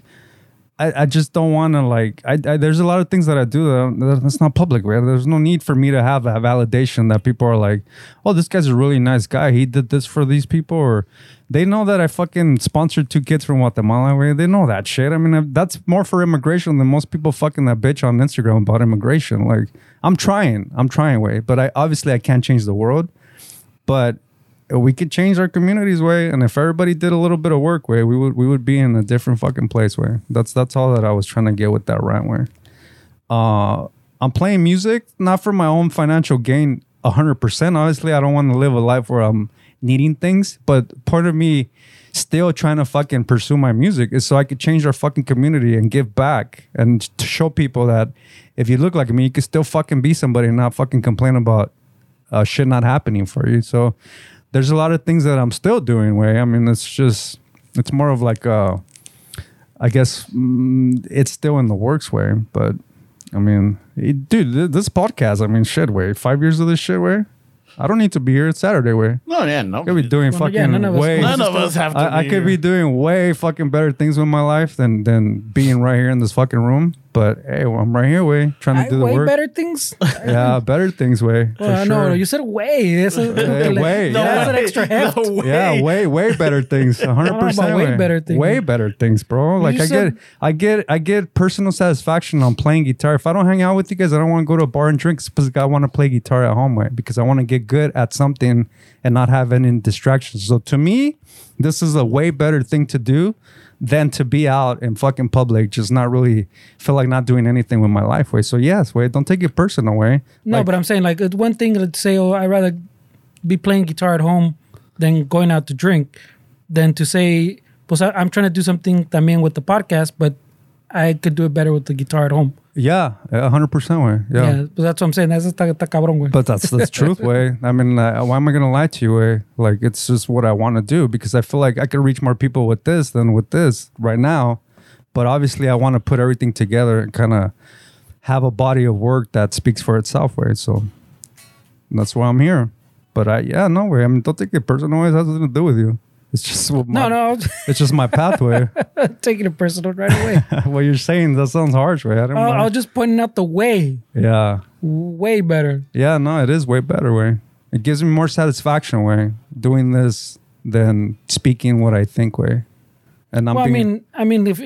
I, I just don't want to like. I, I there's a lot of things that I do that I'm- that that's not public. Right? There's no need for me to have that validation that people are like, "Oh, this guy's a really nice guy. He did this for these people." Or they know that I fucking sponsored two kids from Guatemala. Right? They know that shit. I mean, I- that's more for immigration than most people fucking that bitch on Instagram about immigration. Like, I'm trying. I'm trying. Way, but I obviously I can't change the world but we could change our communities way and if everybody did a little bit of work way we would we would be in a different fucking place way that's that's all that i was trying to get with that rant way uh i'm playing music not for my own financial gain 100% obviously i don't want to live a life where i'm needing things but part of me still trying to fucking pursue my music is so i could change our fucking community and give back and to show people that if you look like me you can still fucking be somebody and not fucking complain about uh, shit not happening for you. So there's a lot of things that I'm still doing. Way I mean, it's just it's more of like uh, I guess mm, it's still in the works. Way, but I mean, it, dude, th- this podcast. I mean, shit. Way five years of this shit. Way I don't need to be here. It's Saturday. Way No, yeah, no, I could be doing Well, fucking yeah, none of us- way. none of us have to. I, I could be here. doing way fucking better things with my life than than being right here in this fucking room. But hey, well, I'm right here, way trying to I, do the way work. better things. Yeah, better things, way. for Well, no, sure. no, you said way. That's a- Hey, way, No, yeah. that's an extra heft. No way. Yeah, way, way better things. A hundred Talking about percent. way better things. Way better things, bro. Like I said- get, I get, I get personal satisfaction on playing guitar. If I don't hang out with you guys, I don't want to go to a bar and drink because I want to play guitar at home, right? Because I want to get good at something and not have any distractions. So to me, this is a way better thing to do than to be out in fucking public, just not really feel like not doing anything with my life. Way. So yes, way. Don't take it personal, way. No, Like, but I'm saying like it's one thing to say, oh, I'd rather be playing guitar at home than going out to drink, than to say, pues I, I'm trying to do something también with the podcast, but I could do it better with the guitar at home. yeah, a hundred percent, way. Yeah, but that's what I'm saying. That's está, está cabrón, güey. But that's the truth, way. I mean, uh, why am I gonna lie to you, way? Like, it's just what I want to do because I feel like I could reach more people with this than with this right now. But obviously, I want to put everything together and kind of have a body of work that speaks for itself, way. So that's why I'm here. But I, yeah, no way. I mean, don't take it personal. It has nothing to do with you. It's just what my, no, no, I'm It's just my pathway. taking it personal right away. what you're saying that sounds harsh, way. I don't I, I know. was just pointing out the way, yeah. way better. Yeah, no, it is way better way. It gives me more satisfaction way doing this than speaking what I think way. And I'm well, I being, mean, I mean, if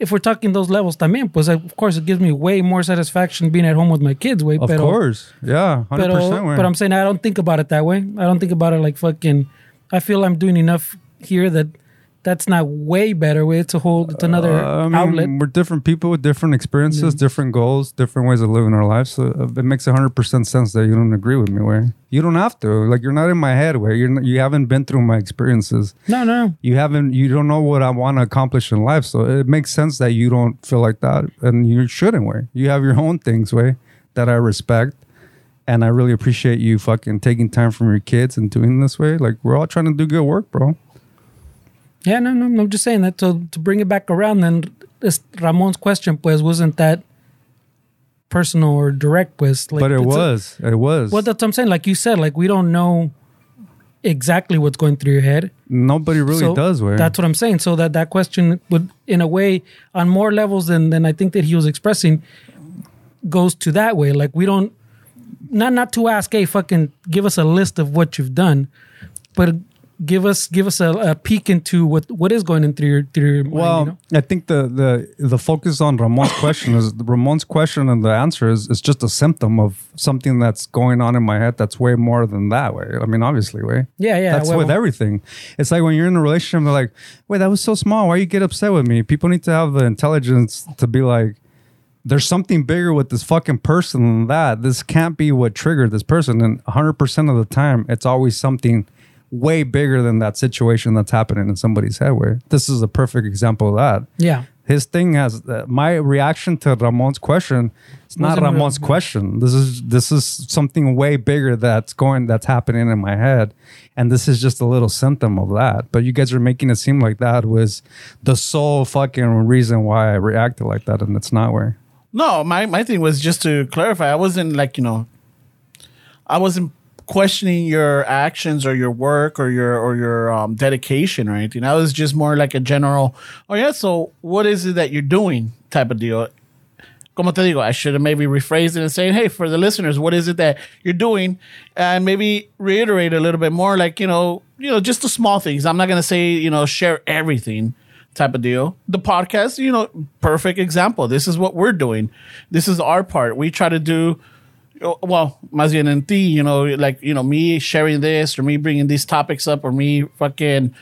if we're talking those levels, también, pues of course it gives me way more satisfaction being at home with my kids, way. of course, yeah, hundred percent way. but I'm saying I don't think about it that way. I don't think about it like fucking. I feel I'm doing enough here that that's not way better. way. It's a whole, it's another Uh, I mean, outlet. Mm-hmm. We're different people with different experiences, different goals, different ways of living our lives. So uh, it makes hundred percent sense that you don't agree with me. Way you don't have to. Like you're not in my head. Way you're not, you haven't been through my experiences. No, no, you haven't you don't know what I want to accomplish in life. So it makes sense that you don't feel like that and you shouldn't way. You have your own things way that I respect. And I really appreciate you fucking taking time from your kids and doing this way. Like we're all trying to do good work, bro. yeah, no, no. I'm just saying that to to bring it back around. Then this Ramon's question pues wasn't that personal or direct pues. Like, but it it's a- was. it was. well, that's what I'm saying. Like you said, like we don't know exactly what's going through your head. Nobody really So does, way. That's what I'm saying. So that that question would, in a way, on more levels than than I think that he was expressing, goes to that way. Like we don't, not not to ask, hey, fucking, give us a list of what you've done, but give us give us a, a peek into what what is going in through your through your mind. Well, you know? I think the, the the focus on Ramon's question is Ramon's question and the answer is is just a symptom of something that's going on in my head that's way more than that way. I mean, obviously, way. Yeah, yeah, That's well- with everything. It's like when you're in a relationship, they're like, "Wait, that was so small. Why you get upset with me?" People need to have the intelligence to be like, "There's something bigger with this fucking person than that. This can't be what triggered this person." And 100 percent of the time, it's always something way bigger than that situation that's happening in somebody's head. Where this is a perfect example of that yeah, his thing has uh, my reaction to Ramon's question. It's not Wasn't really- Ramon's question. This is this is something way bigger that's going that's happening in my head, and this is just a little symptom of that. But you guys are making it seem like that was the sole fucking reason why I reacted like that, and it's not where. No, my, my thing was just to clarify. I wasn't like, you know, I wasn't questioning your actions or your work or your or your um, dedication or anything. I was just more like a general, oh yeah, so what is it that you're doing type of deal. Como te digo, I should have maybe rephrased it and saying, hey, for the listeners, what is it that you're doing? And maybe reiterate a little bit more, like, you know, you know, just the small things. I'm not gonna say, you know, share everything type of deal. The podcast, you know, perfect example. This is what we're doing. This is our part. We try to do Oh, well, más bien en ti, you know, like, you know, me sharing this or me bringing these topics up or me fucking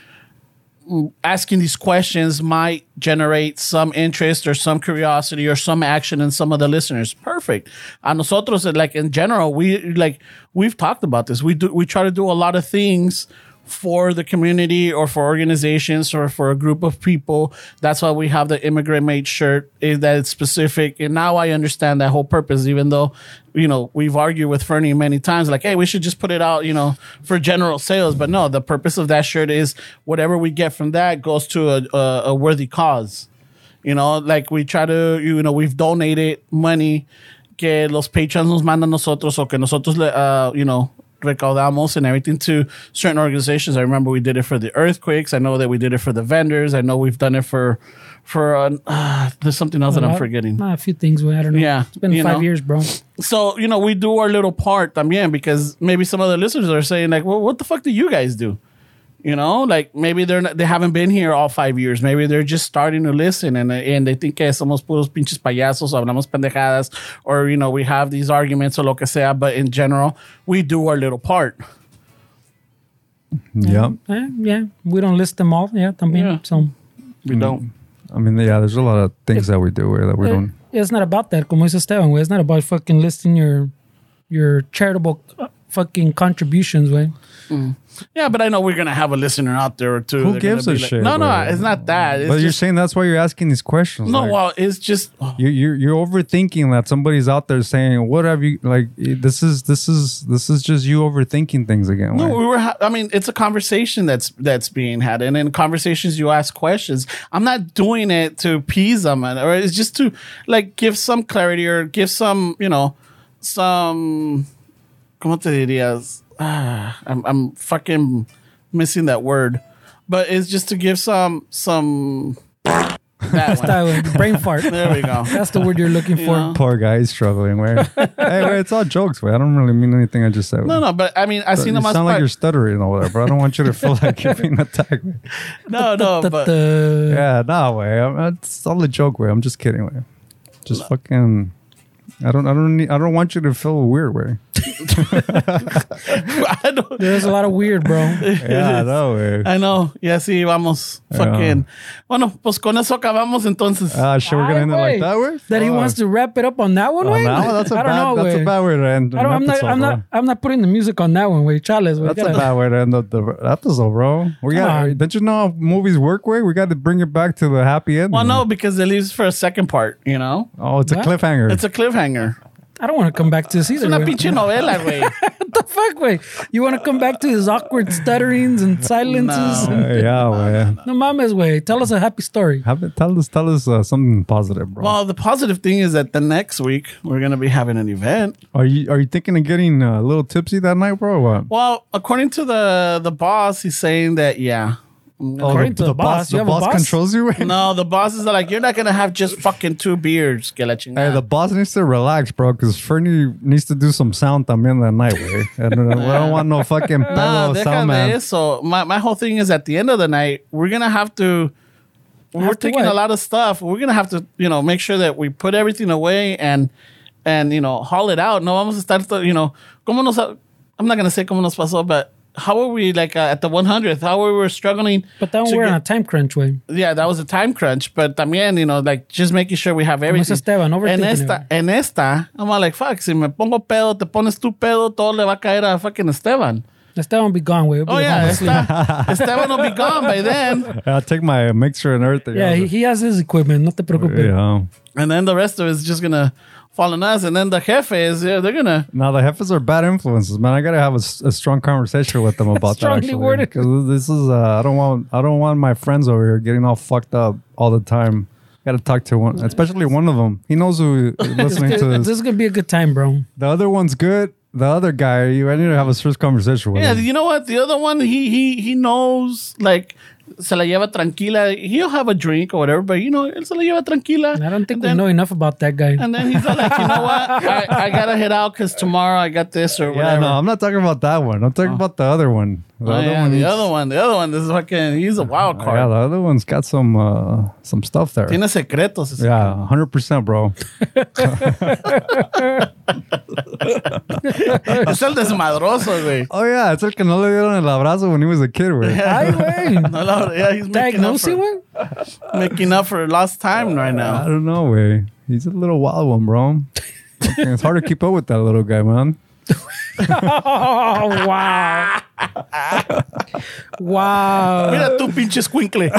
mm, asking these questions might generate some interest or some curiosity or some action in some of the listeners. Perfect. A nosotros, like in general, we like we've talked about this. We do we try to do a lot of things for the community or for organizations or for a group of people. That's why we have the immigrant made shirt is that it's specific. And now I understand that whole purpose, even though, you know, we've argued with Fernie many times, like, hey, we should just put it out, you know, for general sales. But no, the purpose of that shirt is whatever we get from that goes to a, a, a worthy cause. You know, like we try to, you know, we've donated money que los patrons nos mandan nosotros o que nosotros, le- uh, you know, recaudamos and everything to certain organizations. I remember we did it for the earthquakes. I know that we did it for the vendors. I know we've done it for, for, uh, uh, there's something else Uh-huh. that I'm forgetting. Nah, a few things. well, I don't know. Yeah, it's been you five know. years, bro. so you know we do our little part también because maybe some of the listeners are saying like well what the fuck do you guys do you know like maybe they're not, they haven't been here all five years maybe they're just starting to listen and and they think que somos puros pinches payasos hablamos pendejadas or you know we have these arguments or lo que sea but in general we do our little part Yeah, Eh, yeah, we don't list them all. Yeah, también. Yeah. So we Mm. don't I mean, yeah, there's a lot of things that we do where that we Eh, don't. It's not about that, como dice Esteban, güey. It's not about fucking listing your your charitable uh, fucking contributions, way. yeah but I know we're gonna have a listener out there or two Who They're gonna gives a be shit, no no bro? it's not that it's But you're just, saying that's why you're asking these questions. no like- well it's just you're, you're you're overthinking that somebody's out there saying what have you like this is this is this is just you overthinking things again No, like, we were. Ha- I mean, it's a conversation that's that's being had, and in conversations you ask questions. I'm not doing it to appease them, and- or it's just to like give some clarity or give some, you know, some. ¿Cómo te dirías? Ah, I'm I'm fucking missing that word, but it's just to give some some. That one. That way, brain fart. There we go. That's the word you're looking for. Yeah. poor guy he's struggling where hey wait, it's all jokes wait. i don't really mean anything i just said No, no, but I mean, I you seen sound them as like part- you're stuttering over there, bro. I don't want you to feel like you're being attacked. wait. no, no, But, but uh, Yeah, nah, way. It's all a joke, way. I'm just kidding, way. Just fucking. I don't. I don't. Need, I don't want you to feel weird, way. I don't. there's a lot of weird, bro. Yeah, no way. I know, y así vamos. Fucking. Bueno, pues con eso acabamos entonces. Ah, shit, we're gonna end it like that, way. That he wants to wrap it up on that one, way. No, that's a I don't bad. know, that's way. a bad way to end. I don't, an I'm not. episode, I'm bro. not. I'm not putting the music on that one, way. Chales, way. That's Gotta- a bad way to end up the episode, bro. We got. on. Don't you know how movies work? Way we got to bring it back to the happy ending. Well, Oh, no, because it leaves for a second part, you know? Oh, it's a What? cliffhanger. It's a cliffhanger. I don't want to come back to this either. Una güey. pinche novela, güey. fuck, güey? You want to come back to his awkward stutterings and silences? No. No, Uh, yeah, güey. mames, güey. Tell us a happy story. Have it, tell us, tell us uh, something positive, bro. Well, the positive thing is that the next week we're gonna be having an event. are you are you thinking of getting uh, a little tipsy that night, bro? Or what? Oh, Well, according to the the boss, he's saying that yeah. According to the boss, you the have a boss, boss? controls you. Hey, No, the boss is like, you're not gonna have just fucking two beers, que la chingada. the boss needs to relax, bro, because Fernie needs to do some sound también that night, güey. And uh, we don't want no fucking No, pedo sound Ah, déjame man. eso. My, my whole thing is at the end of the night, we're going to have to. We're Have to taking a what? lot of stuff. We're going to have to, you know, make sure that we put everything away and, and you know, haul it out. No vamos a estar, to- you know, como nos, I'm not going to say como nos pasó, but how were we like uh, at the 100th? How were we struggling? But then to we're on a get- time crunch, güey. yeah, that was a time crunch, but también, you know, like just making sure we have everything. Esteban, en overthinking esta, it. en esta, I'm all like, fuck, si me pongo pedo, te pones tu pedo, todo le va a caer a fucking Esteban. Esteban will be gone, güey. He'll be Oh home yeah, asleep. Esta- Esteban will be gone by then, I'll take my mixer and everything. Yeah, he, he has his equipment. No te preocupes. yeah. and then the rest of it's just gonna fall on us, and then the jefe is yeah, they're gonna Now the heifers are bad influences, man. I gotta have a, s- a strong conversation with them about that. Strongly Actually, worded. 'Cause this is uh, I don't want I don't want my friends over here getting all fucked up all the time. Gotta talk to one, especially one of them. He knows who listening to This this. is gonna be a good time, bro. The other one's good. The other guy, you I need to have a serious conversation with yeah. him. You know what? The other one, he he he knows like. Se la lleva tranquila. He'll have a drink or whatever, but you know, él se la lleva tranquila. I don't think And then- we know enough about that guy. And then he's all like, you know what? I, I gotta head out because tomorrow I got this or whatever. Yeah, no, I'm not talking about that one. I'm talking about the other one. The Oh, yeah, the needs- other one, the other one. This is fucking. He's a wild Yeah, the card. other one's got some uh, some stuff there. Tiene secretos. ese Yeah, hundred percent, bro. Es el desmadroso, güey. Oh yeah, it's el que no le dieron el abrazo when he was a kid, güey. Ay, güey. No, la- yeah, he's making up, Diagnosing, for, güey. making up for lost time right now. I don't know, way. He's a little wild one, bro. Fucking, it's hard to keep up with that little guy, man. Oh wow. wow. Mira tú, pinche escuincle.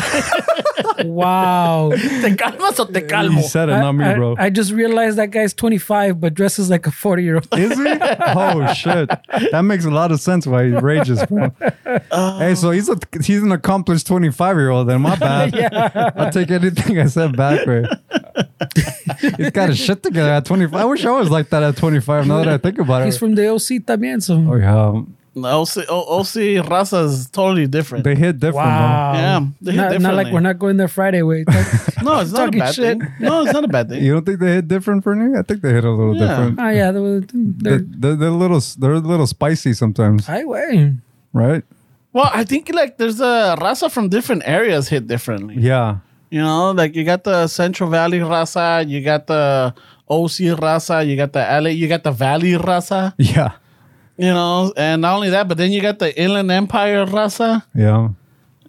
Wow. ¿Te calmas o te calmo? He said it, not me, I, bro. I just realized that guy's 25 but dresses like a 40 year old. Is he? Oh shit, that makes a lot of sense why he rages, bro. Uh, hey, so he's a he's an accomplished twenty five year old. Then my bad. I'll take anything I said back, bro. he's got his shit together at twenty five. I wish I was like that at twenty five. Now that I think about He's it. from the OC también, so Oh yeah, No, OC, O- OC raza is totally different. they hit different. wow. Yeah, they hit not, not like differently. we're not going there Friday, wait. Like, no, it's not a talking bad shit. thing. No, it's not a bad Bro. thing. You don't think they hit different for me? I think they hit a little Yeah. Uh, different. oh yeah, they were, They're, they're, they're, they're a little they're a little spicy sometimes, Ay, güey. right? Well, I think like there's a raza from different areas hit differently. Yeah. You know, like you got the Central Valley raza, you got the OC raza, you got the LA, you got the Valley raza. Yeah. You know, and not only that, but then you got the Inland Empire raza. Yeah.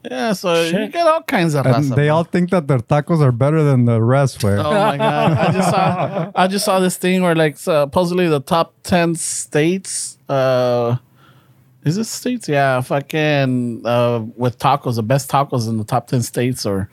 Yeah, so you got all kinds of And raza. they bro. all think that their tacos are better than the rest. Where Oh my god! I just saw I just saw this thing where like supposedly the top ten states. uh Is it states? Yeah, fucking uh, with tacos, the best tacos in the top ten states, or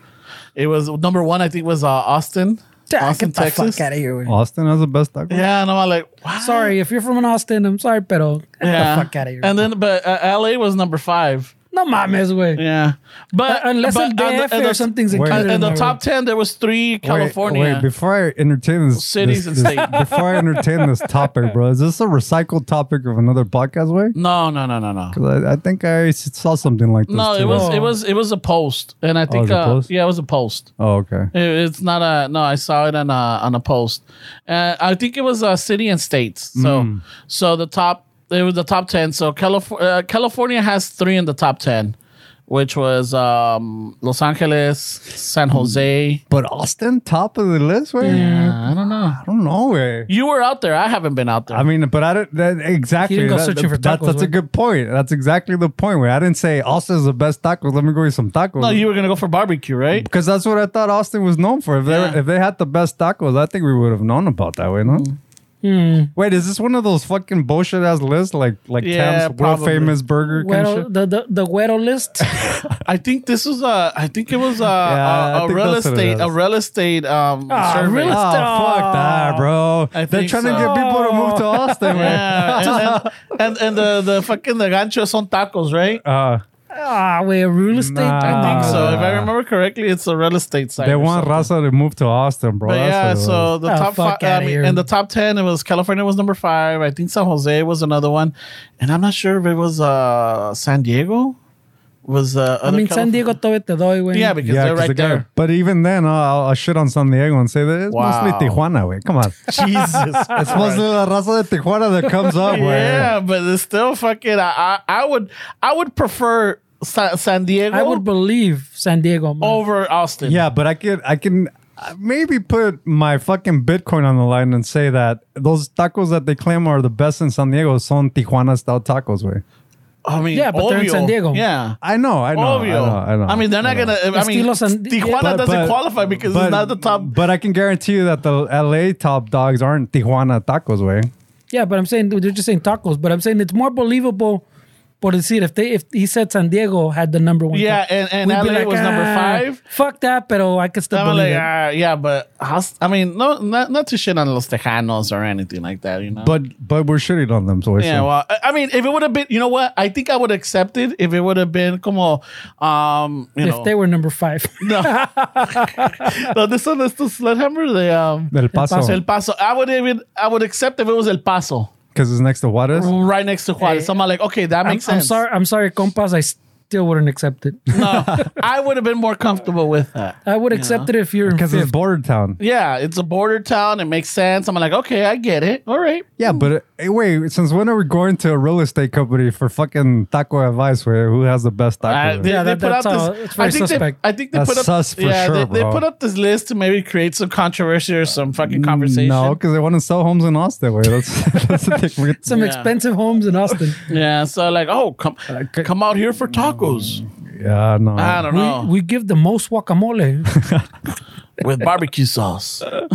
it was number one. I think was uh, Austin, Austin, Get the Texas. fuck out of here, güey. Austin has the best tacos. Yeah, and I'm like, wow. Sorry, if you're from an Austin, I'm sorry, pero get Yeah. the fuck out of here. And then, but uh, LA was number five. no mames, güey. Uh, Yeah, but Unless but el on the- DF and or the- something's Wait. included. And, and the there, top ten, there was three Wait, California. Wait, before I entertain this, Cities this- and this- states. Before I entertain this topic, bro, is this a recycled topic of another podcast? Way? no, no, no, no, no. 'Cause I, I think I s- saw something like this. No, it too. was it was it was a post, and I think Oh, was a uh, post? yeah, it was a post. Oh, okay. It, it's not a no. I saw it on a on a post, and I think it was uh, city and states. So Hmm. so the top it was the top ten. So California uh, California has three in the top ten, which was um, Los Angeles, San Jose. But Austin, top of the list. Way? I don't know. I don't know. Way. You were out there. I haven't been out there. I mean, but I don't that, exactly. He didn't go that- searching for that's- tacos, That's a right? good point. That's exactly the point. Where I didn't say Austin's the best tacos. Let me go eat some tacos. no, Oh, you were gonna go for barbecue, right? because that's what I thought Austin was known for. If they Yeah. if they had the best tacos, I think we would have known about that way, no? Hmm. Wait, is this one of those fucking bullshit ass lists like like Yeah, Tam's world probably. famous burger kind of shit? Güero, the, the, the güero list. I think this was a. I think it was a, Yeah, a, I a think real that's what it estate. A is. real estate. Um, Ah, survey. real Oh, fuck that, bro. I They're think trying so. to get people to move to Austin, man. Yeah, and, and, and the the fucking the gancho son tacos, right? Uh, Ah, wey, real estate. Nah. I think so so. if I remember correctly, it's a real estate site. they or want something. Raza to move to Austin, bro. But That's yeah, what it was. so the Oh, top fuck five, I outta mean, here. in the top ten, it was California was number five. I think San Jose was another one, and I'm not sure if it was uh, San Diego. Was uh, I other mean, Calif- San Diego todavía te doy, güey. Yeah, because Yeah, they're 'cause right the guy- there. But even then, uh, I'll, I'll shit on San Diego and say that it's Wow. mostly Tijuana, way. Come on. Jesus, It's mostly the raza de Tijuana that comes up, way. yeah, but it's still fucking. I, I I would I would prefer Sa- San Diego. I would believe San Diego. man. over Austin. Yeah, but I can I can uh, maybe put my fucking Bitcoin on the line and say that those tacos that they claim are the best in San Diego son Tijuana style tacos, way. I mean, Yeah, but they're in obvio. San Diego. Yeah. I know, I know, Obvio. I know, I know. mean, they're not know. gonna. I mean, Estilo San- Tijuana But- doesn't qualify because but- it's not the top. But I can guarantee you that the LA top dogs aren't Tijuana tacos, way. Yeah, but I'm saying they're just saying tacos. But I'm saying it's more believable. Por decir, if they if he said San Diego had the number one, Yeah, taco, and- and we'd be LA was number "Ah, five." Fuck that, pero I could still I'm like, believe it. ah, yeah, but how's- I mean, no, not not to shit on los Tejanos or anything like that, you know. But but we're shitting on them, so it's yeah, well, I- I mean, if it would have been, you know what? I think I would accept it if it would have been como, um, you if know, they were number five, no, no, this one is the Sledgehammer, the um, El Paso El Paso. I would even, I would accept if it was El Paso, because it's next to Juarez. right next to Juarez. Hey, so I'm like, okay, that Eh, I'm, makes I'm sense. sorry, I'm sorry, compas. I still wouldn't accept it. I would have been more comfortable with that. I would accept it if you're in Because it's fifth. border town. Yeah, it's a border town. It makes sense. I'm like, okay, I get it. All right. Yeah, but uh, hey, wait, since when are we going to a real estate company for fucking taco advice where who has the best taco? I, they, Yeah, they that- put that's out all- this. it's very I think suspect. they. I think they That's put up. sus for yeah, sure, they, they bro. Mm, put up this list to maybe create some controversy or some fucking conversation. No, because they want to sell homes in Austin. Wait, that's that's the thing. We- some Yeah. expensive homes in Austin. Yeah, so like, oh, come, c- come out here for tacos. yeah, no. I don't know We, we give the most guacamole. with barbecue sauce. what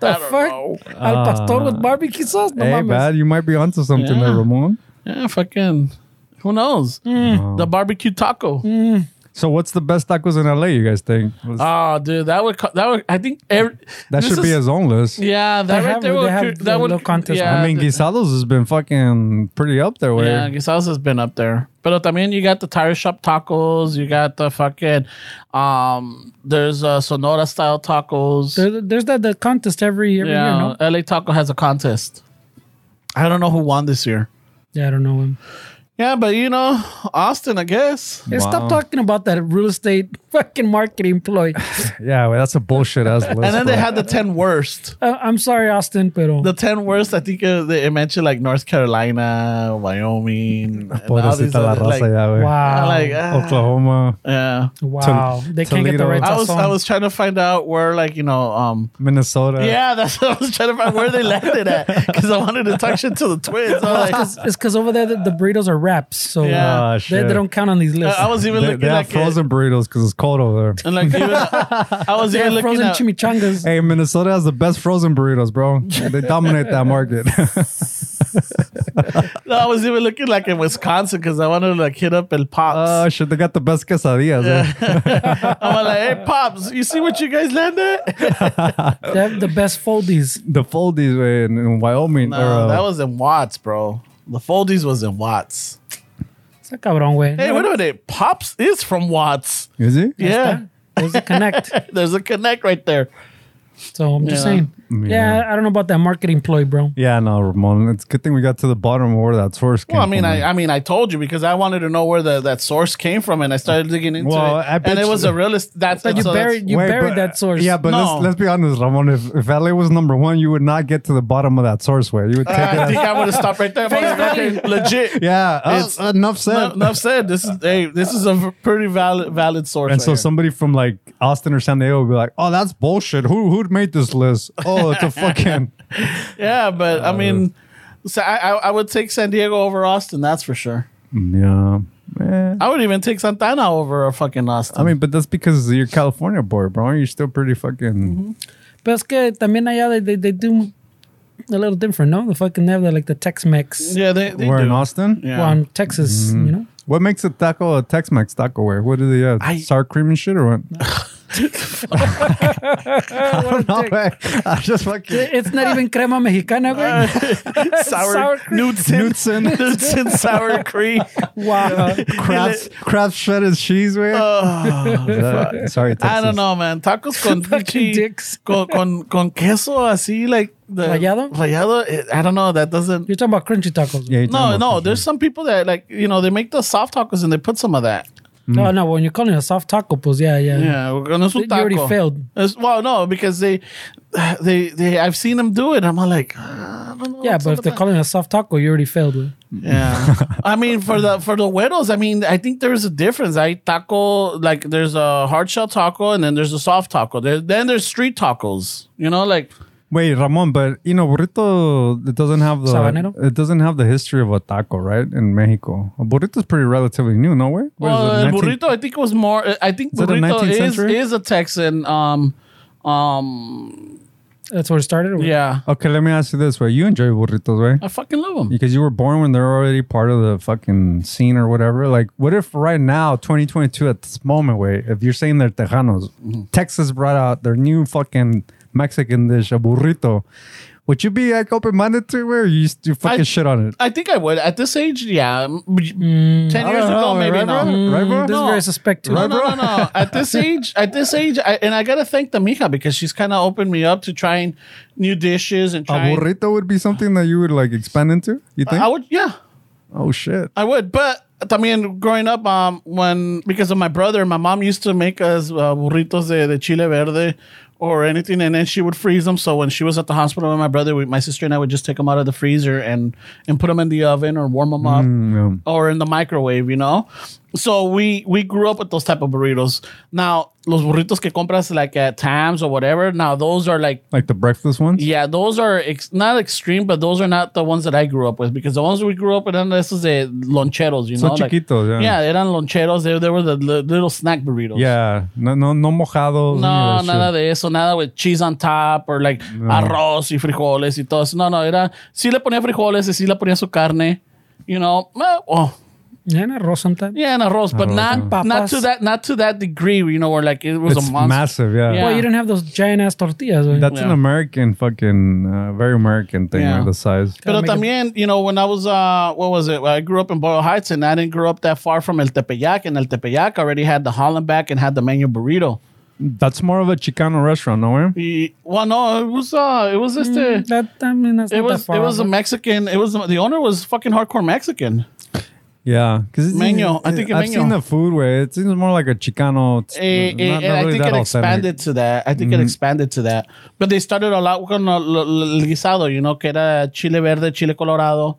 the fuck? Uh, Al pastor with barbecue sauce? No Hey, mames. bad, you might be onto something Yeah. there, Ramon. yeah, fucking. Who knows? Mm. The barbecue taco. So, what's the best tacos in LA? You guys think? Let's- Oh, dude, that would co- that would. I think every, that this should is- be his own list. Yeah, that They right have- there they would have cre- the that would little contest. Yeah, I mean, Guisados has been fucking pretty up there. Where Yeah, Guisados has been up there. But I mean, you got the tire shop tacos. You got the fucking, um, there's uh, Sonora style tacos. There- there's that the contest every every yeah, year, no? LA Taco has a contest. I don't know who won this year. Yeah, I don't know him. Yeah, but you know, Austin, I guess. Hey, Wow. Stop talking about that real estate fucking marketing ploy. yeah, well, that's a bullshit ass list. And then they bro. had the 10 worst. Uh, I'm sorry, Austin, pero The 10 worst, I think uh, they it mentioned like North Carolina, Wyoming. and all these Pobrecita la other, raza, like, yeah, güey. wow, I'm like, ah, Oklahoma, yeah. wow, they can't get Toledo. the right I was, song. I was trying to find out where, like, you know, um, Minnesota. Yeah, that's what I was trying to find where they landed at because I wanted to talk shit to the twins. I was, like, it's because over there the, the burritos are wraps, so Ah, Yeah. uh, they, shit. they don't count on these lists. I was even They, looking they have like frozen burritos because it's cold over there. and like even, I was They even have looking frozen at. chimichangas. Hey, Minnesota has the best frozen burritos, bro. They dominate that market. no, I was even looking like in Wisconsin because I wanted to like hit up El Oh Pops. shit, they got the best quesadillas. eh? I'm like, hey Pops, you see what you guys landed? They have the best foldies. The foldies way in, in Wyoming. No, or, uh, that was in Watts, bro. The Foldies was in Watts. It's a cabrón, way. Hey, wait a minute. Pops is from Watts. is it? Yeah. There's a connect. There's a connect right there. So I'm just Yeah. saying. Yeah. I don't know about that marketing ploy, bro. Yeah, no, Ramon. It's a good thing we got to the bottom of where that source came Well, I mean, from. I, I mean, I told you because I wanted to know where the, that source came from, and I started digging into Well, it, I bet and it you- was a realist. That's But you so that's- buried you Wait, buried but- that source. Yeah, but No. let's, let's be honest, Ramon. If, if LA was number one, you would not get to the bottom of that source way. You would take it. I as- think I would have stopped right there. I'm like, okay, legit. yeah, uh, It's- enough No, said. enough said. This is hey, this is a v- pretty valid valid source. And right so here. somebody from like Austin or San Diego would be like, "Oh, that's bullshit. Who who made this list? Oh, it's a fucking yeah, but I mean, Uh, so I, I I would take San Diego over Austin. That's for sure. yeah." Eh. I would even take Santana over a fucking Austin. I mean, but that's because you're California boy, bro. You're still pretty fucking. Pero es que también allá they, they, they do a little different, no? The fucking they have the, like the Tex Mex. Yeah, they, they We're in do. Austin. Yeah. Well, in Texas, you know? What makes a taco a Tex-Mex taco? Where? What do they have? I- Sour cream and shit or what? I don't No way. I just fucking It's not even crema mexicana, güey. sour, Sour cream. Newton, Newton Newton sour cream. Wow. crabs crabs shredded cheese way. sorry, Texas. Oh. I don't know, man. Tacos con Fucking pinche- dicks. Con, con con queso así like the Rallado? Rallado. eh, I don't know. That doesn't. You're talking about crunchy tacos. Yeah, Yeah. you're No, talking no. about- There's some people that like you know they make the soft tacos and they put some of that. No, no, when you're calling it a soft taco, pues, yeah, yeah. Yeah, no es un You taco. already failed. It's- well, no, because they, they, they. I've seen them do it. I'm all like, "Ah, I don't know. Yeah, what's but up if with they're that." calling it a soft taco, you already failed, güey. Yeah, I mean for the for the widows, I mean I think there's a difference. I taco like there's a hard shell taco and then there's a soft taco. There, then there's street tacos. You know, like Wait, Ramon, but you know, burrito it doesn't have the Sabanero? it doesn't have the history of a taco, right? In Mexico, a burrito's pretty relatively new, no way. What is well, it, el 19 burrito. I think it was more. I think that a burrito 19th is century? is a Texan. Um, That's where it started? or- yeah, Okay, let me ask you this way: You enjoy burritos, right? I fucking love them. because you were born when they're already part of the fucking scene or whatever. Like, what if right now, 2022, at this moment, wait, if you're saying they're Tejanos, Texas brought out their new fucking Mexican dish, a burrito, would you be like open minded to it? Where you used to fucking I- shit on it? I think I would at this age. Yeah, m- ten years Mm. don't ago, know, maybe right, not. bro? Mm, Right, bro? This is No. very suspect, too. No, no, no, no. At this age, at this age, I, and I gotta thank the mija because she's kind of opened me up to trying new dishes and A trying. burrito would be something that you would like expand into. You think? I would, yeah, oh shit! I would. But I mean, growing up, um, when because of my brother, my mom used to make us uh, burritos de, de chile verde or anything, and then she would freeze them. So when she was at the hospital with my brother, we, my sister and I would just take them out of the freezer and and put them in the oven or warm them up. Mm, or in the microwave, you know. So we we grew up with those type of burritos. Now los burritos que compras like at Tams or whatever. Now those are like Like the breakfast ones. yeah, those are ex- not extreme, but those are not the ones that I grew up with because the ones we grew up with, and this is the loncheros, you Son know, like- chiquitos, yeah. yeah, eran loncheros. They, they were the li- little snack burritos. Yeah. No, no, no mojados. No, any of that shit. nada de eso, nada with cheese on top or like arroz y frijoles y todo eso. No, no, era, sí le ponía frijoles y sí le ponía su carne, you know. eh, oh, Yeah, and arroz sometimes. Yeah, and arroz, but Arroz, not yeah. not Papas. to that not to that degree. You know, where like it was It's a monster. massive. Yeah. Yeah. Well, you didn't have those giant ass tortillas, güey. That's an Yeah. American fucking, uh, very American thing, Yeah. like the size. Pero make it- también, you know, when I was uh, what was it? Well, I grew up in Boyle Heights, and I didn't grow up that far from El Tepeyac, and El Tepeyac already had the Hollenback and had the menu burrito. That's more of a Chicano restaurant, no eh? way? Y- well, no, it was uh, it was just a, Mm, That, I mean, that's it not was that far it was a off. Mexican. It was the owner was fucking hardcore Mexican. Yeah, because Menu, I think I've menu. seen the food way. It seems more like a Chicano. It's Eh, eh, not, not and I really think that authentic. it Mm-hmm. expanded to that. I think it expanded to that. But they started a lot con lo- lo- lo- el guisado, you know, que era chile verde, chile colorado.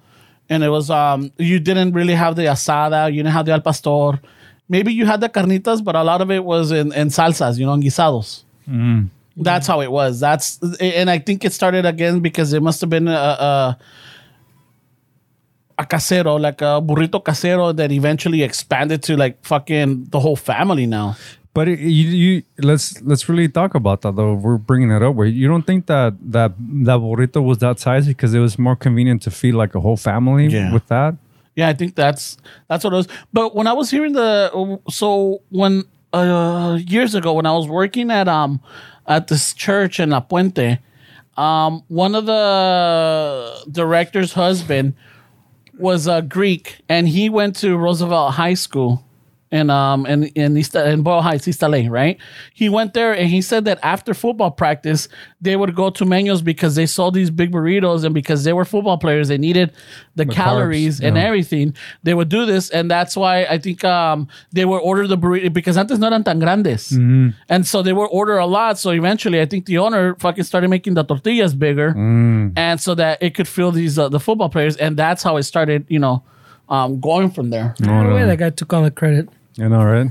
And it was, um, you didn't really have the asada, you didn't have the al pastor. Maybe you had the carnitas, but a lot of it was in, in salsas, you know, in guisados. Mm. That's how it was. That's and I think it started again because it must have been a, a a casero, like a burrito casero, that eventually expanded to like fucking the whole family now. But it, you, you, let's let's really talk about that though. We're bringing it up. Where you don't think that that that burrito was that size because it was more convenient to feed like a whole family Yeah. with that. Yeah, I think that's that's what it was. But when I was hearing the so when uh years ago when I was working at um at this church in La Puente, um one of the director's husband was a Greek and he went to Roosevelt High School in um in in East in Boyle Heights, East LA, right? He went there and he said that after football practice, they would go to Menos because they sold these big burritos and because they were football players, they needed the, calories carbs, and yeah. everything. They would do this, and that's why I think um they would order the burrito because antes no eran tan grandes, Mm-hmm. and so they would order a lot. So eventually, I think the owner fucking started making the tortillas Mm-hmm. bigger and so that it could fill these uh, the football players, and that's how it started. You know, um, going from there. No, No, way no. that guy took all the credit. You know, right?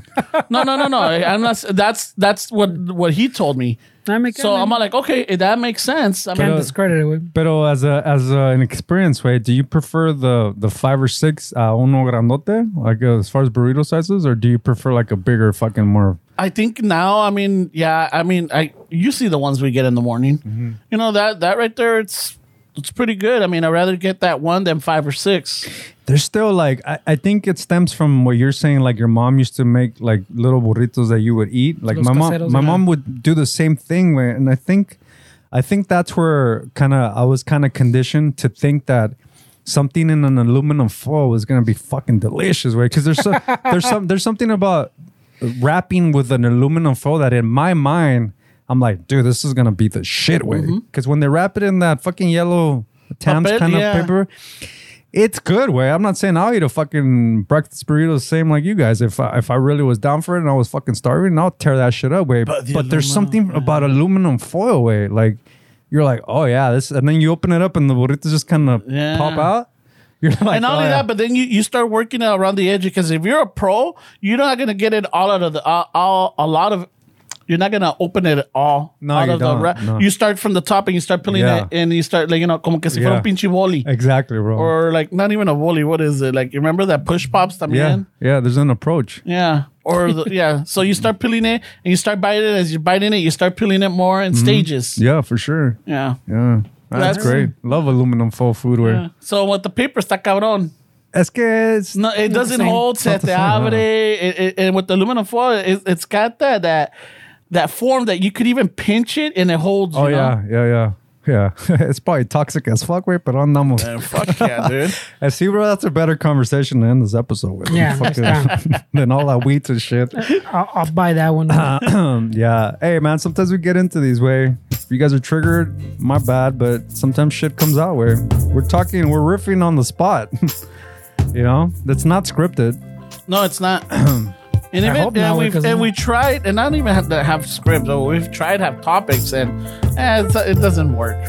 No, no, no, no. Unless that's that's what what he told me. I mean, So I'm like, okay, eh, that makes sense. I can't mean, discredit it, güey. But as a as a, an experience way, do you prefer the the five or six uh, uno grandote, like uh, as far as burrito sizes, or do you prefer like a bigger fucking more? I think now, I mean, yeah, I mean, I you see the ones we get in the morning. You know that that right there, it's it's pretty good. I mean, I'd rather get that one than five or six. There's still like I, I think it stems from what you're saying. Like your mom used to make like little burritos that you would eat. Like Los my mom, caseros, my ajá. mom would do the same thing. Where, and I think, I think that's where kind of I was kind of conditioned to think that something in an aluminum foil is gonna be fucking delicious. Way because there's so, there's some there's something about wrapping with an aluminum foil that in my mind I'm like, dude, this is gonna be the shit way. Because when they wrap it in that fucking yellow Tams Papel, kind of yeah. paper. It's good, way. I'm not saying I'll eat a fucking breakfast burrito the same like you guys. If I, if I really was down for it and I was fucking starving, I'll tear that shit up, way. But, the there's aluminum, something about aluminum foil, way. Like you're like, oh yeah, this, and then you open it up and the burritos just kind of Yeah. pop out. You're like, and not oh, only yeah. that, but then you, you start working around the edge because if you're a pro, you're not gonna get it all out of the all, all a lot of. You're not gonna open it all No, out you of don't, the. Ra- no. You start from the top and you start peeling Yeah. it, and you start like you know como que si fuera un Yeah. pinche boli, exactly, bro. or like not even a boli. What is it like? You remember that push pops también? yeah, yeah. There's an approach. Yeah. Or the, yeah, so you start peeling it and you start biting it. As you're biting it, you start peeling it more in stages. Yeah. Mm-hmm. Yeah, for sure. Yeah, that's, That's- great. Love aluminum foil foodware. Yeah. So with the paper, está cabrón. Es que it's No, it doesn't same. hold. Se not the te same, abre. no. It, it, and with the aluminum foil, it, it's got that that that form that you could even pinch it and it holds. Oh you know? yeah, yeah, yeah. Yeah, it's probably toxic as fuck, way, but on namos. Fuck yeah, dude. I see, bro. That's a better conversation to end this episode with. Yeah, Fucking, than all that wheat and shit. I'll, I'll buy that one. Yeah. Hey, man. Sometimes we get into these way. If you guys are triggered, my bad. But sometimes shit comes out where we're talking, we're riffing on the spot. you know, that's not scripted. No, it's not. And even hope and not, we because- and we tried, and I don't even have to have scripts. Or we've tried to have topics, and eh, it's, it doesn't work.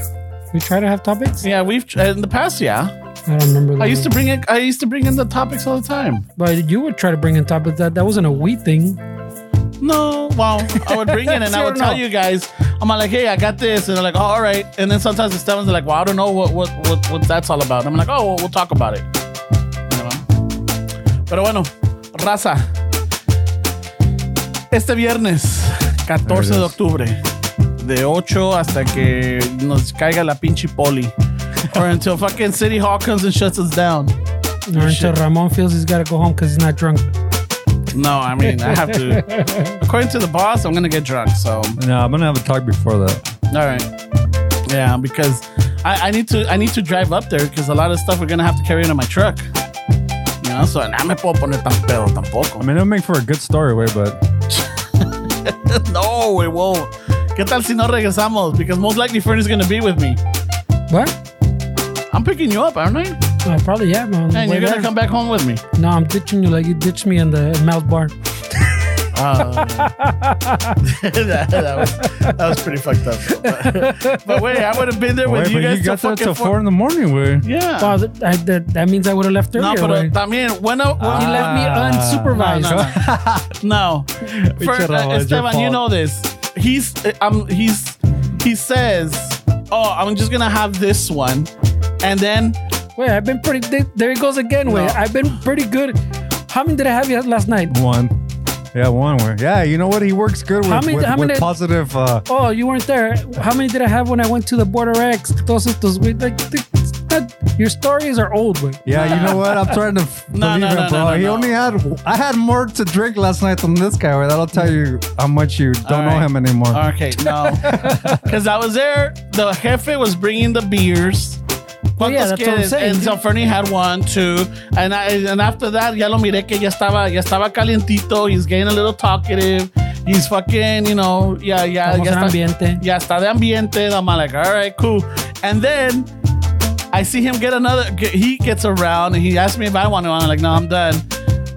we try to have topics. Yeah, we've tr- in the past. Yeah, I don't remember. I the used to name. bring it. I used to bring in the topics all the time. but you would try to bring in topics that that wasn't a wheat thing. Oh, No, well, I would bring it and I would Zero. tell you guys. I'm like, hey, I got this, and they're like, oh, all right. And then sometimes the Stevens are like, well, I don't know what what what, what that's all about. I'm like, oh, well, we'll talk about it. You know? Pero bueno, raza. Este viernes, 14 de There it is. octubre, de 8 hasta que nos caiga la pinche poli. Or until fucking City Hall comes and shuts us down. Or until Ramon feels he's got to go home because he's not drunk. No, I mean, I have to. According to the boss, I'm going to get drunk, so. No, I'm gonna have a talk before that. All right. Yeah, because I, I need to I need to drive up there because a lot of stuff we're gonna have to carry into my truck. You know, so no me puedo poner tan pedo I tampoco. mean, it'll make for a good story, way, but no, it won't. ¿Qué tal si no regresamos? Because most likely Fernie's gonna be with me. What? I'm picking you up, aren't I? Uh, probably yeah, man. And you're gonna come back home with me. No, I'm ditching you like you ditched me in the mouth bar. that, that was, that was pretty fucked up. But, but wait, I would have been there Wey, with you but guys you till got there fucking till four. four in the morning, way. Yeah. Wow, that, I, that, that means I would have left earlier. Ah. no, pero right? también when, I- when he left me unsupervised. No, no, No, First, Ramon, uh, it's your Esteban, you fault. know this. He's, uh, um, he's, he says, "Oh, I'm just gonna have this one," and then Wait, I've been pretty. There, there it goes again. Wait, No. I've been pretty good. How many did I have you last night? One. Yeah, one. Way. Yeah, you know what? He works good with, How many- with, how with many- positive. Uh, Oh, you weren't there. How many did I have when I went to the Border X? Those, those, we- like, th- that, your stories are old. Wait. Yeah, you know what? I'm trying to f- No, believe no, him, no, no, bro. no, he no. only had I had more to drink last night than this guy. Right? That'll tell you how much you don't know right. him anymore. okay, no, because I was there. The jefe was bringing the beers. yeah, ¿Cuántos that's what I'm quieres? saying. And so Fernie had one, two, and I, and after that, ya lo miré que ya estaba, ya estaba calientito. He's getting a little talkative. He's fucking, you know, yeah, yeah, Estamos ya en está- ambiente. yeah, está de ambiente. And I'm like, all right, cool. And then I see him get another. Get, he gets around and he asks me if I want to. I'm like, no, I'm done.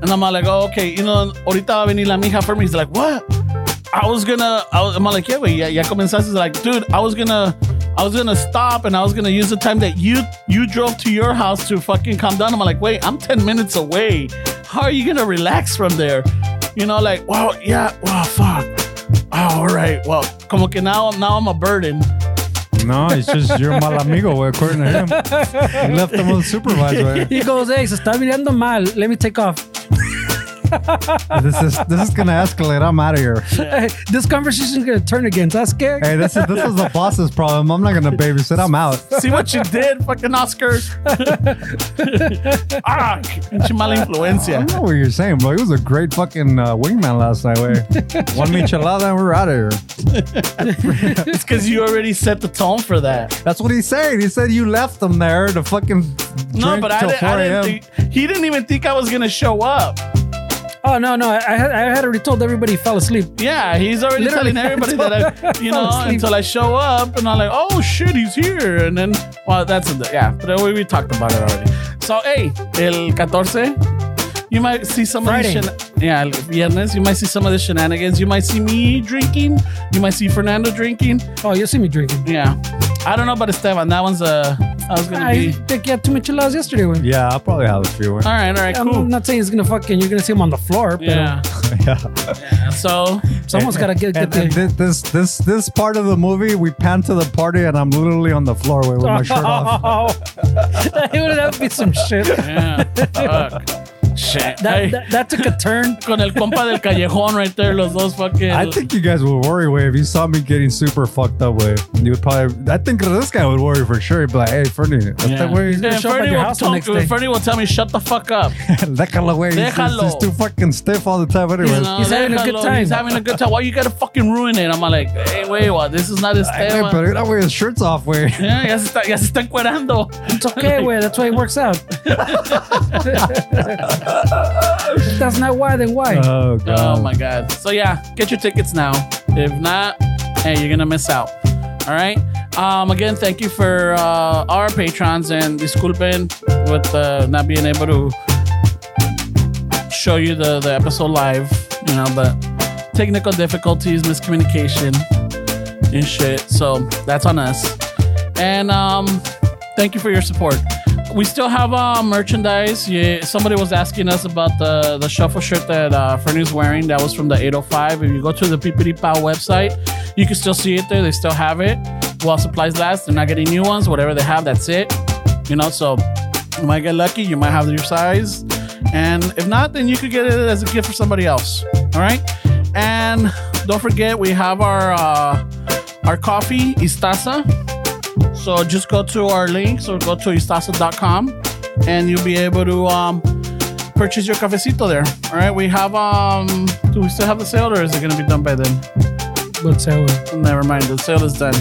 And I'm like, oh, okay, you know, ahorita va a venir la mija for me. He's like, what? I was gonna. I was, I'm like, yeah, wait, yeah, ya comenzaste. He's like, dude, I was gonna. I was gonna stop and I was gonna use the time that you you drove to your house to fucking calm down. I'm like, wait, I'm 10 minutes away. How are you gonna relax from there? You know, like, wow, yeah, wow, fuck. Oh, all right. Well, como que now, now I'm a burden. No, it's just you're mal amigo, güey, according to him. He left him unsupervised. güey. He goes, hey, se está mirando mal. Let me take off. this is this is gonna escalate. I'm out of here. Hey, this conversation's gonna turn against us, Keg. Eh. Hey, this is this is the boss's problem. I'm not gonna babysit. I'm out. See what you did, fucking Oscar. ah, pinche mala I influencia. don't know what you're saying, bro. He was a great fucking uh, wingman last night. Way. One michelada and we're out of here. It's because you already set the tone for that. That's what he's saying. He said you left him there to fucking drink No, but I, till did, 4 I didn't a.m. think he didn't even think I was gonna show up. Oh no, no, I I had, I had already told everybody he fell asleep. Yeah, he's already Literally, telling everybody that's that I, you I know, was sleeping. until I show up and I'm like, oh shit, he's here. And then, well, that's the, yeah, but we, we talked about it already. So, hey, el 14, you might see some Friday. of the shen- yeah, el viernes, you might see some of the shenanigans. You might see me drinking. You might see Fernando drinking. Oh, you see me drinking. Yeah, I don't know about Esteban. That one's uh, I was gonna I be. think you had too much laws yesterday. When Yeah, I'll probably have a few. All right, all right, I'm cool. not saying he's gonna fucking. You're gonna see him on the floor, but yeah. eh, yeah. So someone's gotta get, get And, the. and thi- this this this part of the movie, we pan to the party, and I'm literally on the floor with my shirt off. Hey, would that be some shit? yeah, fuck. Shit. Hey. That, that, that took a turn. con el compa del callejón right there, los dos fucking. I think you guys would worry way if you saw me getting super fucked up way. You would probably. I think this guy would worry for sure. He'd be like, "Hey, Fernie, Yeah. that way, Yeah, gonna show up at Fernie your will, house the tell- next day. Fernie will tell me, shut the fuck up. déjalo, way. He's, he's, he's Déjalo. too fucking stiff all the time, You anyways." know, He's having a déjalo, good time. He's having a good time. Why you gotta fucking ruin it? I'm like, hey, wait, what? This is not his Hey, tema. pero that way his shirt's off, way. Yeah, ya se está, ya se está encuerando. It's okay, way. That's why it works out. if that's not why, then why? Oh Oh god. my god. So yeah, get your tickets now. If not, hey, you're gonna miss out. All right. Um, again, thank you for uh, our patrons and disculpen with uh, not being able to show you the, the episode live. You know, but technical difficulties, miscommunication, and shit. So that's on us. And um, thank you for your support. We still have uh, merchandise. Yeah, somebody was asking us about the, the shuffle shirt that uh, Fernie's wearing. That was from the 805. If you go to the PPD Pow website, you can still see it there. They still have it. While supplies last, they're not getting new ones. Whatever they have, that's it. You know, so you might get lucky. You might have your size. And if not, then you could get it as a gift for somebody else. All right. And don't forget, we have our uh, our coffee, Istaza. So just go to our links or go to istasa.com and you'll be able to um, purchase your cafecito there. All right, we have um, do we still have the sale or is it gonna be done by then? But so, uh, Never mind, the sale is done.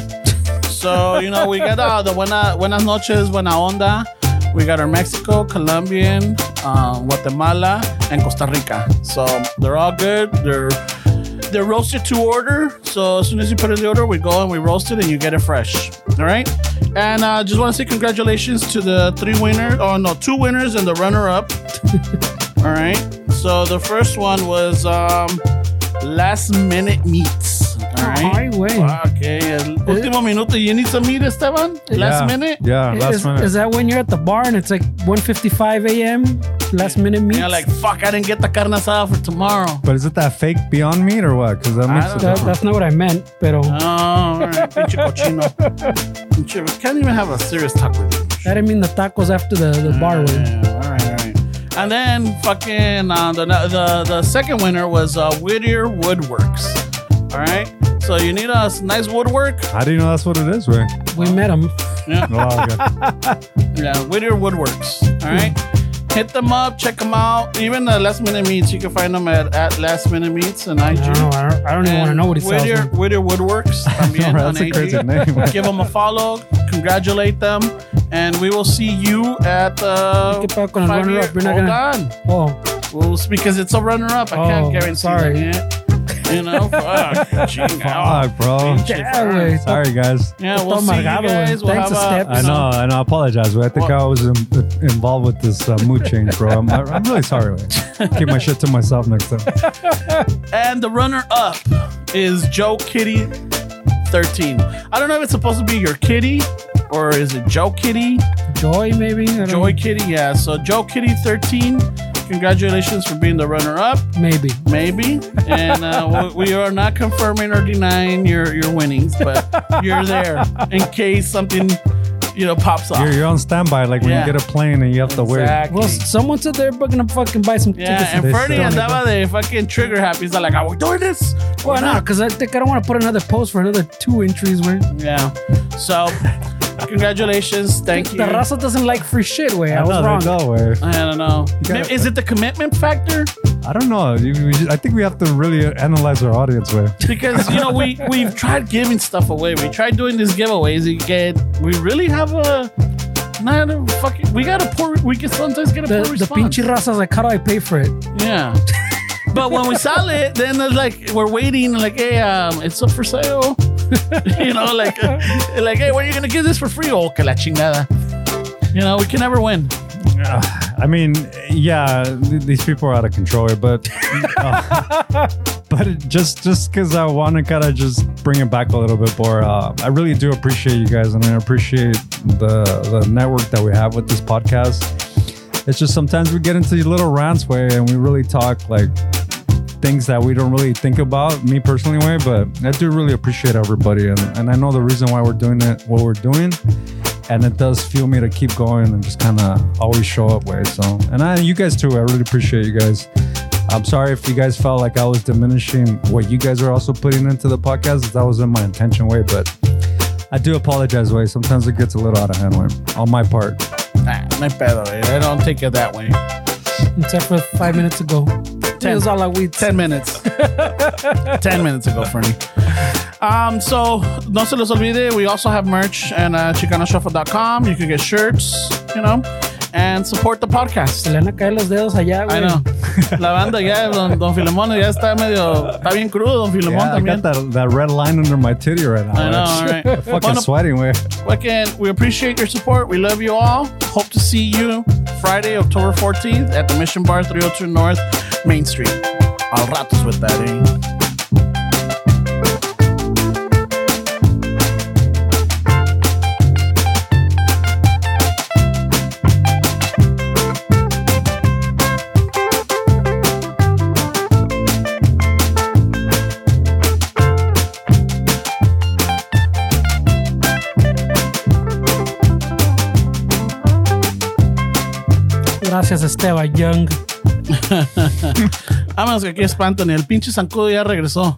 so you know we got uh, the buena, buenas noches, buena onda. We got our Mexico, Colombian, uh, Guatemala, and Costa Rica. So they're all good. They're they're roasted to order. So as soon as you put in the order, we go and we roast it, and you get it fresh. All right. And uh, just want to say congratulations to the three winners. Oh no, two winners and the runner-up. all right. So the first one was um, last minute meats. All right. Ay, güey. Okay, el último minuto. You need some meat, Esteban? Last yeah. minute? Yeah, last is, minute. is that when you're at the bar and it's like 1:55 a.m. last minute meet? Yeah, like, fuck, I didn't get the carne asada for tomorrow. but is it that fake Beyond Meat or what? Because that makes don't it. know. That- that's not what I meant, pero Oh, all right, pinche cochino. Pinche- we can't even have a serious talk with you. I didn't mean the tacos after the, the bar one. Yeah, all right, all right. And then fucking uh, the, the the second winner was uh, Whittier Woodworks. All right, so you need a s- nice woodwork. How do you know that's what it is, way? We met him. Oh, okay. Yeah, Whittier Woodworks. All right. Hit them up, check them out. Even the Last Minute Meats, you can find them at, at Last Minute Meats and IG. I don't know. I don't, I don't even want to know what he sells. Whittier, man. Whittier Woodworks. También That's on a crazy IG. name. Give them a follow, congratulate them, and we will see you at uh, ¿Qué pedo con el five runner-up? year- We're Hold not gonna- Oh, on. Well, it's because it's a runner up. I Oh, can't guarantee sorry. that yet. You know? Fuck. Ching, ow. Fuck, bro. Pinche Yeah, fuck. güey. Sorry, guys. Yeah, we'll Está see you amargado, güey. guys. We'll Thanks have a step. I know, and I apologize. But I think Well- I was in, involved with this uh, mood change, bro. I'm, I'm really sorry. Man. Keep my shit to myself next time. And the runner up is Joe Kitty 13. I don't know if it's supposed to be your kitty or is it Joe Kitty? Joy maybe. I don't Joy Kitty, yeah. So Joe Kitty 13, congratulations for being the runner up, know. Maybe. maybe. And uh, we we are not confirming or denying your, your winnings, but you're there in case something you know, pops off. You're, you're on standby, like when Yeah. you get a plane and you have to wait. Exactly. Well, someone said they're gonna fucking buy some tickets. yeah, and they Fernie still- andaba de fucking trigger happy. He's like, are we doing this? Why not? Because I think I don't want to put another post for another two entries where Yeah. So, congratulations. Thank you. the Russell doesn't like free shit. Way I, was know, wrong. there's no way. I don't know. gotta- Maybe- Is it the commitment factor? I don't know. You- we just- I think we have to really analyze our audience. Way. Because you know we we've tried giving stuff away. We tried doing these giveaways. You get we really have a not a fucking. We got a poor. We can sometimes get a The, poor the response. pinche Russell's like, how do I pay for it? yeah. But when we sell it, then it's like we're waiting. Like, hey, um, it's up for sale. you know, like, uh, like, hey, when are you gonna give this for free? Oh, que la chingada. You know, we can never win. I mean, yeah, th- these people are out of control, but uh, but it just just because I want to kind of just bring it back a little bit more. Uh, I really do appreciate you guys, and I appreciate the the network that we have with this podcast. It's just sometimes we get into these little rants way, and we really talk like things that we don't really think about. Me personally, way, but I do really appreciate everybody, and and I know the reason why we're doing it, what we're doing and it does fuel me to keep going and just kind of always show up way. So, and I, you guys too, I really appreciate you guys. I'm sorry if you guys felt like I was diminishing what you guys are also putting into the podcast. That wasn't my intention, way, but I do apologize, way. Sometimes it gets a little out of hand, way, on my part. Nah, no pedo. eh? I don't take it that way. Except for five minutes ago. It was all like we Ten minutes. Ten minutes ago, Fernie. Um, so no se les olvide, we also have merch and uh, chicanoshuffle.com. You can get shirts, you know, and support the podcast. Se le van a caer los dedos allá, güey. I know. La banda ya, don, don Filemón ya está medio, está bien crudo, don Filemón Yeah, I también. got that, that red line under my titty right now. I know, It's- right? I'm fucking Bueno, sweating, way. Again, we appreciate your support. We love you all. Hope to see you Friday, October 14th at the Mission Bar 302 North Main Street. Al ratos with that, eh? Gracias, Esteban Young. Vamos, que aquí espantan. El pinche zancudo ya regresó.